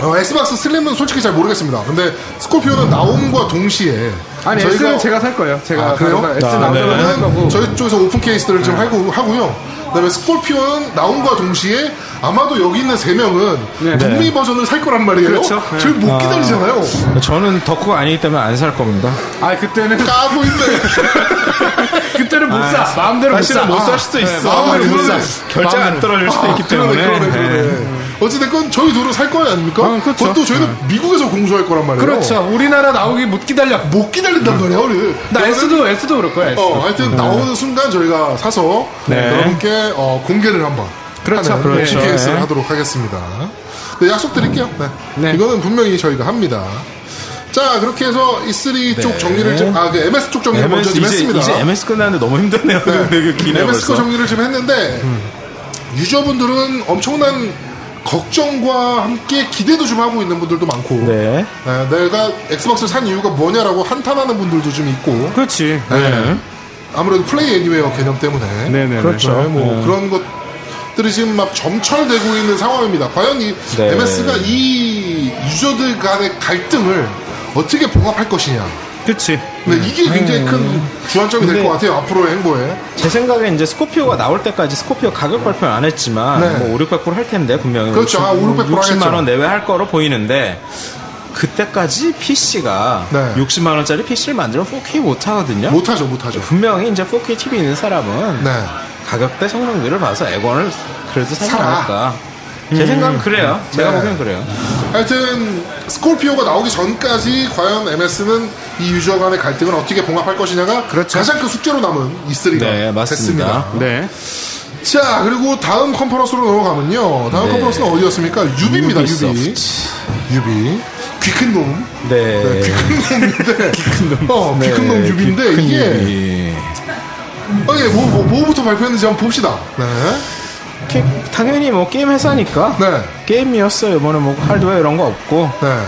[SPEAKER 1] 어, 엑스박스 슬림은 솔직히 잘 모르겠습니다. 근데 스콜피오는 나옴과 동시에
[SPEAKER 2] 아니 S는 제가 살 거예요. 제가
[SPEAKER 1] 아, 그래요?
[SPEAKER 2] S
[SPEAKER 1] 아,
[SPEAKER 2] 나오면 살
[SPEAKER 1] 저는
[SPEAKER 2] 거고.
[SPEAKER 1] 저희 쪽에서 오픈 케이스들을 지금
[SPEAKER 3] 네.
[SPEAKER 1] 하고, 하고요. 그다음에 스콜피오는 나온과 동시에 아마도 여기 있는 세 명은
[SPEAKER 2] 네.
[SPEAKER 1] 북미 버전을 살 거란 말이에요.
[SPEAKER 2] 그렇죠. 네.
[SPEAKER 1] 저희 못 기다리잖아요.
[SPEAKER 3] 저는 덕후가 아니기 때문에 안 살 겁니다.
[SPEAKER 2] 아 그때는
[SPEAKER 1] 까고 있네.
[SPEAKER 2] 그때는 못 사. 마음대로 못 사. 아.
[SPEAKER 3] 사실은 아, 네, 못 살 수도 있어.
[SPEAKER 1] 마음대로 못 사. 아,
[SPEAKER 3] 결제가 안 떨어질 수도 있기 때문에.
[SPEAKER 1] 그러네, 그러네, 그러네. 어찌됐건 저희 둘은 살 거 아닙니까?
[SPEAKER 2] 아, 그렇죠.
[SPEAKER 1] 그것도 저희는 미국에서 공수할 거란 말이에요.
[SPEAKER 2] 그렇죠. 우리나라 나오기 못 기다려.
[SPEAKER 1] 못 기다린단 말이야, 우리.
[SPEAKER 2] 나 S도 S도 그럴 거야. S.
[SPEAKER 1] 어, 하여튼 나오는 순간 저희가 사서
[SPEAKER 3] 네.
[SPEAKER 1] 여러분께 어, 공개를 한번
[SPEAKER 2] 그렇죠.
[SPEAKER 1] 하는
[SPEAKER 2] 그렇죠.
[SPEAKER 1] PKS를
[SPEAKER 3] 네.
[SPEAKER 1] 하도록 하겠습니다. 네, 약속드릴게요. 네.
[SPEAKER 2] 네.
[SPEAKER 1] 이거는 분명히 저희가 합니다. 자, 그렇게 해서 E3 쪽 정리를 좀, 아, 그 MS 쪽 정리를 먼저
[SPEAKER 3] 네. MS,
[SPEAKER 1] 좀
[SPEAKER 3] 이제,
[SPEAKER 1] 했습니다.
[SPEAKER 3] 이제 MS 끝났는데 너무 힘드네요. 되게 기네요.
[SPEAKER 1] MS 거
[SPEAKER 3] 벌써.
[SPEAKER 1] 정리를 좀 했는데 유저분들은 엄청난 걱정과 함께 기대도 좀 하고 있는 분들도 많고
[SPEAKER 3] 네.
[SPEAKER 1] 네, 내가 엑스박스를 산 이유가 뭐냐라고 한탄하는 분들도 좀 있고
[SPEAKER 2] 그렇지.
[SPEAKER 1] 네. 아무래도 플레이 애니웨어 개념 때문에
[SPEAKER 2] 네네.
[SPEAKER 3] 그렇죠.
[SPEAKER 1] 네, 뭐 그런 것들이 지금 막 점철되고 있는 상황입니다. 과연 이
[SPEAKER 3] 네.
[SPEAKER 1] MS가 이 유저들 간의 갈등을 어떻게 봉합할 것이냐.
[SPEAKER 2] 그치.
[SPEAKER 1] 근데 이게 굉장히 큰 주안점이 될
[SPEAKER 3] 네. 근데-
[SPEAKER 1] 것 같아요. 앞으로의 행보에.
[SPEAKER 3] 제 생각에 이제 스코피오가 나올 때까지 스코피오 가격 발표는 안 했지만
[SPEAKER 1] 네.
[SPEAKER 3] 뭐 5, 600불 할 텐데 분명히
[SPEAKER 1] 그렇죠. 아, 500, 600
[SPEAKER 3] 60만
[SPEAKER 1] 하겠죠.
[SPEAKER 3] 원 내외 할 거로 보이는데 그때까지 PC가
[SPEAKER 1] 네.
[SPEAKER 3] 60만 원짜리 PC를 만들면 4K 못 하거든요.
[SPEAKER 1] 못하죠, 못하죠.
[SPEAKER 3] 분명히 이제 4K TV 있는 사람은
[SPEAKER 1] 네.
[SPEAKER 3] 가격대 성능들을 봐서 액원을 그래도 사지
[SPEAKER 1] 사라. 음.
[SPEAKER 3] 않을까. 제 생각은 그래요. 제가
[SPEAKER 1] 네.
[SPEAKER 3] 보기엔 그래요.
[SPEAKER 1] 하여튼 스콜피오가 나오기 전까지 과연 MS는 이 유저 간의 갈등을 어떻게 봉합할 것이냐가 가장 큰 숙제로 남은 E3가
[SPEAKER 3] 그렇죠. 네, 맞습니다.
[SPEAKER 1] 됐습니다.
[SPEAKER 2] 네.
[SPEAKER 1] 자 그리고 다음 컨퍼런스로 넘어가면요. 다음
[SPEAKER 3] 네.
[SPEAKER 1] 컨퍼런스는 어디였습니까? 유비입니다. 유비.
[SPEAKER 3] 유비소프트.
[SPEAKER 1] 유비. 귀 큰 놈.
[SPEAKER 3] 네.
[SPEAKER 1] 귀큰놈인데. 어, 귀큰놈
[SPEAKER 3] 네,
[SPEAKER 1] 유비인데
[SPEAKER 3] 큰
[SPEAKER 1] 이게
[SPEAKER 3] 유비.
[SPEAKER 1] 어, 예, 뭐, 부터 발표했는지 한번 봅시다. 네.
[SPEAKER 3] 게- 당연히 뭐 게임 회사니까
[SPEAKER 1] 네.
[SPEAKER 3] 게임이었어요. 이번에 뭐 할드웨어 이런 거 없고
[SPEAKER 1] 네.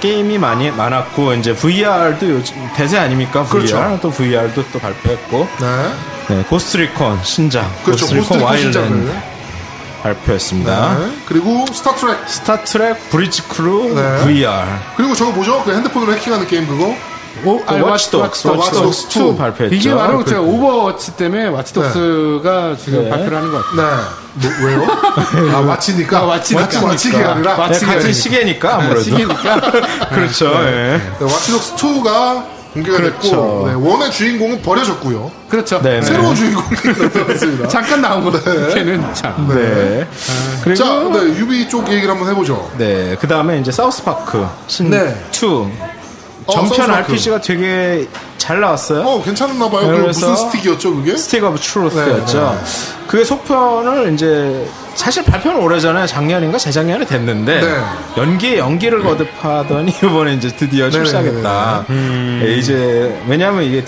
[SPEAKER 3] 게임이 많이 많았고 이제 VR도 요즘 대세 아닙니까? VR
[SPEAKER 1] 그렇죠.
[SPEAKER 3] 또 VR도 또 발표했고
[SPEAKER 1] 네.
[SPEAKER 3] 네, 고스트리콘 신작
[SPEAKER 1] 그렇죠.
[SPEAKER 3] 고스트리콘
[SPEAKER 1] 고스트리콘
[SPEAKER 3] 와일드
[SPEAKER 1] 신작을.
[SPEAKER 3] 발표했습니다.
[SPEAKER 1] 네. 그리고 스타트랙.
[SPEAKER 3] 스타트랙 브릿지 크루
[SPEAKER 1] 네.
[SPEAKER 3] VR
[SPEAKER 1] 그리고 저거 뭐죠? 그 핸드폰으로 해킹하는 게임 그거?
[SPEAKER 2] 오,
[SPEAKER 3] 또 워치독스
[SPEAKER 1] 왓츠
[SPEAKER 3] 워치독스
[SPEAKER 1] 독스
[SPEAKER 3] 2
[SPEAKER 1] 2
[SPEAKER 3] 발표했죠.
[SPEAKER 2] 이게 바로
[SPEAKER 3] 그-
[SPEAKER 2] 제가 오버워치 때문에 왓치독스가 지금
[SPEAKER 3] 네.
[SPEAKER 2] 발표를 하는 것 같아요.
[SPEAKER 1] 네. 뭐, 왜요? 아, 마치니까.
[SPEAKER 2] 아, 마치니까.
[SPEAKER 1] 마치, 마치기가 아니라.
[SPEAKER 3] 네, 같은 시계니까 아무래도
[SPEAKER 2] 시기니까.
[SPEAKER 3] 그렇죠. 예.
[SPEAKER 1] 네, 왓치독스 2가 공개가 됐고,
[SPEAKER 3] 그렇죠.
[SPEAKER 1] 네, 원의 주인공은 버려졌고요.
[SPEAKER 2] 그렇죠.
[SPEAKER 3] 네, 네.
[SPEAKER 1] 새로운 주인공이 나타났습니다.
[SPEAKER 2] 잠깐 나온 거. 걔는 참.
[SPEAKER 3] 네. 그리고
[SPEAKER 1] 자, 네, 유비 쪽 얘기를 한번 해보죠.
[SPEAKER 3] 네, 그 다음에 이제 사우스파크 신2
[SPEAKER 1] 네. 어,
[SPEAKER 3] 전편
[SPEAKER 1] 사우스파크.
[SPEAKER 3] RPG가 되게 잘 나왔어요.
[SPEAKER 1] 어, 예? 괜찮았나봐요. 그
[SPEAKER 3] 그래서-
[SPEAKER 1] 무슨 스틱이었죠, 그게?
[SPEAKER 3] 스틱 오브
[SPEAKER 1] 네,
[SPEAKER 3] 트루스였죠. 그게 속편을 이제 사실 발표는 오래전에 작년인가 재작년에 됐는데
[SPEAKER 1] 네.
[SPEAKER 3] 연기에 연기를 거듭하더니 이번에 이제 드디어 출시하겠다.
[SPEAKER 1] 네,
[SPEAKER 3] 예, 이제 왜냐하면 이게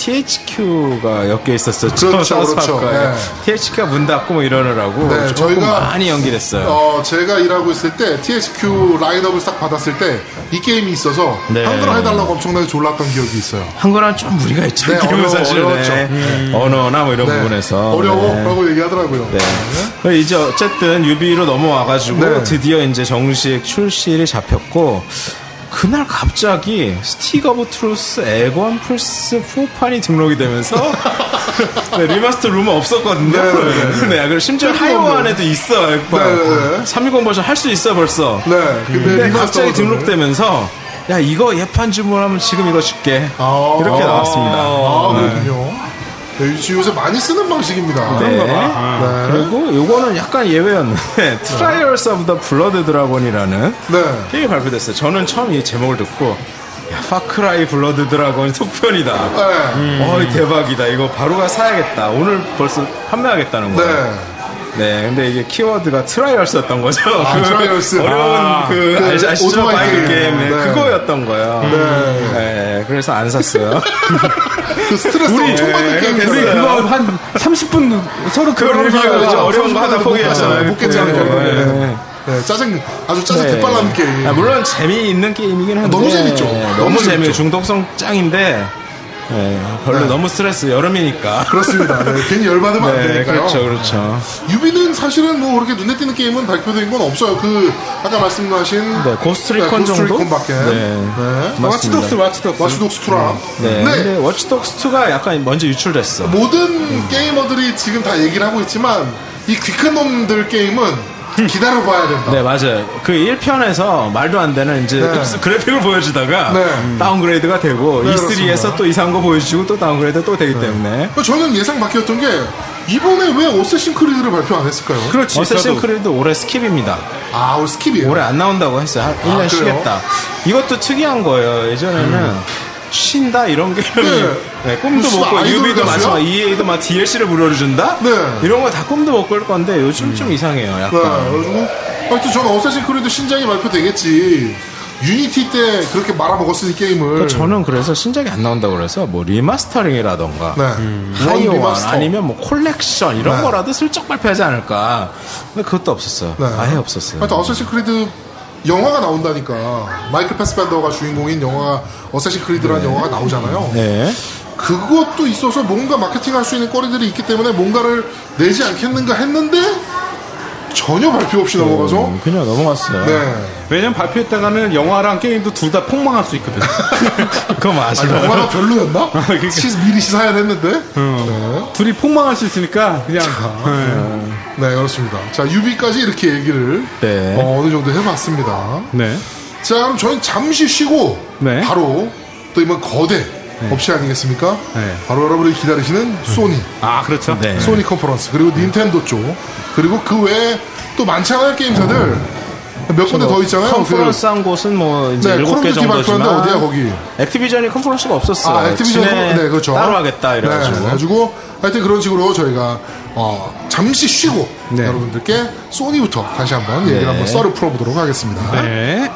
[SPEAKER 3] THQ가 엮여 있었었죠.
[SPEAKER 1] 그렇죠,
[SPEAKER 3] 사우스파크에.
[SPEAKER 1] 그렇죠. 네.
[SPEAKER 3] THQ가 문 닫고 뭐 이러느라고
[SPEAKER 1] 네,
[SPEAKER 3] 조금
[SPEAKER 1] 저희가-
[SPEAKER 3] 많이 연기됐어요.
[SPEAKER 1] 어, 제가 일하고 있을 때, THQ 라인업을 싹 받았을 때, 이 게임이 있어서,
[SPEAKER 3] 네.
[SPEAKER 1] 한글화 해달라고 엄청나게 졸랐던 기억이 있어요.
[SPEAKER 3] 한글은 좀 무리가 있죠.
[SPEAKER 1] 네,
[SPEAKER 3] 기름은
[SPEAKER 1] 어려워,
[SPEAKER 3] 사실은.
[SPEAKER 1] 어려웠죠. 음.
[SPEAKER 3] 네. 언어나 뭐 이런
[SPEAKER 1] 네.
[SPEAKER 3] 부분에서
[SPEAKER 1] 어려워?
[SPEAKER 3] 네.
[SPEAKER 1] 라고 얘기하더라고요.
[SPEAKER 3] 네. 그래서 이제 어쨌든 유비로 넘어와가지고
[SPEAKER 1] 네.
[SPEAKER 3] 드디어 이제 정식 출시일이 잡혔고 그날 갑자기 스틱 오브 트루스 에건 플스 4판이 등록이 되면서 네, 리마스터 룸은 없었거든요.
[SPEAKER 1] 네,
[SPEAKER 3] 네,
[SPEAKER 1] 네,
[SPEAKER 3] 그리고 심지어 하이오 안에도 있어. 요
[SPEAKER 1] 네, 네.
[SPEAKER 3] 360 버전 할 수 있어 벌써.
[SPEAKER 1] 네, 근데
[SPEAKER 3] 근데
[SPEAKER 1] 리마스터가 되네.
[SPEAKER 3] 갑자기 등록되면서 야 이거 예판 주문하면 지금 이거 줄게.
[SPEAKER 1] 아.
[SPEAKER 3] 이렇게 나왔습니다.
[SPEAKER 1] 아, 그렇군요. 네, 요- 요새 많이 쓰는 방식입니다.
[SPEAKER 3] 네.
[SPEAKER 1] 네.
[SPEAKER 3] 그리고 요거는 약간 예외였는데 트라이얼스 오브 더 블러드 드라곤이라는
[SPEAKER 1] 네.
[SPEAKER 3] 게임이 발표됐어요. 저는 처음 이 제목을 듣고 야, 파크라이 블러드 드라곤 속편이다.
[SPEAKER 1] 네.
[SPEAKER 3] 어이 대박이다. 이거 바로가 사야겠다. 오늘 벌써 판매하겠다는 거예요.
[SPEAKER 1] 네.
[SPEAKER 3] 네, 근데 이게 키워드가 트라이얼스였던 거죠. 그
[SPEAKER 1] 아, 트라이얼스.
[SPEAKER 3] 어려운
[SPEAKER 1] 아,
[SPEAKER 3] 그,
[SPEAKER 1] 그
[SPEAKER 3] 아, 시죠
[SPEAKER 1] 오토바이 게임.
[SPEAKER 3] 바이크 게임. 네,
[SPEAKER 1] 네.
[SPEAKER 3] 그거였던 거예요.
[SPEAKER 1] 네.
[SPEAKER 3] 네, 그래서 안 샀어요.
[SPEAKER 1] 그 스트레스 엄청 받는
[SPEAKER 3] 네,
[SPEAKER 1] 게임이잖아요.
[SPEAKER 2] 우리 그거 한 30분 서로
[SPEAKER 3] 그걸
[SPEAKER 2] 그걸
[SPEAKER 3] 비교하죠. 어려운 거 하나
[SPEAKER 1] 못
[SPEAKER 3] 포기했잖아요.
[SPEAKER 1] 못 괜찮은
[SPEAKER 3] 네.
[SPEAKER 1] 결과를.
[SPEAKER 3] 네.
[SPEAKER 1] 네, 짜증, 아주 짜증 대빨라는 게임.
[SPEAKER 3] 아, 물론 재미있는 게임이긴 한데 네,
[SPEAKER 1] 너무 재밌죠. 너무
[SPEAKER 3] 너무,
[SPEAKER 1] 재밌죠.
[SPEAKER 3] 재미요 중독성 짱인데 예, 별로
[SPEAKER 1] 네.
[SPEAKER 3] 너무 스트레스 여름이니까
[SPEAKER 1] 그렇습니다. 네, 괜히 열받으면 안
[SPEAKER 3] 네,
[SPEAKER 1] 되니까요.
[SPEAKER 3] 그렇죠 그렇죠
[SPEAKER 1] 유비는 사실은 뭐 그렇게 눈에 띄는 게임은 발표된 건 없어요. 그, 아까 말씀하신.
[SPEAKER 3] 네, 고스트리콘
[SPEAKER 1] 고스트리콘
[SPEAKER 3] 정도?
[SPEAKER 1] 밖에.
[SPEAKER 3] 네. 맞습니다.
[SPEAKER 2] 왓치독스, 왓치독스.
[SPEAKER 1] 와치독스 투랑. 네.
[SPEAKER 3] 네, 근데 워치독스 2가 약간 먼저 유출됐어
[SPEAKER 1] 모든 게이머들이 지금 다 얘기를 하고 있지만, 이 귀큰 놈들 게임은 기다려봐야 된다.
[SPEAKER 3] 네 맞아요 그 1편에서 말도 안 되는 이제
[SPEAKER 1] 네.
[SPEAKER 3] 그래픽을 보여주다가
[SPEAKER 1] 네.
[SPEAKER 3] 다운그레이드가 되고 E
[SPEAKER 1] 네, 그렇습니다. 네.
[SPEAKER 3] E3에서 또 이상한 거 보여주고 또 다운그레이드 또 되기 때문에
[SPEAKER 1] 저는 예상 밖이었던 게, 이번에 왜 어쌔신 크리드를 발표 안 했을까요?
[SPEAKER 2] 그렇지.
[SPEAKER 3] 어쌔신
[SPEAKER 2] 저도.
[SPEAKER 3] 크리드 올해 스킵입니다
[SPEAKER 1] 아, 오늘 스킵이에요.
[SPEAKER 3] 올해 안 나온다고 했어요. 한 1년
[SPEAKER 1] 아, 그래요? 음.
[SPEAKER 3] 쉬겠다. 이것도 특이한 거예요. 예전에는 쉰다 이런 게 네, 꿈도
[SPEAKER 1] 무슨
[SPEAKER 3] 못 꿔.
[SPEAKER 1] 아이돌
[SPEAKER 3] 유비도
[SPEAKER 1] 가수야?
[SPEAKER 3] 마찬가지, EA도 막 DLC를 무료로준다?
[SPEAKER 1] 네.
[SPEAKER 3] 이런 거 다 꿈도 못 꿀 건데 요즘 좀 이상해요.
[SPEAKER 1] 네,
[SPEAKER 3] 약간.
[SPEAKER 1] 그래가지고 하여튼 저는 어쌔신 크리드 신작이 발표되겠지. 유니티 때 그렇게 말아먹었으니 게임을.
[SPEAKER 3] 저는 그래서 신작이 안 나온다고 그래서 뭐 리마스터링이라던가
[SPEAKER 1] 네. 원
[SPEAKER 3] 하이오완
[SPEAKER 1] 리마스터.
[SPEAKER 3] 아니면 뭐 콜렉션 이런
[SPEAKER 1] 네.
[SPEAKER 3] 거라도 슬쩍 발표하지 않을까 근데 그것도 없었어요
[SPEAKER 1] 네.
[SPEAKER 3] 아예 없었어요
[SPEAKER 1] 하여튼 어쌔신 크리드 영화가 나온다니까 마이클 패스밴더가 주인공인 영화 어쌔신 크리드라는 영화가 나오잖아요.
[SPEAKER 3] 네.
[SPEAKER 1] 그것도 있어서 뭔가 마케팅할 수 있는 거리들이 있기 때문에 뭔가를 내지 않겠는가 했는데 전혀 발표 없이 넘어가서
[SPEAKER 3] 음, 그냥 넘어갔어요.
[SPEAKER 1] 네.
[SPEAKER 2] 왜냐면 발표했다가는 영화랑 게임도 둘 다 폭망할 수 있거든.
[SPEAKER 3] 그럼
[SPEAKER 1] 아니,
[SPEAKER 3] 네. 아시나요? 그러니까. 음.
[SPEAKER 1] 영화가 별로였나? 시- 미리 시사해야 됐는데.
[SPEAKER 2] 둘이 폭망할 수 있으니까 그냥
[SPEAKER 1] 네, 그렇습니다. 자, 유비까지 이렇게 얘기를
[SPEAKER 3] 네.
[SPEAKER 1] 어, 어느 정도 해봤습니다.
[SPEAKER 2] 네.
[SPEAKER 1] 자, 그럼 저희 잠시 쉬고
[SPEAKER 2] 네.
[SPEAKER 1] 바로 또 이번 거대 업체 아니겠습니까?
[SPEAKER 2] 네.
[SPEAKER 1] 바로 여러분이 기다리시는 소니,
[SPEAKER 2] 아 그렇죠.
[SPEAKER 3] 네.
[SPEAKER 1] 소니 컨퍼런스 그리고 닌텐도 쪽 그리고 그 외에 또 많잖아요 게임사들 몇 군데 더 있잖아요. 그
[SPEAKER 3] 컨퍼런스 한 곳은 뭐 이제
[SPEAKER 1] 네,
[SPEAKER 3] 일곱 개
[SPEAKER 1] 콜옵듀티 발표하는데
[SPEAKER 3] 정도지만
[SPEAKER 1] 어디야, 거기?
[SPEAKER 3] 액티비전이 컨퍼런스가
[SPEAKER 1] 그,
[SPEAKER 3] 없었어요.
[SPEAKER 1] 아, 액티비전
[SPEAKER 3] 진해
[SPEAKER 1] 컨- 네, 그렇죠.
[SPEAKER 3] 따로 하겠다 이래가지고.
[SPEAKER 1] 네, 가지고 하여튼 그런 식으로 저희가 어, 잠시
[SPEAKER 3] 네.
[SPEAKER 1] 쉬고 여러분들께 소니부터 다시 한번 얘기를 한번 썰을 풀어보도록 하겠습니다.
[SPEAKER 2] 네.